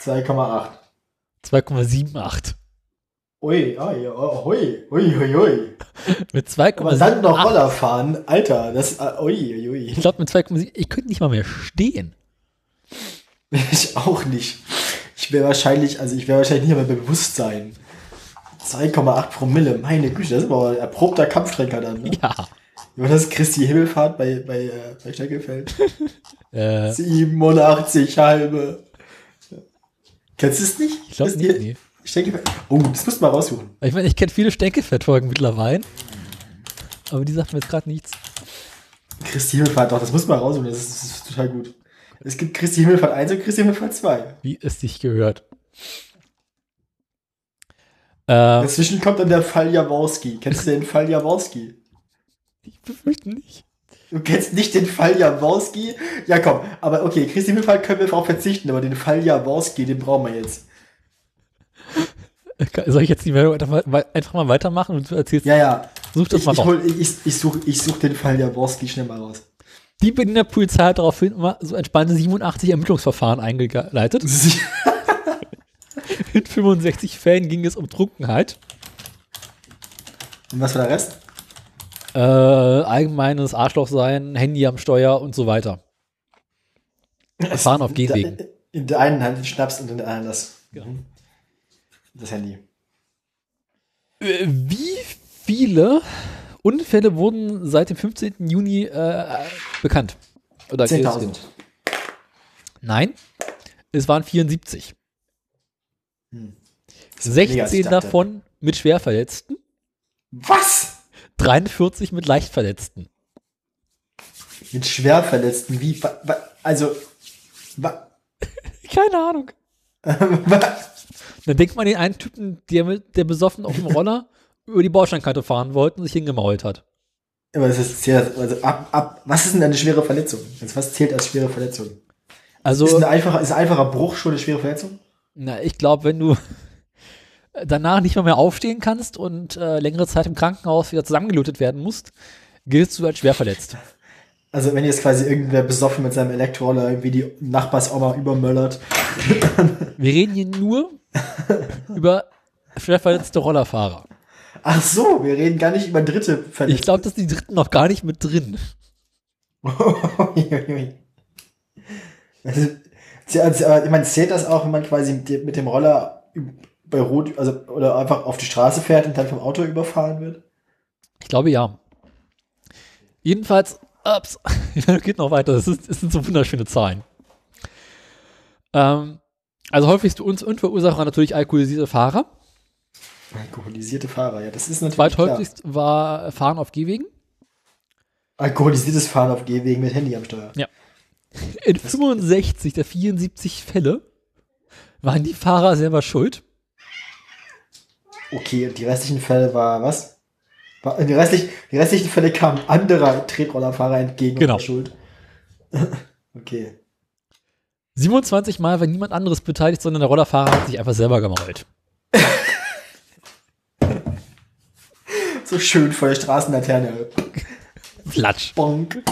Speaker 1: 2,8.
Speaker 2: 2,78.
Speaker 1: Ui, ui, ui, ui, ui, ui.
Speaker 2: Mit
Speaker 1: Aber dann noch
Speaker 2: 2,78.
Speaker 1: Roller fahren, Alter, das, äh, ui, ui,
Speaker 2: Ich
Speaker 1: ui.
Speaker 2: glaube, mit 2,7. Ich könnte nicht mal mehr stehen.
Speaker 1: Ich auch nicht. Ich wäre wahrscheinlich, also ich wäre wahrscheinlich nicht mehr bei Bewusstsein. 2,8 Promille, meine Güte, das ist aber ein erprobter Kampftrinker dann, ne?
Speaker 2: Ja.
Speaker 1: War das Christi Himmelfahrt bei, bei, äh, bei Steckelfeld?
Speaker 2: Äh,
Speaker 1: 87 halbe. Kennst du es nicht?
Speaker 2: ich glaube
Speaker 1: Das-
Speaker 2: nicht. Nee.
Speaker 1: Steckelfeld. Oh, das musst du mal raussuchen.
Speaker 2: Ich meine, ich kenne viele Stänkefett-Folgen mittlerweile. Aber die sagt mir jetzt gerade nichts.
Speaker 1: Christi Himmelfahrt, doch, das musst du mal raussuchen, das ist, das ist total gut. Es gibt Christi Himmelfahrt 1 und Christi Himmelfahrt 2.
Speaker 2: wie es dich gehört. Äh,
Speaker 1: Dazwischen kommt dann der Fall Jaworski. Kennst du den Fall Jaworski?
Speaker 2: ich befürchte nicht.
Speaker 1: Du kennst nicht den Fall Jaworski? Ja, komm, aber okay, Christi Himmelfahrt können wir darauf verzichten, aber den Fall Jaworski, den brauchen wir jetzt.
Speaker 2: Äh, Soll ich jetzt die Meldung einfach mal, wei- einfach mal weitermachen und du erzählst,
Speaker 1: Ja, ja.
Speaker 2: such das
Speaker 1: Ich,
Speaker 2: mal
Speaker 1: ich,
Speaker 2: raus.
Speaker 1: hol- ich, ich, ich suche ich such den Fall Jaworski schnell mal raus.
Speaker 2: Die Berliner Polizei hat daraufhin immer so entspannte 87 Ermittlungsverfahren eingeleitet. In 65 Fällen ging es um Trunkenheit,
Speaker 1: Und was war der Rest?
Speaker 2: äh, allgemeines Arschlochsein, Handy am Steuer und so weiter. Verfahren auf Gehwegen.
Speaker 1: In der einen Hand den Schnaps und in der anderen das, mhm, das Handy.
Speaker 2: Äh, Wie viele Unfälle wurden seit dem 15. Juni äh, bekannt? Oder
Speaker 1: 10.000.
Speaker 2: Nein, es waren 74.
Speaker 1: Hm. mega, als ich
Speaker 2: 16
Speaker 1: dachte.
Speaker 2: davon mit Schwerverletzten,
Speaker 1: Was?
Speaker 2: 43 mit Leichtverletzten.
Speaker 1: Mit Schwerverletzten, wie? Wa, wa, also, wa,
Speaker 2: Keine Ahnung.
Speaker 1: wa,
Speaker 2: Dann denkt man den einen Typen, der, mit, der besoffen auf dem Roller über die Bordsteinkante fahren wollte und sich hingemault hat.
Speaker 1: aber es ist sehr, also ab, ab, was ist denn eine schwere Verletzung? Also was zählt als schwere Verletzung? Ist
Speaker 2: Also,
Speaker 1: ein einfacher, ist ein einfacher Bruch schon eine schwere Verletzung?
Speaker 2: na, ich glaube, wenn du danach nicht mehr, mehr aufstehen kannst und äh, längere Zeit im Krankenhaus wieder zusammengelötet werden musst, giltst du als schwer verletzt.
Speaker 1: Also wenn jetzt quasi irgendwer besoffen mit seinem Elektroller irgendwie die Nachbarsoma übermöllert.
Speaker 2: Wir reden hier nur über schwer verletzte Rollerfahrer.
Speaker 1: Ach so, wir reden gar nicht über dritte
Speaker 2: Ich
Speaker 1: Verletzungen.
Speaker 2: glaube, dass die dritten noch gar nicht mit drin.
Speaker 1: Uiuiui. Also, zäh- also, aber ich meine, zählt das auch, wenn man quasi mit dem- mit dem Roller üb- bei Rot, also oder einfach auf die Straße fährt und dann vom Auto überfahren wird?
Speaker 2: Ich glaube ja. Jedenfalls, ups, geht noch weiter. Das, ist, das sind so wunderschöne Zahlen. Ähm, also häufigste Uns- und Verursacher natürlich alkoholisierte Fahrer.
Speaker 1: Alkoholisierte Fahrer, ja, das ist natürlich klar.
Speaker 2: Zweithäufigst war Fahren auf Gehwegen.
Speaker 1: Alkoholisiertes Fahren auf Gehwegen mit Handy am Steuer.
Speaker 2: In 65 der 74 Fälle waren die Fahrer selber schuld.
Speaker 1: Okay, und die restlichen Fälle war was? War, die, restlich, die restlichen Fälle kamen anderer Tretrollerfahrer entgegen und
Speaker 2: Genau.
Speaker 1: war schuld. okay.
Speaker 2: 27 Mal war niemand anderes beteiligt, sondern der Rollerfahrer hat sich einfach selber gemault.
Speaker 1: So schön vor der Straßenlaterne.
Speaker 2: Flatsch.
Speaker 1: Bonk.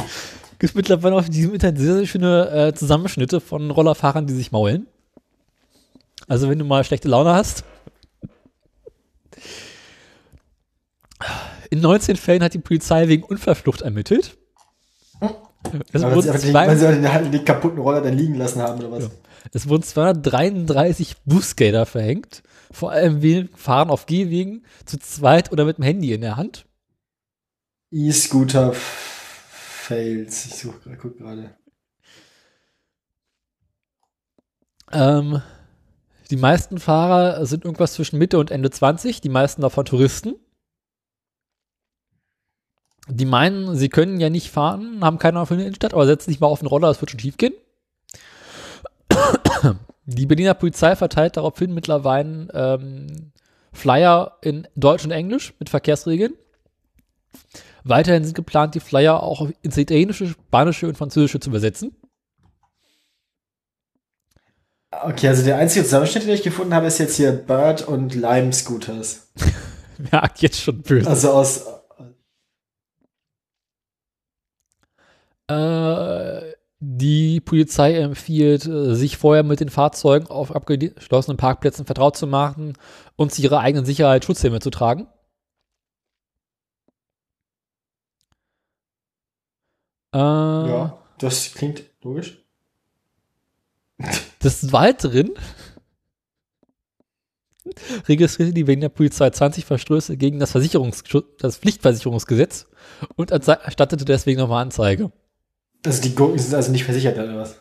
Speaker 2: Gibt mittlerweile auf diesem Internet sehr, sehr schöne äh, Zusammenschnitte von Rollerfahrern, die sich maulen. Also wenn du mal schlechte Laune hast. In 19 Fällen hat die Polizei wegen Unfallflucht ermittelt. Es
Speaker 1: Weil sie,
Speaker 2: Also wurden,
Speaker 1: einfach den,
Speaker 2: zwei,
Speaker 1: weil sie einfach den, den kaputten Roller dann liegen lassen haben oder was?
Speaker 2: Ja. es wurden 233 Bußgelder verhängt. Vor allem wegen Fahren auf Gehwegen, zu zweit oder mit dem Handy in der Hand.
Speaker 1: E-Scooter f- Fails. Ich suche gerade, guck gerade.
Speaker 2: Ähm, die meisten Fahrer sind irgendwas zwischen Mitte und Ende 20, die meisten davon Touristen. Die meinen, sie können ja nicht fahren, haben keine Ahnung von der Innenstadt, aber setzen sich mal auf den Roller, das wird schon schief gehen. Die Berliner Polizei verteilt daraufhin mittlerweile ähm, Flyer in Deutsch und Englisch mit Verkehrsregeln. Weiterhin sind geplant, die Flyer auch ins Italienische, Spanische und Französische zu übersetzen.
Speaker 1: Okay, also der einzige Zusammenschnitt, den ich gefunden habe, ist jetzt hier Bird und Lime Scooters.
Speaker 2: Merkt jetzt schon böse.
Speaker 1: Also aus.
Speaker 2: Äh, Die Polizei empfiehlt, äh, sich vorher mit den Fahrzeugen auf abgeschlossenen Parkplätzen vertraut zu machen und sie ihre eigenen Sicherheitsschutzhelme zu tragen. Äh,
Speaker 1: Ja, das klingt logisch.
Speaker 2: Des Weiteren registrierte die Berliner Polizei 20 Verstöße gegen das, Versicherungsgesch- das Pflichtversicherungsgesetz und erze- erstattete deswegen nochmal Anzeige.
Speaker 1: Also die Gurken sind also nicht versichert oder was?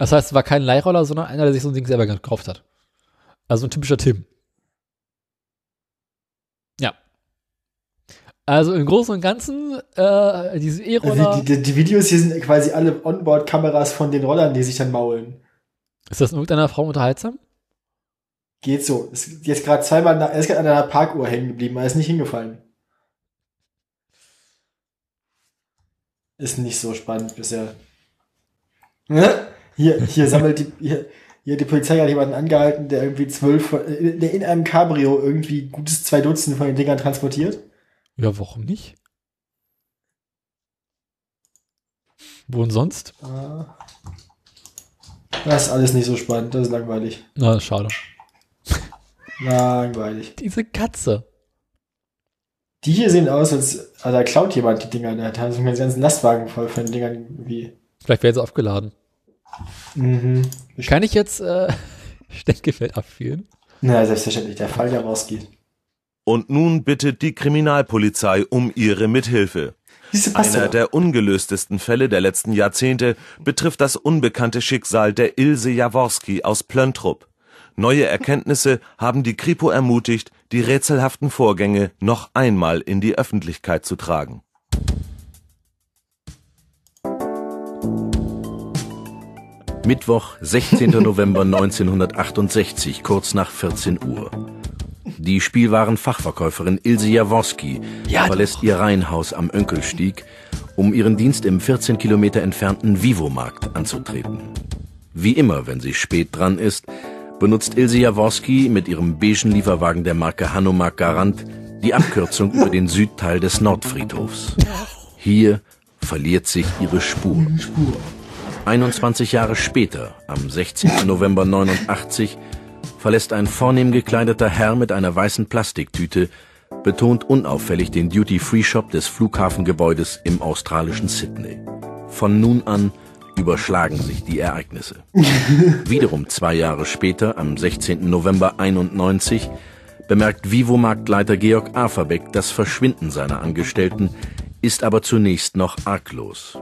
Speaker 2: Das heißt, es war kein Leihroller, sondern einer, der sich so ein Ding selber gekauft hat. Also ein typischer Tim. Ja. Also im Großen und Ganzen, äh, diese E-Roller.
Speaker 1: Also die, die, die Videos hier sind quasi alle Onboard-Kameras von den Rollern, die sich dann maulen.
Speaker 2: ist das in irgendeiner Form unterhaltsam?
Speaker 1: Geht so. Ist jetzt gerade zweimal na- er ist gerade an einer Parkuhr hängen geblieben, er ist nicht hingefallen. Ist nicht so spannend bisher. Ne? Hier, hier sammelt die, hier, hier die Polizei hat jemanden angehalten, der irgendwie zwölf, von- äh, der in einem Cabrio irgendwie gutes zwei Dutzend von den Dingern transportiert.
Speaker 2: Ja, warum nicht? Wo denn sonst?
Speaker 1: Ah. Das ist alles nicht so spannend, das ist langweilig.
Speaker 2: Na, schade.
Speaker 1: Langweilig.
Speaker 2: Diese Katze.
Speaker 1: Die hier sehen aus, als also da klaut jemand die Dinger. Da haben sie einen ganzen Lastwagen voll von den Dingern irgendwie.
Speaker 2: Vielleicht wäre sie aufgeladen.
Speaker 1: Mhm.
Speaker 2: Kann ich jetzt äh, Steckgefeld abführen?
Speaker 1: Na, selbstverständlich, der Fall, der rausgeht.
Speaker 3: Und nun bittet die Kriminalpolizei um ihre Mithilfe.
Speaker 1: Diese
Speaker 3: Einer
Speaker 1: Pastor.
Speaker 3: der ungelöstesten Fälle der letzten Jahrzehnte betrifft das unbekannte Schicksal der Ilse Jaworski aus Plöntrup. Neue Erkenntnisse haben die Kripo ermutigt, die rätselhaften Vorgänge noch einmal in die Öffentlichkeit zu tragen.
Speaker 4: Mittwoch, 16. November 1968, kurz nach 14 Uhr. Die Spielwarenfachverkäuferin Ilse Jaworski
Speaker 2: Ja,
Speaker 4: verlässt
Speaker 2: doch.
Speaker 4: ihr Reihenhaus am Önkelstieg, um ihren Dienst im 14 Kilometer entfernten Vivomarkt anzutreten. Wie immer, wenn sie spät dran ist, benutzt Ilse Jaworski mit ihrem beigen Lieferwagen der Marke Hanomag Garant die Abkürzung über den Südteil des Nordfriedhofs. Hier verliert sich ihre Spur. 21 Jahre später, am 16. November 89, verlässt ein vornehm gekleideter Herr mit einer weißen Plastiktüte betont unauffällig den Duty-Free-Shop des Flughafengebäudes im australischen Sydney. Von nun an überschlagen sich die Ereignisse. Wiederum zwei Jahre später, am 16. November 91, bemerkt Vivo-Marktleiter Georg Aferbeck das Verschwinden seiner Angestellten, ist aber zunächst noch arglos.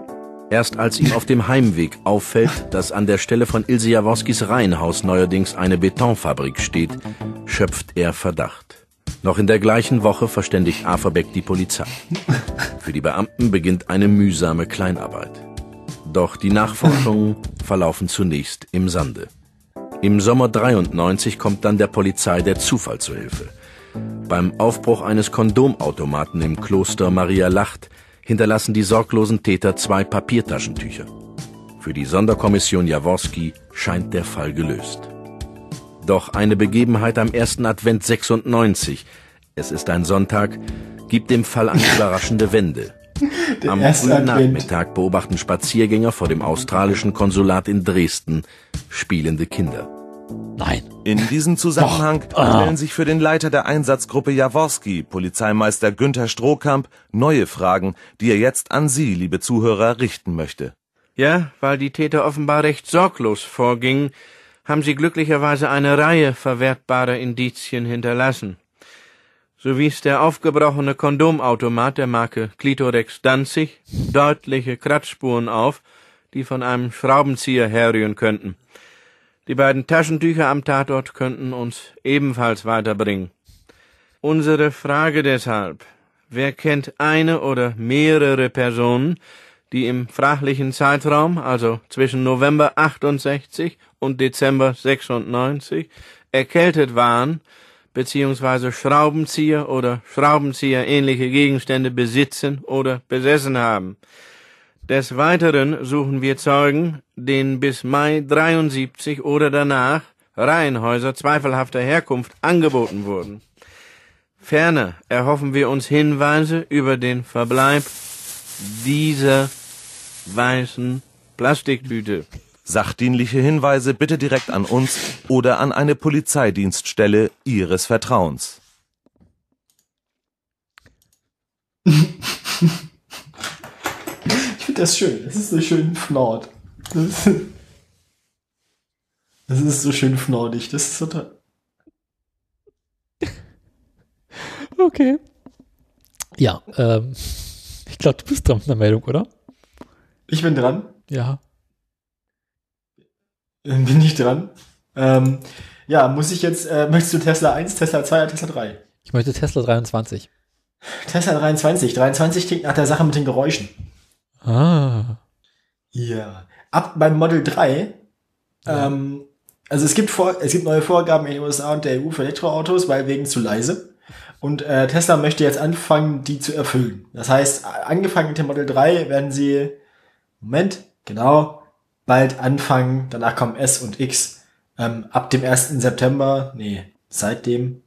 Speaker 4: Erst als ihm auf dem Heimweg auffällt, dass an der Stelle von Ilse Jaworskis Reihenhaus neuerdings eine Betonfabrik steht, schöpft er Verdacht. Noch in der gleichen Woche verständigt Aferbeck die Polizei. Für die Beamten beginnt eine mühsame Kleinarbeit. Doch die Nachforschungen verlaufen zunächst im Sande. Im Sommer 93 kommt dann der Polizei der Zufall zu Hilfe. Beim Aufbruch eines Kondomautomaten im Kloster Maria Lacht hinterlassen die sorglosen Täter zwei Papiertaschentücher. Für die Sonderkommission Jaworski scheint der Fall gelöst. Doch eine Begebenheit am ersten Advent 96, es ist ein Sonntag, gibt dem Fall eine überraschende Wende. Am
Speaker 1: erste
Speaker 4: frühen
Speaker 1: Advent.
Speaker 4: Nachmittag beobachten Spaziergänger vor dem australischen Konsulat in Dresden spielende Kinder.
Speaker 2: Nein.
Speaker 3: In diesem Zusammenhang stellen sich für den Leiter der Einsatzgruppe Jaworski, Polizeimeister Günther Strohkamp, neue Fragen, die er jetzt an Sie, liebe Zuhörer, richten möchte.
Speaker 5: Ja, weil die Täter offenbar recht sorglos vorgingen, haben sie glücklicherweise eine Reihe verwertbarer Indizien hinterlassen. So wies der aufgebrochene Kondomautomat der Marke Clitorex Danzig deutliche Kratzspuren auf, die von einem Schraubenzieher herrühren könnten. Die beiden Taschentücher am Tatort könnten uns ebenfalls weiterbringen. Unsere Frage deshalb, wer kennt eine oder mehrere Personen, die im frachlichen Zeitraum, also zwischen November 68 und Dezember 96, erkältet waren, beziehungsweise Schraubenzieher oder Schraubenzieher ähnliche Gegenstände besitzen oder besessen haben. Des Weiteren suchen wir Zeugen, denen bis Mai 73 oder danach Reihenhäuser zweifelhafter Herkunft angeboten wurden. Ferner erhoffen wir uns Hinweise über den Verbleib dieser weißen Plastiktüte.
Speaker 3: Sachdienliche Hinweise bitte direkt an uns oder an eine Polizeidienststelle Ihres Vertrauens.
Speaker 1: Ich finde das schön. Das ist so schön fnord. Das ist, das ist so schön fnordig. Das ist so toll.
Speaker 2: Okay. Ja, ähm, ich glaube, du bist dran mit einer Meldung, oder?
Speaker 1: Ich bin dran.
Speaker 2: Ja.
Speaker 1: Äh, Bin ich dran. Ähm, ja, muss ich jetzt, äh, möchtest du Tesla 1, Tesla 2 oder Tesla 3?
Speaker 2: Ich möchte Tesla 23.
Speaker 1: Tesla 23. 23 klingt nach der Sache mit den Geräuschen.
Speaker 2: Ah.
Speaker 1: Ja. Ab beim Model 3,
Speaker 2: Ja.
Speaker 1: ähm, also es gibt, vor, es gibt neue Vorgaben in den USA und der EU für Elektroautos, weil wegen zu leise. Und äh, Tesla möchte jetzt anfangen, die zu erfüllen. Das heißt, a- angefangen mit dem Model 3 werden sie, Moment, genau, bald anfangen, danach kommen S und X. Ähm, ab dem 1. September, nee, seitdem.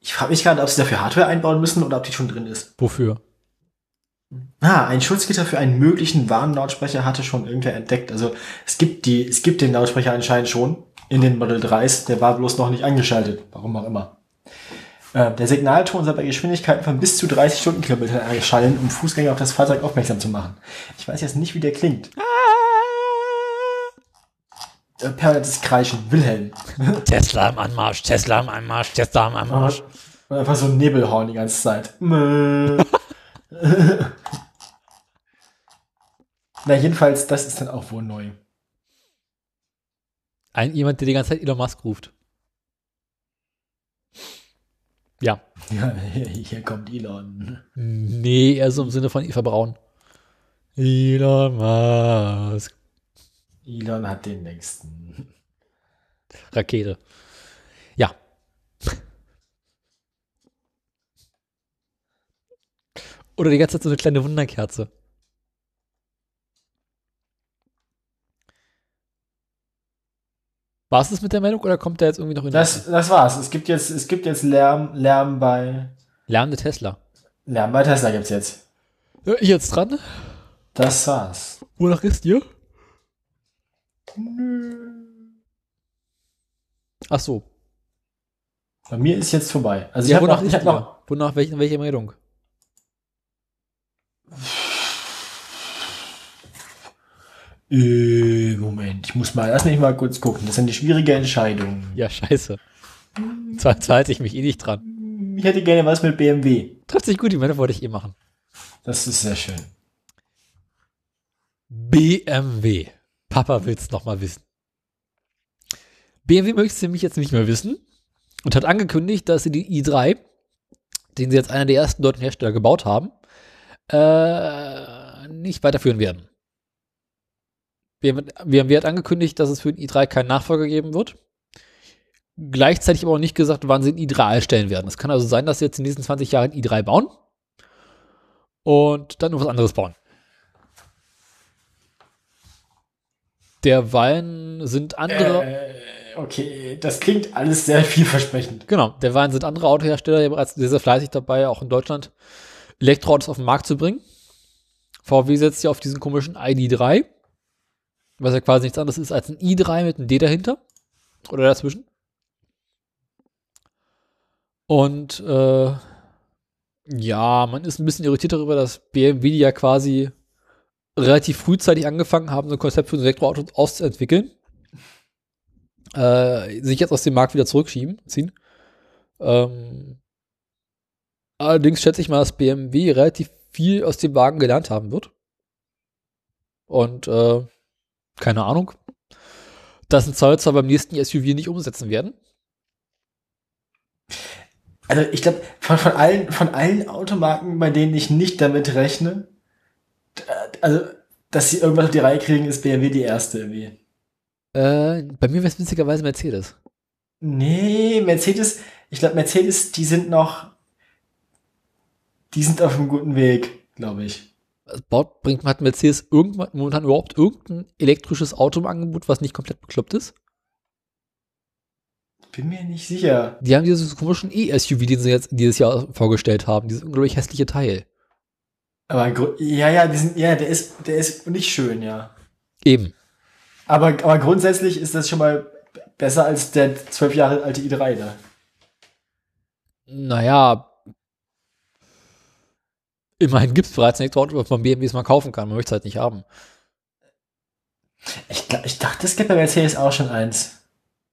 Speaker 1: Ich frage mich gerade, ob sie dafür Hardware einbauen müssen oder ob die schon drin ist.
Speaker 2: Wofür?
Speaker 1: Ah, ein Schutzgitter für einen möglichen Warnlautsprecher hatte schon irgendwer entdeckt. Also es gibt die, es gibt den Lautsprecher anscheinend schon in den Model 3s, der war bloß noch nicht angeschaltet, warum auch immer. Äh, der Signalton soll bei Geschwindigkeiten von bis zu 30 Stundenkilometern erschallen, um Fußgänger auf das Fahrzeug aufmerksam zu machen. Ich weiß jetzt nicht, wie der klingt. Äh, permanentes Kreischen, Wilhelm.
Speaker 2: Tesla im Anmarsch, Tesla im Anmarsch, Tesla im Anmarsch.
Speaker 1: Und einfach so ein Nebelhorn die ganze Zeit. Mö. Na, jedenfalls, das ist dann auch wohl neu.
Speaker 2: Ein jemand, der die ganze Zeit Elon Musk ruft. Ja.
Speaker 1: Ja, hier, hier kommt Elon.
Speaker 2: Nee, eher so im Sinne von Eva Braun. Elon Musk.
Speaker 1: Elon hat den längsten.
Speaker 2: Rakete. Ja. Oder die ganze Zeit so eine kleine Wunderkerze. War es das mit der Meldung oder kommt da jetzt irgendwie noch in
Speaker 1: Das, das war's. Es gibt jetzt, es gibt jetzt Lärm, Lärm bei,
Speaker 2: Lärmende Tesla?
Speaker 1: Lärm bei Tesla gibt's jetzt.
Speaker 2: Ja, ich jetzt dran?
Speaker 1: Das war's.
Speaker 2: Wonach ist ihr? Ach so.
Speaker 1: Bei mir ist jetzt vorbei. Also ich
Speaker 2: Ja,
Speaker 1: habe
Speaker 2: wonach
Speaker 1: noch, ich
Speaker 2: ist
Speaker 1: hab noch,
Speaker 2: ihr? Wonach, welche, welche Meldung?
Speaker 1: äh, Moment, ich muss mal, lass mich mal kurz gucken. Das sind die schwierige Entscheidungen.
Speaker 2: Ja, scheiße. Zwar zahlt ich mich eh nicht dran.
Speaker 1: Ich hätte gerne was mit BMW.
Speaker 2: Trifft sich gut, die Meldung wollte ich eh machen.
Speaker 1: Das ist sehr schön.
Speaker 2: BMW. Papa will's noch mal wissen. BMW möchte nämlich jetzt nicht mehr wissen und hat angekündigt, dass sie die i3, den sie jetzt einer der ersten deutschen Hersteller gebaut haben, äh, nicht weiterführen werden. BMW BMW hat angekündigt, dass es für den i3 keinen Nachfolger geben wird. Gleichzeitig aber auch nicht gesagt, wann sie den i3 einstellen werden. Es kann also sein, dass sie jetzt in den nächsten 20 Jahren i3 bauen und dann noch was anderes bauen. Derweilen sind andere.
Speaker 1: Äh, okay, das klingt alles sehr vielversprechend.
Speaker 2: Genau, derweil sind andere Autohersteller ja bereits sehr, sehr fleißig dabei, auch in Deutschland Elektroautos auf den Markt zu bringen. VW setzt ja auf diesen komischen ID3, was ja quasi nichts anderes ist als ein i3 mit einem D dahinter oder dazwischen. Und äh, ja, man ist ein bisschen irritiert darüber, dass BMW die ja quasi relativ frühzeitig angefangen haben, so ein Konzept für ein Elektroauto auszuentwickeln, äh, sich jetzt aus dem Markt wieder zurückschieben, ziehen. Ähm, allerdings schätze ich mal, dass BMW relativ viel aus dem Wagen gelernt haben wird. Und äh, keine Ahnung. Das sind Zoll zwar beim nächsten SUV nicht umsetzen werden.
Speaker 1: Also ich glaube, von, von, allen, von allen Automarken, bei denen ich nicht damit rechne, d- also dass sie irgendwas auf die Reihe kriegen, ist BMW die erste irgendwie.
Speaker 2: Äh, bei mir wäre es witzigerweise Mercedes.
Speaker 1: Nee, Mercedes, ich glaube, Mercedes, die sind noch, die sind auf einem guten Weg, glaube ich.
Speaker 2: Also baut, bringt, hat Mercedes irgendwann, momentan überhaupt irgendein elektrisches Auto im Angebot, was nicht komplett bekloppt ist?
Speaker 1: bin mir nicht sicher.
Speaker 2: Die haben dieses komischen E-SUV, den sie jetzt dieses Jahr vorgestellt haben, dieses unglaublich hässliche Teil.
Speaker 1: Aber ein Gru- ja, ja, diesen, ja, der ist, der ist nicht schön, ja.
Speaker 2: Eben.
Speaker 1: Aber, aber grundsätzlich ist das schon mal besser als der zwölf Jahre alte i3 da.
Speaker 2: Naja. Immerhin gibt es bereits ein Elektroauto, was man BMWs mal kaufen kann. Man möchte es halt nicht haben.
Speaker 1: Ich, gla- ich dachte, es gibt bei Mercedes auch schon eins.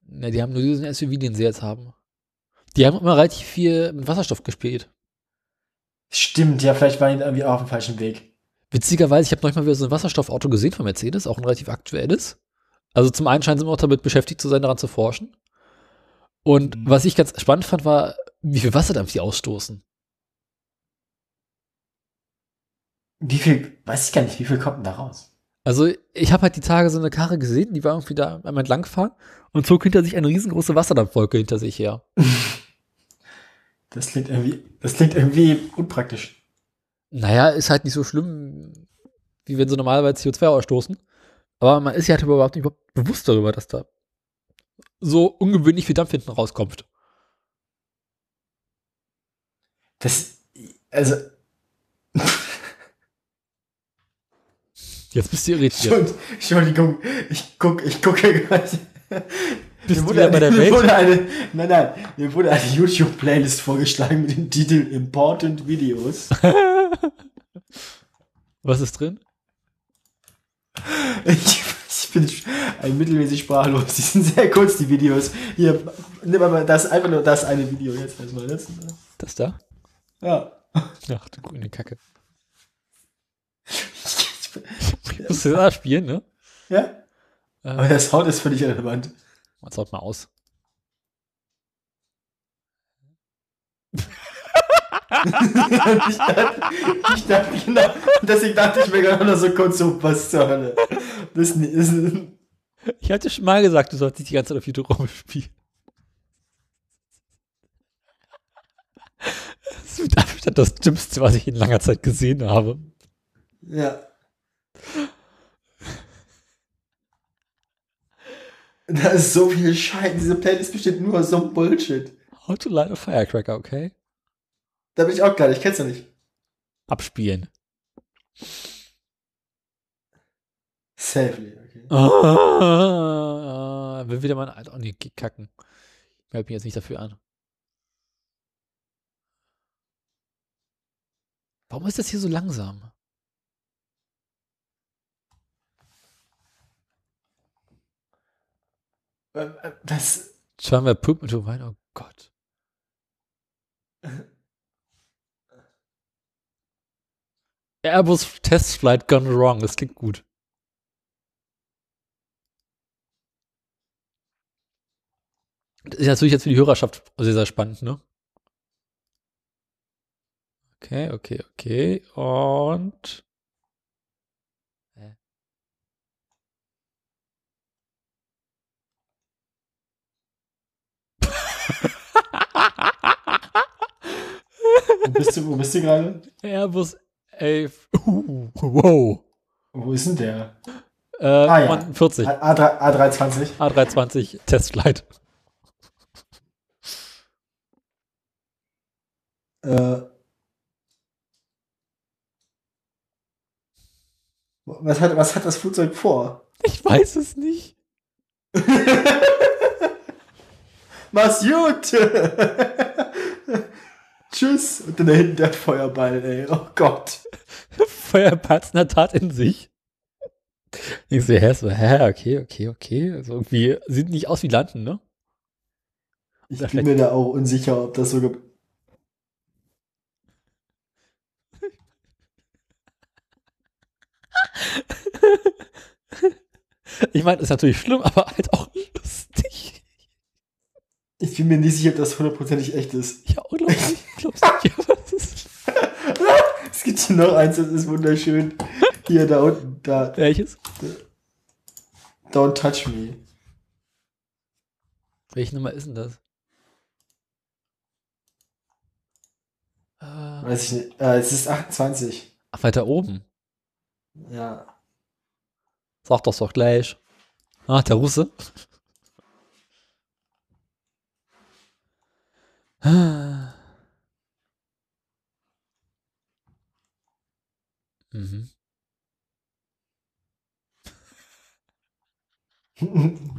Speaker 2: Na, Ne, die haben nur diesen SUV, den sie jetzt haben. Die haben immer relativ viel mit Wasserstoff gespielt.
Speaker 1: Stimmt, ja, vielleicht waren die da irgendwie auch auf dem falschen Weg.
Speaker 2: Witzigerweise, ich habe neulich mal wieder so ein Wasserstoffauto gesehen von Mercedes, auch ein relativ aktuelles. Also zum einen scheinen sie immer auch damit beschäftigt zu sein, daran zu forschen. Und was ich ganz spannend fand, war, wie viel Wasserdampf sie ausstoßen.
Speaker 1: Wie viel, weiß ich gar nicht, wie viel kommt denn da raus?
Speaker 2: Also ich habe halt die Tage so eine Karre gesehen, die war irgendwie da am entlangfahren und zog hinter sich eine riesengroße Wasserdampfwolke hinter sich her.
Speaker 1: Das klingt irgendwie, das klingt irgendwie unpraktisch.
Speaker 2: Naja, ist halt nicht so schlimm, wie wenn sie normalerweise CO2 ausstoßen. Aber man ist ja halt überhaupt nicht überhaupt bewusst darüber, dass da so ungewöhnlich viel Dampf hinten rauskommt.
Speaker 1: Das, also,
Speaker 2: Jetzt bist du irritiert.
Speaker 1: Entschuld- Entschuldigung, ich guck, ich gucke gerade.
Speaker 2: Bist
Speaker 1: Mir
Speaker 2: du wieder bei der
Speaker 1: mir
Speaker 2: Welt?
Speaker 1: Wurde eine, nein, nein, mir wurde eine YouTube-Playlist vorgeschlagen mit dem Titel Important Videos.
Speaker 2: Was ist drin?
Speaker 1: Ich, ich bin ein mittelmäßig sprachlos. Die sind sehr kurz, die Videos. Hier, nimm aber das, einfach nur das eine Video jetzt erstmal. Das,
Speaker 2: Das da?
Speaker 1: ja.
Speaker 2: Ach du grüne Kacke. Musst du da spielen, ne?
Speaker 1: ja. Aber
Speaker 2: Äh,
Speaker 1: der Sound ist völlig irrelevant.
Speaker 2: jetzt haut mal aus.
Speaker 1: ich, dachte, ich dachte genau, deswegen dachte ich mir gerade noch so kurz so, was zur Hölle. Das ist, das ist,
Speaker 2: Ich hatte schon mal gesagt, du sollst nicht die ganze Zeit auf YouTube rumspielen. Das ist mit Abstand das Dümmste, was ich in langer Zeit gesehen habe.
Speaker 1: Ja. Da ist so viel Scheiße. Diese Playlist besteht nur aus so einem Bullshit.
Speaker 2: How to light a firecracker, okay?
Speaker 1: Da bin ich auch gerade, ich kenn's ja nicht.
Speaker 2: Abspielen.
Speaker 1: Safely, okay.
Speaker 2: Ah, will wieder mal ein. Oh nee, geh kacken. Ich melde mich jetzt nicht dafür an. Warum ist das hier so langsam?
Speaker 1: Ähm, äh, Das.
Speaker 2: Turn my poop into wine, oh Gott. Airbus Test Flight Gone Wrong, das klingt gut. Das ist natürlich jetzt für die Hörerschaft sehr, sehr spannend, ne? Okay, okay, okay. Und.
Speaker 1: Wo bist du, wo bist du gerade?
Speaker 2: Airbus 11. Uh, wow.
Speaker 1: Wo ist denn der?
Speaker 2: Äh,
Speaker 1: Ah, ja.
Speaker 2: 49.
Speaker 1: A- A3, A320.
Speaker 2: A320 Testflight.
Speaker 1: Äh. Was hat, was hat das Flugzeug vor?
Speaker 2: Ich weiß es nicht.
Speaker 1: Mach's gut! Tschüss! Und dann da hinten der Feuerball, ey. Oh Gott.
Speaker 2: Feuerball hat's in der Tat in sich. Ich sehe, hä, so, hä, okay, okay, okay. Also irgendwie sieht nicht aus wie Landen, ne?
Speaker 1: Ich
Speaker 2: Oder
Speaker 1: bin mir da auch unsicher, ob das so. ge-
Speaker 2: Ich meine, ist natürlich schlimm, aber halt auch lustig.
Speaker 1: Ich bin mir nicht sicher, ob das hundertprozentig echt ist.
Speaker 2: Ja, unglaublich. Glaubst du nicht, aber es ist.
Speaker 1: Es gibt hier noch eins, das ist wunderschön. Hier, da unten, da.
Speaker 2: Welches?
Speaker 1: Don't touch me.
Speaker 2: Welche Nummer ist denn das? Äh,
Speaker 1: Weiß ich nicht. Äh, es ist 28.
Speaker 2: ach, weiter oben.
Speaker 1: Ja.
Speaker 2: Sag das doch gleich. Ah, der Russe. Mhm. Mhm.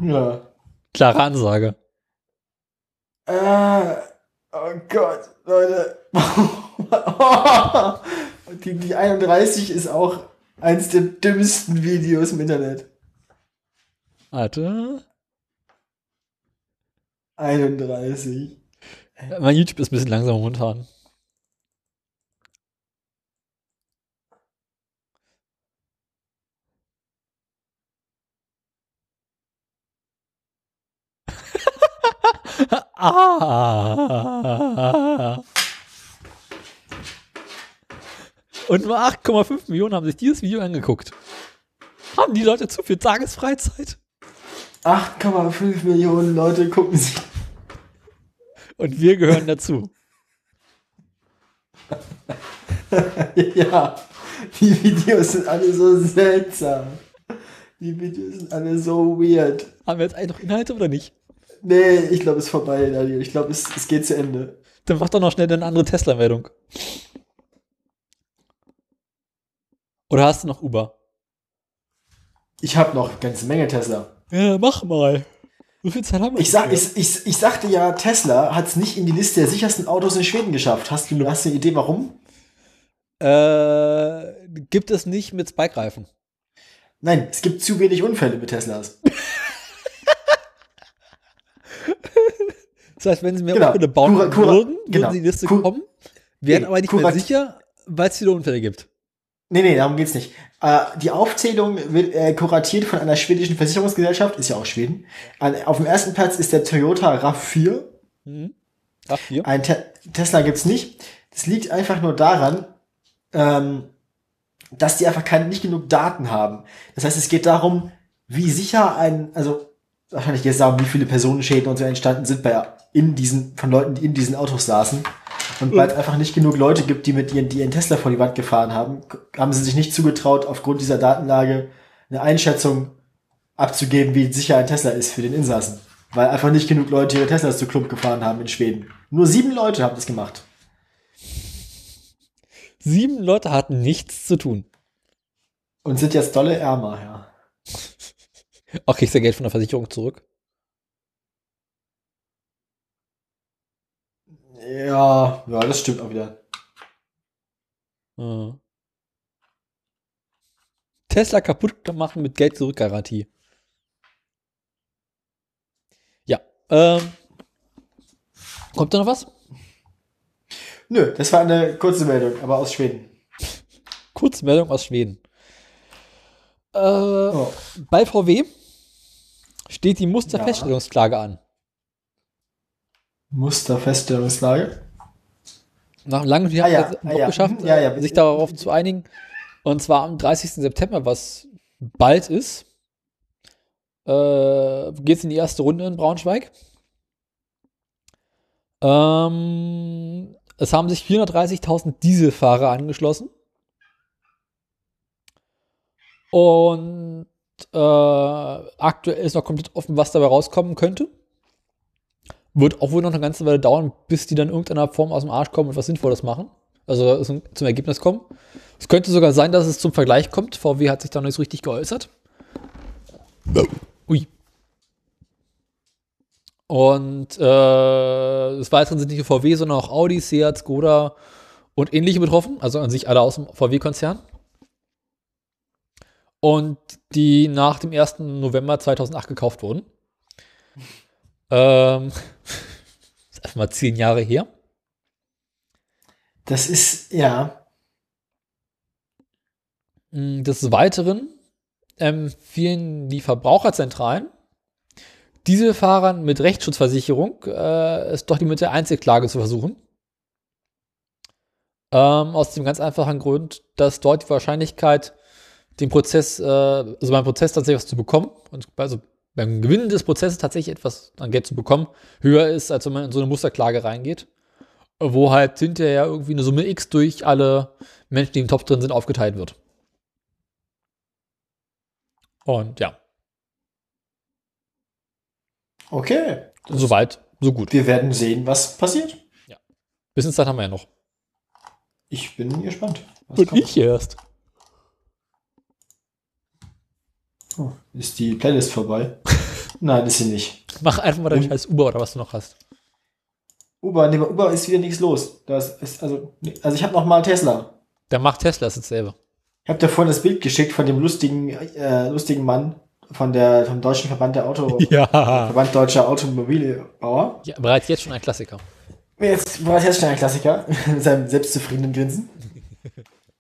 Speaker 1: ja.
Speaker 2: Klare Ansage.
Speaker 1: Äh, oh Gott, Leute. die, die 31 ist auch eins der dümmsten Videos im Internet.
Speaker 2: Warte.
Speaker 1: 31.
Speaker 2: Mein YouTube ist ein bisschen langsam momentan. ah. Und nur 8,5 Millionen haben sich dieses Video angeguckt. Haben die Leute zu viel Tagesfreizeit?
Speaker 1: 8,5 Millionen Leute gucken sich.
Speaker 2: Und wir gehören dazu.
Speaker 1: ja, die Videos sind alle so seltsam. Die Videos sind alle so weird.
Speaker 2: Haben wir jetzt eigentlich noch Inhalte oder nicht?
Speaker 1: Nee, ich glaube, es ist vorbei, Daniel. Ich glaube, es, es geht zu Ende.
Speaker 2: Dann mach doch noch schnell deine andere Tesla-Meldung. Oder hast du noch Uber?
Speaker 1: Ich habe noch eine ganze Menge Tesla.
Speaker 2: Ja, mach mal. So viel Zeit haben wir
Speaker 1: Ich, sag, ich, ich, ich sagte ja, Tesla hat es nicht in die Liste der sichersten Autos in Schweden geschafft. Hast du, hast du eine Idee, warum?
Speaker 2: Äh, gibt es nicht mit Spike-Reifen.
Speaker 1: Nein, es gibt zu wenig Unfälle mit Teslas.
Speaker 2: Das heißt, wenn sie mehr
Speaker 1: Genau.
Speaker 2: Unfälle bauen
Speaker 1: Cura- Cura-
Speaker 2: würden, würden
Speaker 1: genau.
Speaker 2: sie in die Liste
Speaker 1: Cura-
Speaker 2: kommen, wären
Speaker 1: Nee,
Speaker 2: aber nicht
Speaker 1: Cura-
Speaker 2: mehr sicher, weil es viele Unfälle gibt.
Speaker 1: Nee, nee, darum geht's nicht. Äh, die Aufzählung wird äh, kuratiert von einer schwedischen Versicherungsgesellschaft, ist ja auch Schweden. An, auf dem ersten Platz ist der Toyota RAV4.
Speaker 2: Mhm. Ach, hier.
Speaker 1: Ein Te Tesla gibt's nicht. Das liegt einfach nur daran, ähm, dass die einfach keine, nicht genug Daten haben. Das heißt, es geht darum, wie sicher ein, also wahrscheinlich jetzt sagen, wie viele Personenschäden und so entstanden sind bei in diesen, von Leuten, die in diesen Autos saßen. Und weil es einfach nicht genug Leute gibt, die mit ihren, die ihren Tesla vor die Wand gefahren haben, haben sie sich nicht zugetraut, aufgrund dieser Datenlage eine Einschätzung abzugeben, wie sicher ein Tesla ist für den Insassen. Weil einfach nicht genug Leute ihre Teslas zu Klump gefahren haben in Schweden. Nur sieben Leute haben das gemacht.
Speaker 2: Sieben Leute hatten nichts zu tun.
Speaker 1: Und sind jetzt dolle ärmer, ja.
Speaker 2: Auch kriegst du Geld von der Versicherung zurück.
Speaker 1: Ja, ja, das stimmt auch wieder.
Speaker 2: Ja. Hm. Tesla kaputt gemacht mit Geld zurückgarantie. Ja. Ähm, kommt da noch was?
Speaker 1: Nö, das war eine kurze Meldung, aber aus Schweden.
Speaker 2: Kurzmeldung aus Schweden. Äh,
Speaker 1: Oh.
Speaker 2: Bei VW steht die Musterfeststellungsklage an.
Speaker 1: Musterfeststellungslage.
Speaker 2: Nach einem langen und
Speaker 1: Ah ja,
Speaker 2: hat
Speaker 1: ah
Speaker 2: es
Speaker 1: ja,
Speaker 2: geschafft,
Speaker 1: mhm, ja, ja.
Speaker 2: äh, sich darauf zu einigen. Und zwar am 30. September, was bald ist, äh, geht es in die erste Runde in Braunschweig. Ähm, es haben sich 430.000 Dieselfahrer angeschlossen. Und äh, aktuell ist noch komplett offen, was dabei rauskommen könnte. Wird auch wohl noch eine ganze Weile dauern, bis die dann in irgendeiner Form aus dem Arsch kommen und was Sinnvolles machen. Also zum zum Ergebnis kommen. Es könnte sogar sein, dass es zum Vergleich kommt. VW hat sich da noch nicht so richtig geäußert. Ui. Und äh, des Weiteren sind nicht nur VW, sondern auch Audi, Seat, Skoda und ähnliche betroffen. Also an sich alle aus dem VW-Konzern. Und die nach dem 1. November 2008 gekauft wurden. Ähm, ist einfach mal zehn Jahre her.
Speaker 1: Das ist, ja,
Speaker 2: Mm, Des Weiteren empfehlen die Verbraucherzentralen Dieselfahrern mit Rechtsschutzversicherung äh, es doch die mit der Einzelklage zu versuchen. Ähm, aus dem ganz einfachen Grund, dass dort die Wahrscheinlichkeit, den Prozess, äh, also beim Prozess tatsächlich was zu bekommen, und also beim Gewinnen des Prozesses tatsächlich etwas an Geld zu bekommen, höher ist, als wenn man in so eine Musterklage reingeht, wo halt hinterher irgendwie eine Summe X durch alle Menschen, die im Topf drin sind, aufgeteilt wird. Und ja,
Speaker 1: okay.
Speaker 2: soweit, so gut.
Speaker 1: Wir werden sehen, was passiert.
Speaker 2: Wissenszeit haben wir ja noch.
Speaker 1: Ich bin gespannt. Was
Speaker 2: Und
Speaker 1: kommt.
Speaker 2: ich erst.
Speaker 1: Oh, ist die Playlist vorbei? Nein, ist sie nicht.
Speaker 2: Mach einfach mal deinen
Speaker 1: Und-
Speaker 2: scheiß Uber oder was du noch hast.
Speaker 1: Uber, nee, bei Uber ist wieder nichts los. Das ist, also, nee, also ich habe noch mal Tesla.
Speaker 2: Dann macht Tesla es jetzt selber.
Speaker 1: Ich habe dir vorhin das Bild geschickt von dem lustigen, äh, lustigen Mann von der, vom Deutschen Verband der Auto,
Speaker 2: Ja.
Speaker 1: Verband Deutscher Automobilbauer.
Speaker 2: ja. Bereits jetzt schon ein Klassiker.
Speaker 1: Jetzt war es jetzt schon ein Klassiker mit seinem selbstzufriedenen Grinsen.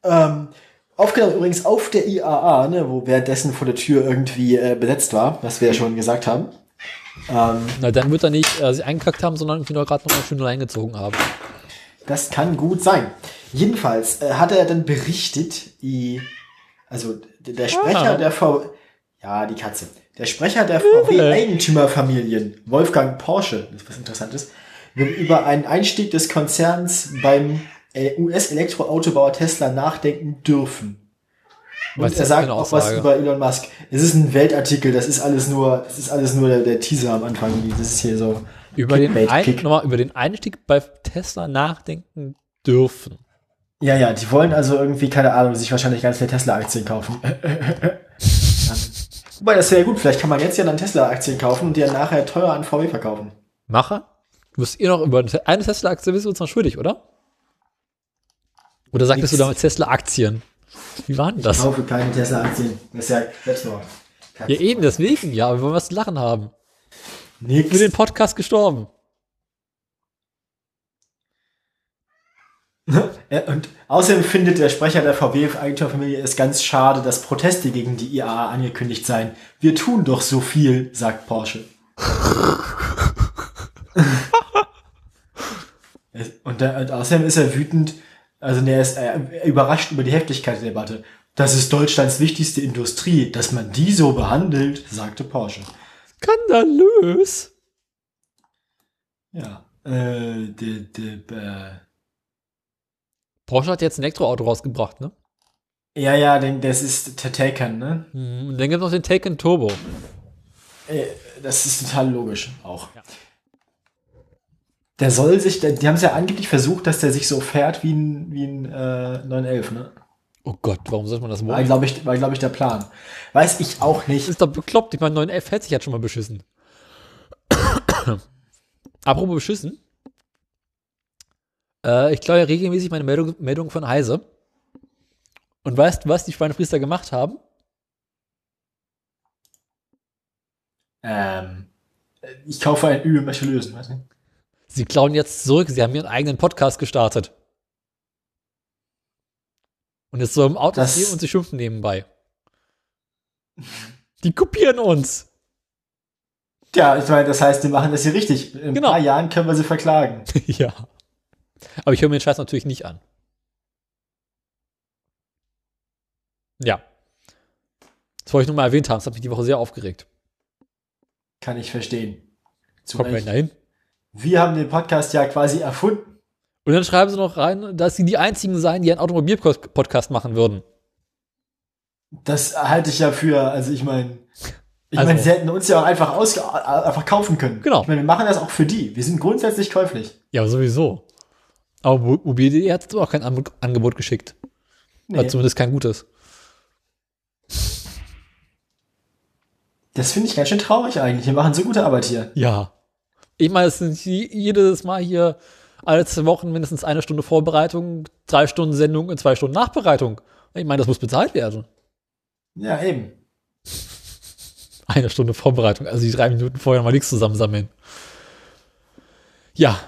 Speaker 1: ähm, aufgenommen übrigens auf der IAA, ne, wo währenddessen vor der Tür irgendwie äh, besetzt war, was wir ja schon gesagt haben. Ähm,
Speaker 2: Na, dann wird er nicht äh, sie eingekackt haben, sondern irgendwie noch gerade noch mal schön reingezogen haben.
Speaker 1: das kann gut sein. Jedenfalls äh, hat er dann berichtet, i, also d- der Sprecher
Speaker 2: Ah.
Speaker 1: der V. Ja, die Katze. Der Sprecher der VW-Eigentümerfamilien, Wolfgang Porsche, das ist was Interessantes, will über einen Einstieg des Konzerns beim äh, US-Elektroautobauer Tesla nachdenken dürfen. Und
Speaker 2: Was ist
Speaker 1: er
Speaker 2: das
Speaker 1: sagt
Speaker 2: für eine
Speaker 1: auch was
Speaker 2: Aussage?
Speaker 1: über Elon Musk. Es ist ein Weltartikel, das ist alles nur, das ist alles nur der, der Teaser am Anfang. Das ist hier so.
Speaker 2: Über den,
Speaker 1: Clickbait,
Speaker 2: ein,
Speaker 1: Click.
Speaker 2: nochmal, über den Einstieg bei Tesla nachdenken dürfen.
Speaker 1: Ja, ja, die wollen also irgendwie, keine Ahnung, sich wahrscheinlich ganz viele Tesla-Aktien kaufen. Ähm, Wobei, das wäre ja gut. Vielleicht kann man jetzt ja dann Tesla-Aktien kaufen und die dann nachher teuer an VW verkaufen.
Speaker 2: Macher? Müsst ihr noch über eine Tesla-Aktie bist du uns noch schuldig, oder? Oder sagtest du
Speaker 1: Nix.
Speaker 2: damals Tesla-Aktien? Wie waren das?
Speaker 1: Ich kaufe keine Tesla-Aktien. Das ist ja Selbstmord.
Speaker 2: Ja, eben, deswegen, ja, wir wollen was zu lachen haben. Für den
Speaker 1: Nix.
Speaker 2: Podcast gestorben.
Speaker 1: Ja, Äh, Und außerdem findet der Sprecher der VW-Eigentümerfamilie es ganz schade, dass Proteste gegen die IAA angekündigt seien. Wir tun doch so viel, sagt Porsche. Es- und, da, und außerdem ist er wütend, also nee, er ist äh, überrascht über die Heftigkeit der Debatte. Das ist Deutschlands wichtigste Industrie, dass man die so behandelt, sagte Porsche.
Speaker 2: Skandalös.
Speaker 1: Ja. Äh, de, de, äh,
Speaker 2: Porsche hat jetzt ein Elektroauto rausgebracht, ne?
Speaker 1: äh, ja, ja, den, das ist der Taken, ne?
Speaker 2: Mhm, Und dann gibt es noch den Taken Turbo.
Speaker 1: Äh, Das ist total logisch auch. Der soll sich, der, die haben es ja angeblich versucht, dass der sich so fährt wie ein, wie ein äh, 911, ne?
Speaker 2: Oh Gott, warum sollte man das
Speaker 1: War,
Speaker 2: wollen?
Speaker 1: glaube ich, war, glaub ich, der Plan. Weiß ich auch
Speaker 2: Das
Speaker 1: nicht.
Speaker 2: ist doch bekloppt. Ich meine, 911 hätte sich ja schon mal beschissen. Apropos beschissen. Äh, ich glaube ja regelmäßig meine Meldung, Meldung von Heise. Und weißt du, was die Schweinepriester gemacht haben?
Speaker 1: Ähm, ich kaufe ein Ü, um mich zu lösen, weißt du?
Speaker 2: Sie klauen jetzt zurück. Sie haben ihren eigenen Podcast gestartet. Und jetzt so im Auto
Speaker 1: Das-
Speaker 2: stehen und sie schimpfen nebenbei. Die kopieren uns.
Speaker 1: Ja, ich meine, das heißt, die machen das hier richtig. In
Speaker 2: Genau.
Speaker 1: ein paar Jahren können wir sie verklagen.
Speaker 2: ja. Aber ich höre mir den Scheiß natürlich nicht an. Ja. Das wollte ich nur mal erwähnt haben. Das hat mich die Woche sehr aufgeregt.
Speaker 1: Kann ich verstehen. Zu
Speaker 2: Kommt man
Speaker 1: Recht.
Speaker 2: dahin.
Speaker 1: Wir haben den Podcast ja quasi erfunden.
Speaker 2: Und dann schreiben sie noch rein, dass sie die einzigen seien, die einen Automobilpodcast machen würden.
Speaker 1: Das halte ich ja für, also ich meine, ich
Speaker 2: Also-
Speaker 1: meine, sie hätten uns ja auch einfach, ausge a- einfach kaufen können.
Speaker 2: Genau.
Speaker 1: Ich meine, wir machen das auch für die. Wir sind grundsätzlich käuflich.
Speaker 2: Ja, aber sowieso. Aber Mo- mobil.de E hat jetzt auch kein Anb- Angebot geschickt.
Speaker 1: Nee,
Speaker 2: Oder Also zumindest kein gutes.
Speaker 1: das finde ich ganz schön traurig eigentlich. Wir machen so gute Arbeit hier.
Speaker 2: Ja. Ich meine, es sind je- jedes Mal hier alle zwei Wochen mindestens eine Stunde Vorbereitung, drei Stunden Sendung und zwei Stunden Nachbereitung. Ich meine, das muss bezahlt werden.
Speaker 1: Ja, eben.
Speaker 2: Eine Stunde Vorbereitung, also die drei Minuten vorher mal nichts zusammensammeln. Ja,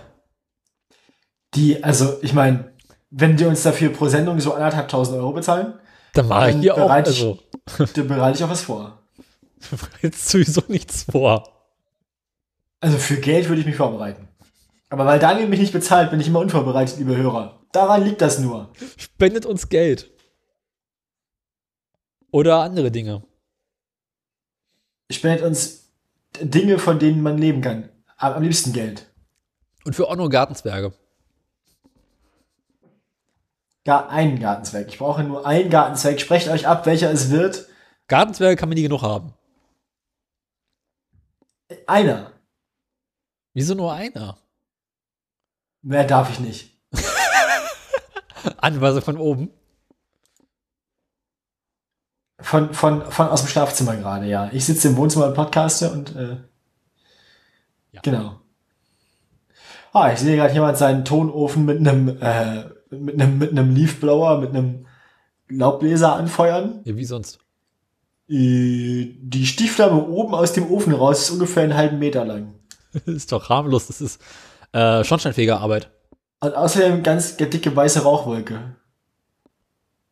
Speaker 1: Die, also ich meine, wenn die uns dafür pro Sendung so anderthalb tausend Euro bezahlen,
Speaker 2: dann mache ich
Speaker 1: Dann
Speaker 2: hier auch.
Speaker 1: bereite ich-
Speaker 2: Also,
Speaker 1: dann bereite ich auch was vor.
Speaker 2: jetzt sowieso nichts vor.
Speaker 1: Also für Geld würde ich mich vorbereiten. Aber weil Daniel mich nicht bezahlt, bin ich immer unvorbereitet, liebe Hörer. Daran liegt das nur.
Speaker 2: Spendet uns Geld. Oder andere Dinge.
Speaker 1: Spendet uns Dinge, von denen man leben kann. Am am liebsten Geld.
Speaker 2: Und für auch nur Gartenzwerge.
Speaker 1: gar einen Gartenzwerg. Ich brauche nur einen Gartenzwerg. Sprecht euch ab, welcher es wird.
Speaker 2: Gartenzwerge kann man nie genug haben.
Speaker 1: Einer.
Speaker 2: Wieso nur einer?
Speaker 1: Mehr darf ich nicht.
Speaker 2: Anweisung von oben.
Speaker 1: Von, von, von aus dem Schlafzimmer gerade, ja. Ich sitze im Wohnzimmer und podcaste und äh,
Speaker 2: Ja.
Speaker 1: genau. Ah, ich sehe gerade jemand seinen Tonofen mit einem äh, mit einem mit einem Leafblower, mit einem Laubbläser anfeuern.
Speaker 2: Ja, wie sonst?
Speaker 1: Äh, Die Stichflamme oben aus dem Ofen raus ist ungefähr einen halben Meter lang.
Speaker 2: ist doch harmlos. Das ist äh, Schornsteinfegerarbeit.
Speaker 1: Und außerdem ganz dicke weiße Rauchwolke.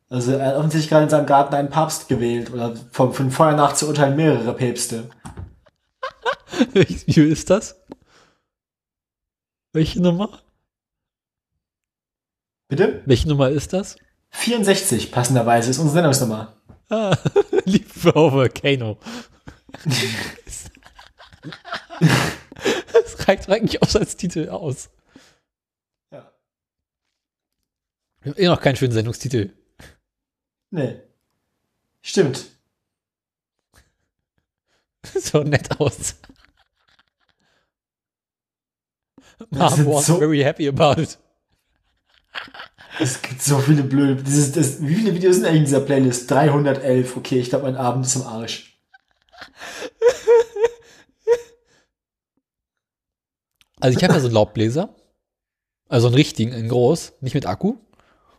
Speaker 1: Also er hat offensichtlich gerade in seinem Garten einen Papst gewählt oder vom, von Feuer nach zu urteilen mehrere Päpste.
Speaker 2: Welches Video ist das? Welche Nummer?
Speaker 1: Bitte?
Speaker 2: Welche Nummer ist das?
Speaker 1: 64 passenderweise ist unsere Sendungsnummer.
Speaker 2: Ah, Liebe Volcano. das reicht doch eigentlich auch als Titel aus.
Speaker 1: Ja.
Speaker 2: Wir haben eh noch keinen schönen Sendungstitel.
Speaker 1: Nee. Stimmt.
Speaker 2: so nett aus.
Speaker 1: Das
Speaker 2: Mom
Speaker 1: sind
Speaker 2: was
Speaker 1: so-
Speaker 2: very happy about it.
Speaker 1: Es gibt so viele blöde. Dieses, das, wie viele Videos sind eigentlich in dieser Playlist? 311. Okay, ich glaube, mein Abend ist im Arsch.
Speaker 2: Also ich habe ja so einen Laubbläser. Also einen richtigen, in groß, nicht mit Akku.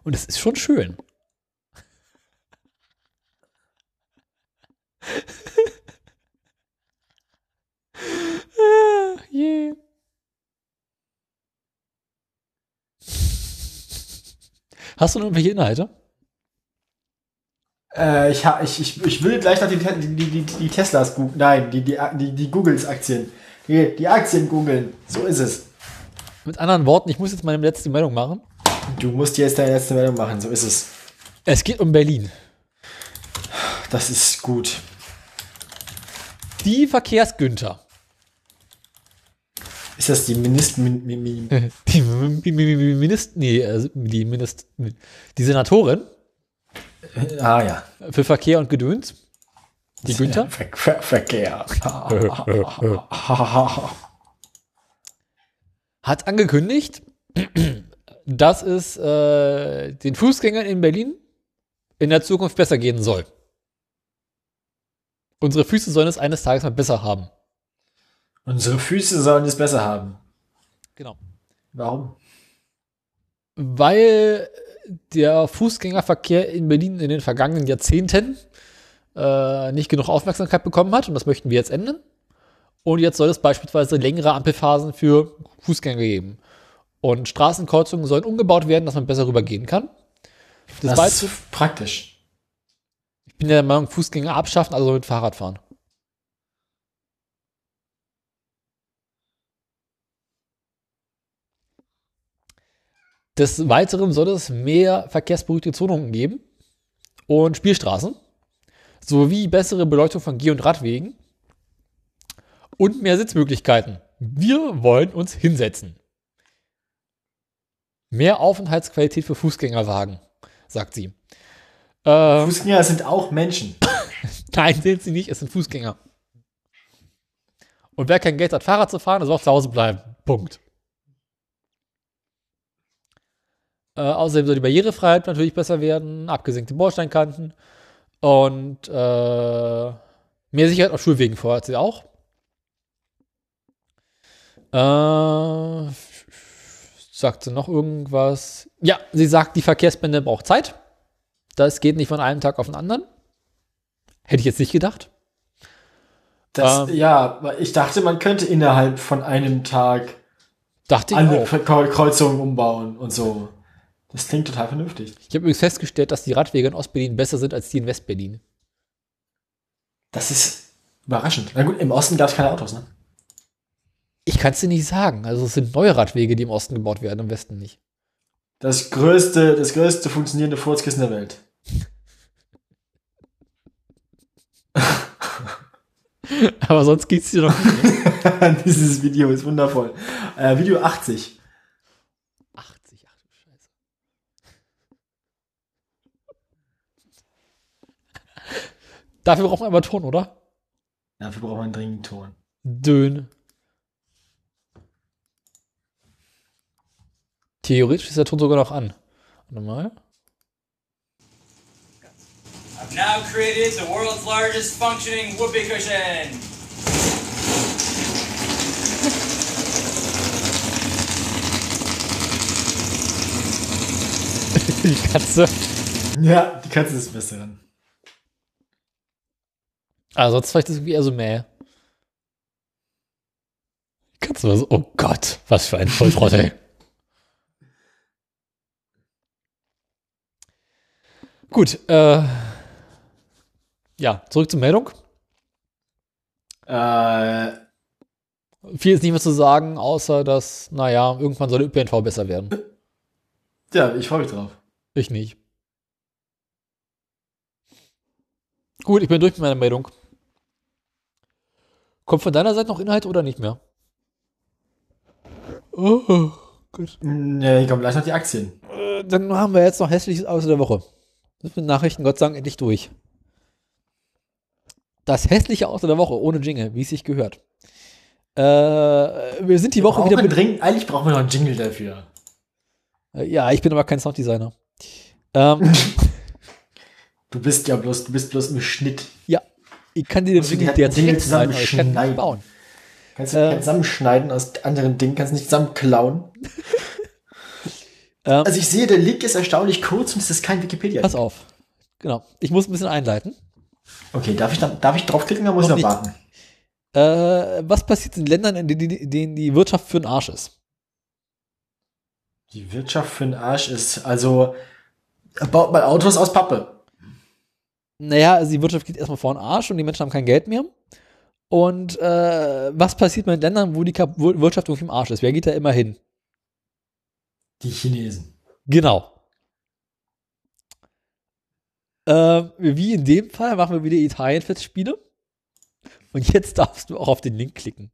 Speaker 2: Und es ist schon schön. Ah, je. Hast du noch irgendwelche Inhalte?
Speaker 1: Äh, ich, ha, ich, ich, ich will gleich noch die, die, die, die, die Teslas googeln. Nein, die, die, die, die Googles Aktien. Die, die Aktien googeln. So ist es.
Speaker 2: Mit anderen Worten, ich muss jetzt meine letzte Meldung machen.
Speaker 1: Du musst jetzt deine letzte Meldung machen. So ist es.
Speaker 2: Es geht um Berlin.
Speaker 1: Das ist gut.
Speaker 2: Die Verkehrsgünter.
Speaker 1: Ist das die Minister. Min, min, min,
Speaker 2: Die M- M- M- Minist, nee, äh, die Minist, die Senatorin
Speaker 1: ah ja.
Speaker 2: für Verkehr und Gedöns. Die Günther.
Speaker 1: Ver, Ver, Verkehr.
Speaker 2: hat angekündigt, dass es äh, den Fußgängern in Berlin in der Zukunft besser gehen soll. Unsere Füße sollen es eines Tages mal besser haben.
Speaker 1: Unsere Füße sollen es besser haben.
Speaker 2: Genau.
Speaker 1: Warum?
Speaker 2: Weil der Fußgängerverkehr in Berlin in den vergangenen Jahrzehnten äh, nicht genug Aufmerksamkeit bekommen hat und das möchten wir jetzt ändern. Und jetzt soll es beispielsweise längere Ampelphasen für Fußgänger geben. Und Straßenkreuzungen sollen umgebaut werden, dass man besser rübergehen kann.
Speaker 1: Das
Speaker 2: Des
Speaker 1: ist
Speaker 2: Weiteren,
Speaker 1: f- praktisch.
Speaker 2: ich bin der Meinung, Fußgänger abschaffen, also mit Fahrrad fahren. Des Weiteren soll es mehr verkehrsberuhigte Zonen geben und Spielstraßen sowie bessere Beleuchtung von Geh- und Radwegen und mehr Sitzmöglichkeiten. Wir wollen uns hinsetzen. Mehr Aufenthaltsqualität für Fußgängerwagen, sagt sie. Ähm,
Speaker 1: Fußgänger sind auch Menschen.
Speaker 2: Nein, sind sie nicht, es sind Fußgänger. Und wer kein Geld hat, Fahrrad zu fahren, der soll auch zu Hause bleiben. Punkt. Äh, außerdem soll die Barrierefreiheit natürlich besser werden, abgesenkte Bordsteinkanten und äh, mehr Sicherheit auf Schulwegen fordert sie auch. Äh, sagt sie noch irgendwas? Ja, sie sagt, die Verkehrsbände braucht Zeit. Das geht nicht von einem Tag auf den anderen. Hätte ich jetzt nicht gedacht.
Speaker 1: Das,
Speaker 2: Ähm.
Speaker 1: ja, weil ich dachte, man könnte innerhalb von einem Tag
Speaker 2: Dachte ich
Speaker 1: alle
Speaker 2: auch.
Speaker 1: Ver- Kreu- Kreuzungen umbauen und so. Das klingt total vernünftig.
Speaker 2: Ich habe übrigens festgestellt, dass die Radwege in Ostberlin besser sind als die in Westberlin.
Speaker 1: Das ist überraschend. Na gut, im Osten gab es keine Autos, ne?
Speaker 2: Ich kann es dir nicht sagen. Also es sind neue Radwege, die im Osten gebaut werden, im Westen nicht.
Speaker 1: Das größte, das größte funktionierende Furzkissen der Welt.
Speaker 2: Aber sonst geht's dir noch gut.
Speaker 1: Dieses Video ist wundervoll. Äh, Video 80.
Speaker 2: 80, ach du Scheiße. Dafür braucht man aber Ton, oder?
Speaker 1: Dafür braucht man dringend Ton.
Speaker 2: Dön. Theoretisch ist der Ton sogar noch an. Warte mal.
Speaker 6: Habt now created the world's largest functioning whoopee cushion.
Speaker 2: Die Katze.
Speaker 1: Ja, die Katze ist besser dran.
Speaker 2: Aber Ah, sonst vielleicht ist also irgendwie eher so mäh. Die Katze war so, oh Gott, was für ein Volltrottel. Gut, äh, ja, zurück zur Meldung.
Speaker 1: Äh,
Speaker 2: Viel ist nicht mehr zu sagen, außer dass, naja, irgendwann soll der ÖPNV besser werden.
Speaker 1: ja, ich freue mich drauf.
Speaker 2: Ich nicht. Gut, ich bin durch mit meiner Meldung. Kommt von deiner Seite noch Inhalt oder nicht mehr? Oh, gut.
Speaker 1: Nee, Mm, kommen gleich noch die Aktien.
Speaker 2: Äh, Dann haben wir jetzt noch hässliches Aus der Woche. Das sind Nachrichten, Gott sei Dank, endlich durch. Das hässliche Aus der Woche, ohne Jingle, wie es sich gehört. Äh, wir sind die Woche wieder
Speaker 1: Brauchen wir dringend, eigentlich brauchen wir noch einen Jingle dafür.
Speaker 2: Äh, Ja, ich bin aber kein Sounddesigner. Ähm,
Speaker 1: Du bist ja bloß, du bist bloß im Schnitt.
Speaker 2: ja, ich kann dir den
Speaker 1: Musst du die
Speaker 2: Jingle
Speaker 1: halt- Jingle
Speaker 2: direkt schneiden, aber ich kann ihn
Speaker 1: zusammenschneiden.
Speaker 2: nicht bauen.
Speaker 1: Kannst
Speaker 2: Äh.
Speaker 1: du nicht zusammenschneiden aus anderen Dingen, kannst nicht zusammenklauen.
Speaker 2: Ähm.
Speaker 1: also ich sehe, der Link ist erstaunlich kurz und es ist kein Wikipedia.
Speaker 2: Pass auf. Genau. Ich muss ein bisschen einleiten.
Speaker 1: Okay, darf ich, dann, darf ich draufklicken oder muss ich
Speaker 2: Noch
Speaker 1: noch warten?
Speaker 2: Äh, was passiert in Ländern, in denen die, denen die Wirtschaft für den Arsch ist?
Speaker 1: Die Wirtschaft für den Arsch ist, also baut mal Autos aus Pappe.
Speaker 2: Naja, also die Wirtschaft geht erstmal vor den Arsch und die Menschen haben kein Geld mehr. Und äh, was passiert mit Ländern, wo die Kap Wir- Wirtschaft irgendwie im Arsch ist? Wer geht da immer hin?
Speaker 1: Die Chinesen.
Speaker 2: Genau. Ähm, wie in dem Fall machen wir wieder Italien-Festspiele. Und jetzt darfst du auch auf den Link klicken.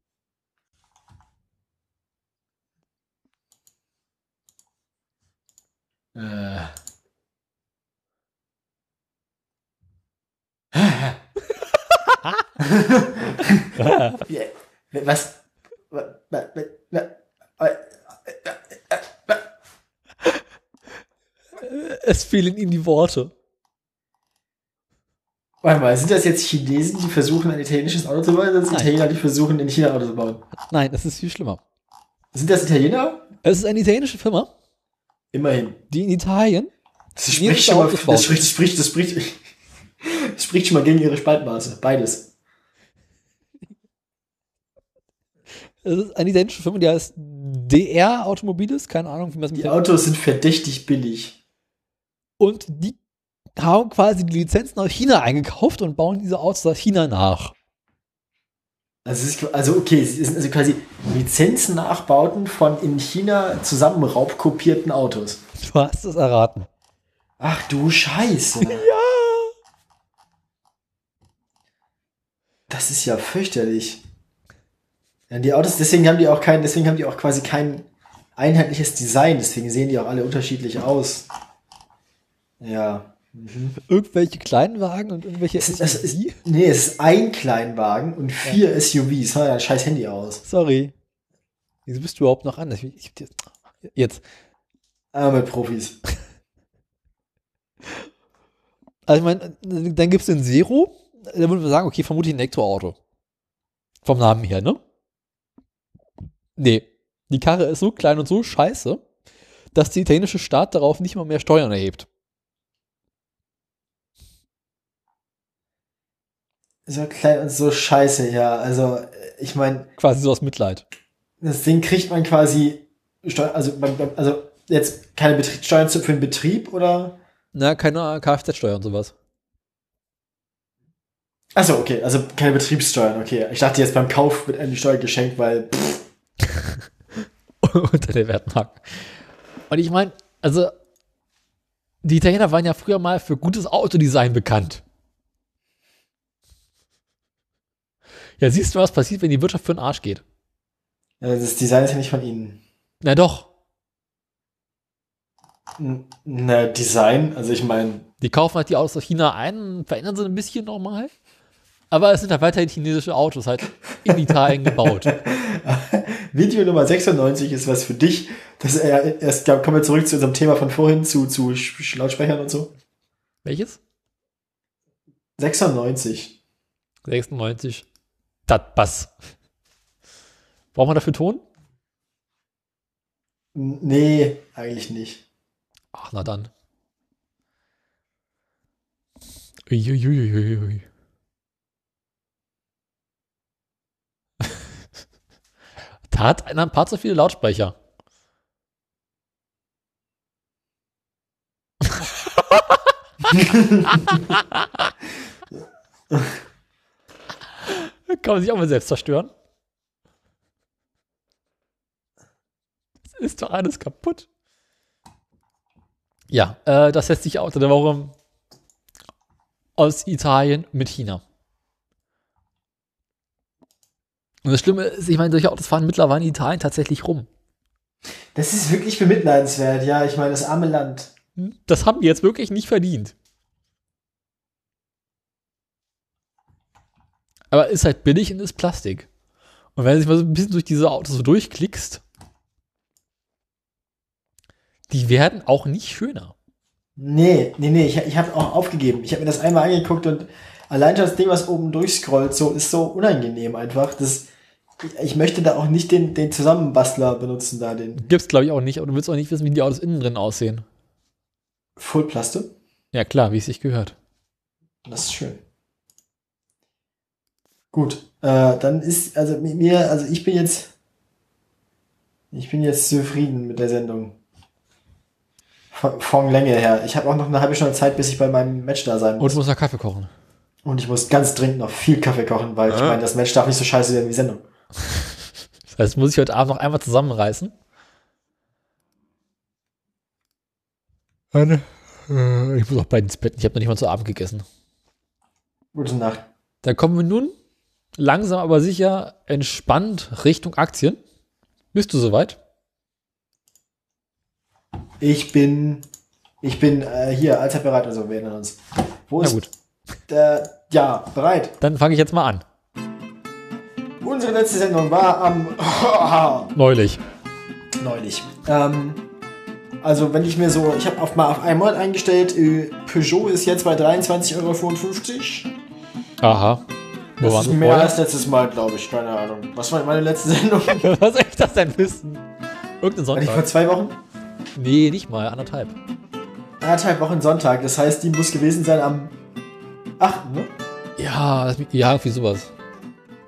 Speaker 1: Äh. Ja, Was? Wa- wa- wa- wa- äh,
Speaker 2: Es fehlen ihnen die Worte.
Speaker 1: Warte mal, sind das jetzt Chinesen, die versuchen, ein italienisches Auto zu bauen, oder sind
Speaker 2: Nein.
Speaker 1: das Italiener, die versuchen, in China ein Auto zu bauen?
Speaker 2: Nein, es ist viel schlimmer.
Speaker 1: Sind das Italiener?
Speaker 2: Es ist eine italienische Firma,
Speaker 1: Immerhin.
Speaker 2: die in Italien
Speaker 1: Das
Speaker 2: Chinesen
Speaker 1: spricht schon mal,
Speaker 2: Autos bauen.
Speaker 1: das spricht, das spricht, das spricht, das spricht schon mal gegen ihre Spaltmaße. Beides.
Speaker 2: Es ist eine italienische Firma, die heißt DR Automobiles, keine Ahnung, wie man es mit
Speaker 1: Die Autos sind verdächtig billig.
Speaker 2: Und die haben quasi die Lizenzen aus China eingekauft und bauen diese Autos aus China nach.
Speaker 1: Also, es ist, also okay, es sind also quasi Lizenznachbauten von in China zusammen raubkopierten Autos.
Speaker 2: Du hast es erraten.
Speaker 1: Ach du Scheiße. Das ist ja fürchterlich. Ja, die Autos, deswegen haben die auch kein, deswegen haben die auch quasi kein einheitliches Design, deswegen sehen die auch alle unterschiedlich aus. Ja.
Speaker 2: Irgendwelche kleinen Wagen und irgendwelche
Speaker 1: Es, es, es,
Speaker 2: SUV.
Speaker 1: nee, es ist ein Kleinwagen und vier SUVs. Hör dein scheiß Handy aus.
Speaker 2: Sorry. Wieso bist du überhaupt noch an? Ich, ich, jetzt.
Speaker 1: Arme Profis.
Speaker 2: Also ich meine, dann gibst du den Zero, dann würden wir sagen, okay, vermutlich ein Elektroauto. Vom Namen her, ne? Nee. Die Karre ist so klein und so scheiße, dass der italienische Staat darauf nicht mal mehr Steuern erhebt.
Speaker 1: So klein und so scheiße, ja. Also, ich meine,
Speaker 2: Quasi so aus Mitleid.
Speaker 1: das Ding kriegt man quasi, Steu also, man, man- also jetzt keine Betriebssteuern zu- für den Betrieb oder?
Speaker 2: Na, keine Kfz-Steuer und sowas.
Speaker 1: Achso, okay, also keine Betriebssteuern, okay. Ich dachte jetzt beim Kauf wird einem die Steuer geschenkt, weil pff,
Speaker 2: Unter der Wertmark. Und ich meine, also, die Italiener waren ja früher mal für gutes Autodesign bekannt. Ja, siehst du, was passiert, wenn die Wirtschaft für den Arsch geht?
Speaker 1: äh, das Design ist ja nicht von ihnen.
Speaker 2: Na doch,
Speaker 1: N- Na, Design, also ich meine,
Speaker 2: Die kaufen halt die Autos aus China ein und verändern sie ein bisschen nochmal. Aber es sind halt weiterhin chinesische Autos, halt in Italien gebaut.
Speaker 1: Video Nummer 96 ist was für dich. Das äh, erst glaub, kommen wir zurück zu unserem Thema von vorhin, zu, zu Sch Sch- Lautsprechern und so.
Speaker 2: Welches?
Speaker 1: 96.
Speaker 2: 96. Das Bass. Braucht man dafür Ton?
Speaker 1: N- Nee, eigentlich nicht.
Speaker 2: Ach, na dann. Uiuiuiuiui. da hat einer ein paar zu viele Lautsprecher. Kann man sich auch mal selbst zerstören? Es ist doch alles kaputt. Ja, äh, das lässt sich auch der Woche aus Italien mit China. Und das Schlimme ist, ich meine, solche Autos fahren mittlerweile in Italien tatsächlich rum.
Speaker 1: Das ist wirklich bemitleidenswert, ja. Ich meine, das arme Land.
Speaker 2: Hm? Das haben wir jetzt wirklich nicht verdient. Aber ist halt billig und ist Plastik. Und wenn du dich mal so ein bisschen durch diese Autos so durchklickst, die werden auch nicht schöner.
Speaker 1: Nee, nee, nee, ich, ich habe auch aufgegeben. Ich habe mir das einmal angeguckt und allein schon das Ding, was oben durchscrollt, so ist so unangenehm einfach. Das, ich- ich möchte da auch nicht den, den Zusammenbastler benutzen, da den
Speaker 2: Gibt's, glaube ich, auch nicht. Aber du willst auch nicht wissen, wie die Autos innen drin aussehen.
Speaker 1: Fullplaste.
Speaker 2: Ja, klar, wie es sich gehört.
Speaker 1: Das ist schön. Gut, äh, dann ist, also mit mir, also ich bin jetzt, ich bin jetzt zufrieden mit der Sendung. Von, von Länge her. Ich habe auch noch eine halbe Stunde Zeit, bis ich bei meinem Match da sein
Speaker 2: Und
Speaker 1: muss.
Speaker 2: du musst noch Kaffee kochen.
Speaker 1: Und ich muss ganz dringend noch viel Kaffee kochen, weil ich
Speaker 5: Ah.
Speaker 1: meine, das Match darf nicht so scheiße werden wie die Sendung.
Speaker 2: Das heißt, muss ich heute Abend noch einmal zusammenreißen. Eine. äh, Ich muss auch bald ins Bett. Ich habe noch nicht mal zu Abend gegessen.
Speaker 1: Gute Nacht.
Speaker 2: Da kommen wir nun langsam aber sicher entspannt Richtung Aktien. Bist du soweit?
Speaker 1: Ich bin, ich bin äh, hier, allzeit bereit, also wir erinnern uns. Wo
Speaker 2: Na
Speaker 1: ist,
Speaker 2: gut,
Speaker 1: Äh, ja, bereit.
Speaker 2: dann fange ich jetzt mal an.
Speaker 1: Unsere letzte Sendung war am oh,
Speaker 2: Neulich.
Speaker 1: neulich. Ähm, also wenn ich mir so, ich habe auf mal auf einen Monat eingestellt, äh, Peugeot ist jetzt bei 23,55 Euro.
Speaker 2: Aha. Wo
Speaker 1: Das
Speaker 2: waren
Speaker 1: ist
Speaker 2: wir
Speaker 1: mehr als
Speaker 2: vorher?
Speaker 1: letztes Mal, glaube ich, keine Ahnung. Was war meine letzte Sendung? War
Speaker 2: Was soll ich das denn wissen? Irgendein
Speaker 1: ich vor
Speaker 2: Sonntag.
Speaker 1: zwei Wochen?
Speaker 2: Nee, nicht mal, anderthalb.
Speaker 1: Anderthalb Wochen Sonntag, das heißt, die muss gewesen sein am 8., ne?
Speaker 2: Ja, das- ja, irgendwie sowas.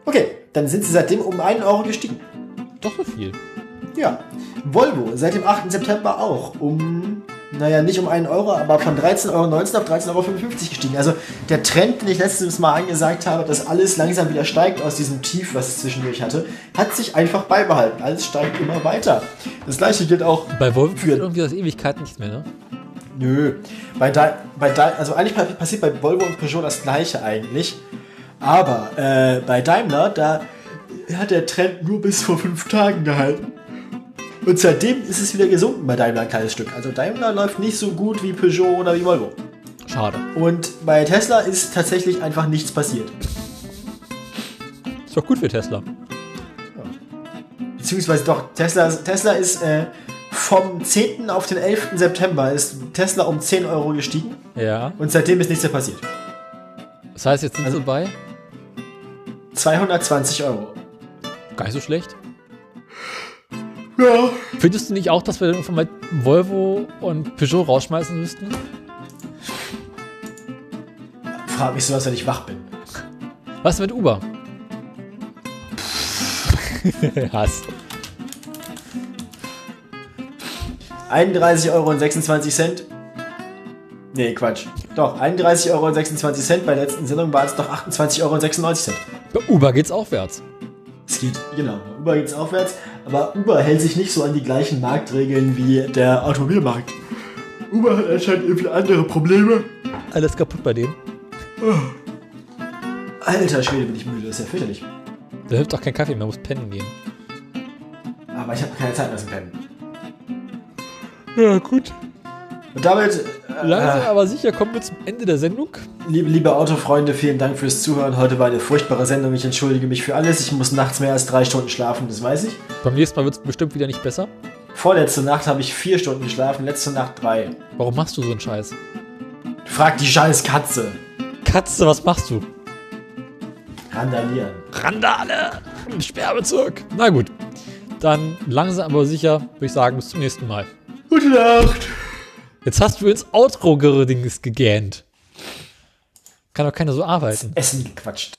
Speaker 1: Okay, dann sind sie seitdem um 1 Euro gestiegen.
Speaker 2: Doch so viel.
Speaker 1: Ja. Volvo seit dem 8. September auch um, naja, nicht um 1 Euro, aber von 13,19 Euro auf 13,55 Euro gestiegen. Also der Trend, den ich letztes Mal angesagt habe, dass alles langsam wieder steigt aus diesem Tief, was es zwischendurch hatte, hat sich einfach beibehalten. Alles steigt immer weiter. Das gleiche gilt auch
Speaker 2: Bei Wolf
Speaker 1: Für-
Speaker 2: führt irgendwie das Ewigkeit nicht mehr, ne?
Speaker 1: Nö. Bei Di bei Di also eigentlich pa- passiert bei Volvo und Peugeot das gleiche eigentlich. Aber äh, bei Daimler, da hat der Trend nur bis vor fünf Tagen gehalten. Und seitdem ist es wieder gesunken bei Daimler ein kleines Stück. Also Daimler läuft nicht so gut wie Peugeot oder wie Volvo.
Speaker 2: Schade.
Speaker 1: Und bei Tesla ist tatsächlich einfach nichts passiert.
Speaker 2: Ist doch gut für Tesla.
Speaker 1: Beziehungsweise doch, Tesla, Tesla ist äh, vom 10. auf den 11. September ist Tesla um 10 Euro gestiegen.
Speaker 2: Ja.
Speaker 1: Und seitdem ist nichts mehr passiert.
Speaker 2: Das heißt, jetzt sind
Speaker 1: Also-
Speaker 2: sie bei.
Speaker 1: 220 Euro.
Speaker 2: Gar nicht so schlecht.
Speaker 1: Ja,
Speaker 2: Findest du nicht auch, dass wir dann mal Volvo und Peugeot rausschmeißen müssten?
Speaker 1: Frag mich sowas, wenn ich wach bin.
Speaker 2: Was mit Uber? Hass.
Speaker 1: 31,26 Euro. Nee, Quatsch. Doch, 31,26 Euro. Bei der letzten Sendung war es doch 28,96 Euro.
Speaker 2: Bei Uber geht's aufwärts.
Speaker 1: Es geht, genau. Bei Uber geht's aufwärts, aber Uber hält sich nicht so an die gleichen Marktregeln wie der Automobilmarkt. Uber hat anscheinend irgendwie andere Probleme.
Speaker 2: Alles kaputt bei denen.
Speaker 1: Alter Schwede, bin ich müde, das ist ja fürchterlich.
Speaker 2: Da hilft auch kein Kaffee mehr, muss pennen gehen.
Speaker 1: Aber ich habe keine Zeit mehr zum Pennen.
Speaker 2: Ja, gut. Ah.
Speaker 1: Und damit,
Speaker 2: Langsam aber sicher kommen wir zum Ende der Sendung.
Speaker 1: liebe, liebe Autofreunde, vielen Dank fürs Zuhören. Heute war eine furchtbare Sendung. Ich entschuldige mich für alles. Ich muss nachts mehr als drei Stunden schlafen, das weiß ich.
Speaker 2: Beim nächsten Mal wird's bestimmt wieder nicht besser.
Speaker 1: Vorletzte Nacht habe ich vier Stunden geschlafen, letzte Nacht drei.
Speaker 2: Warum machst du so einen Scheiß?
Speaker 1: Frag die scheiß Katze.
Speaker 2: Katze, was machst du?
Speaker 1: Randalieren.
Speaker 2: Randale! Im Sperrbezirk! Na gut. Dann langsam aber sicher, würde ich sagen, bis zum nächsten Mal.
Speaker 1: Gute Nacht.
Speaker 2: Jetzt hast du ins Outro-Dings gegähnt. Kann doch keiner so arbeiten.
Speaker 1: Essen gequatscht.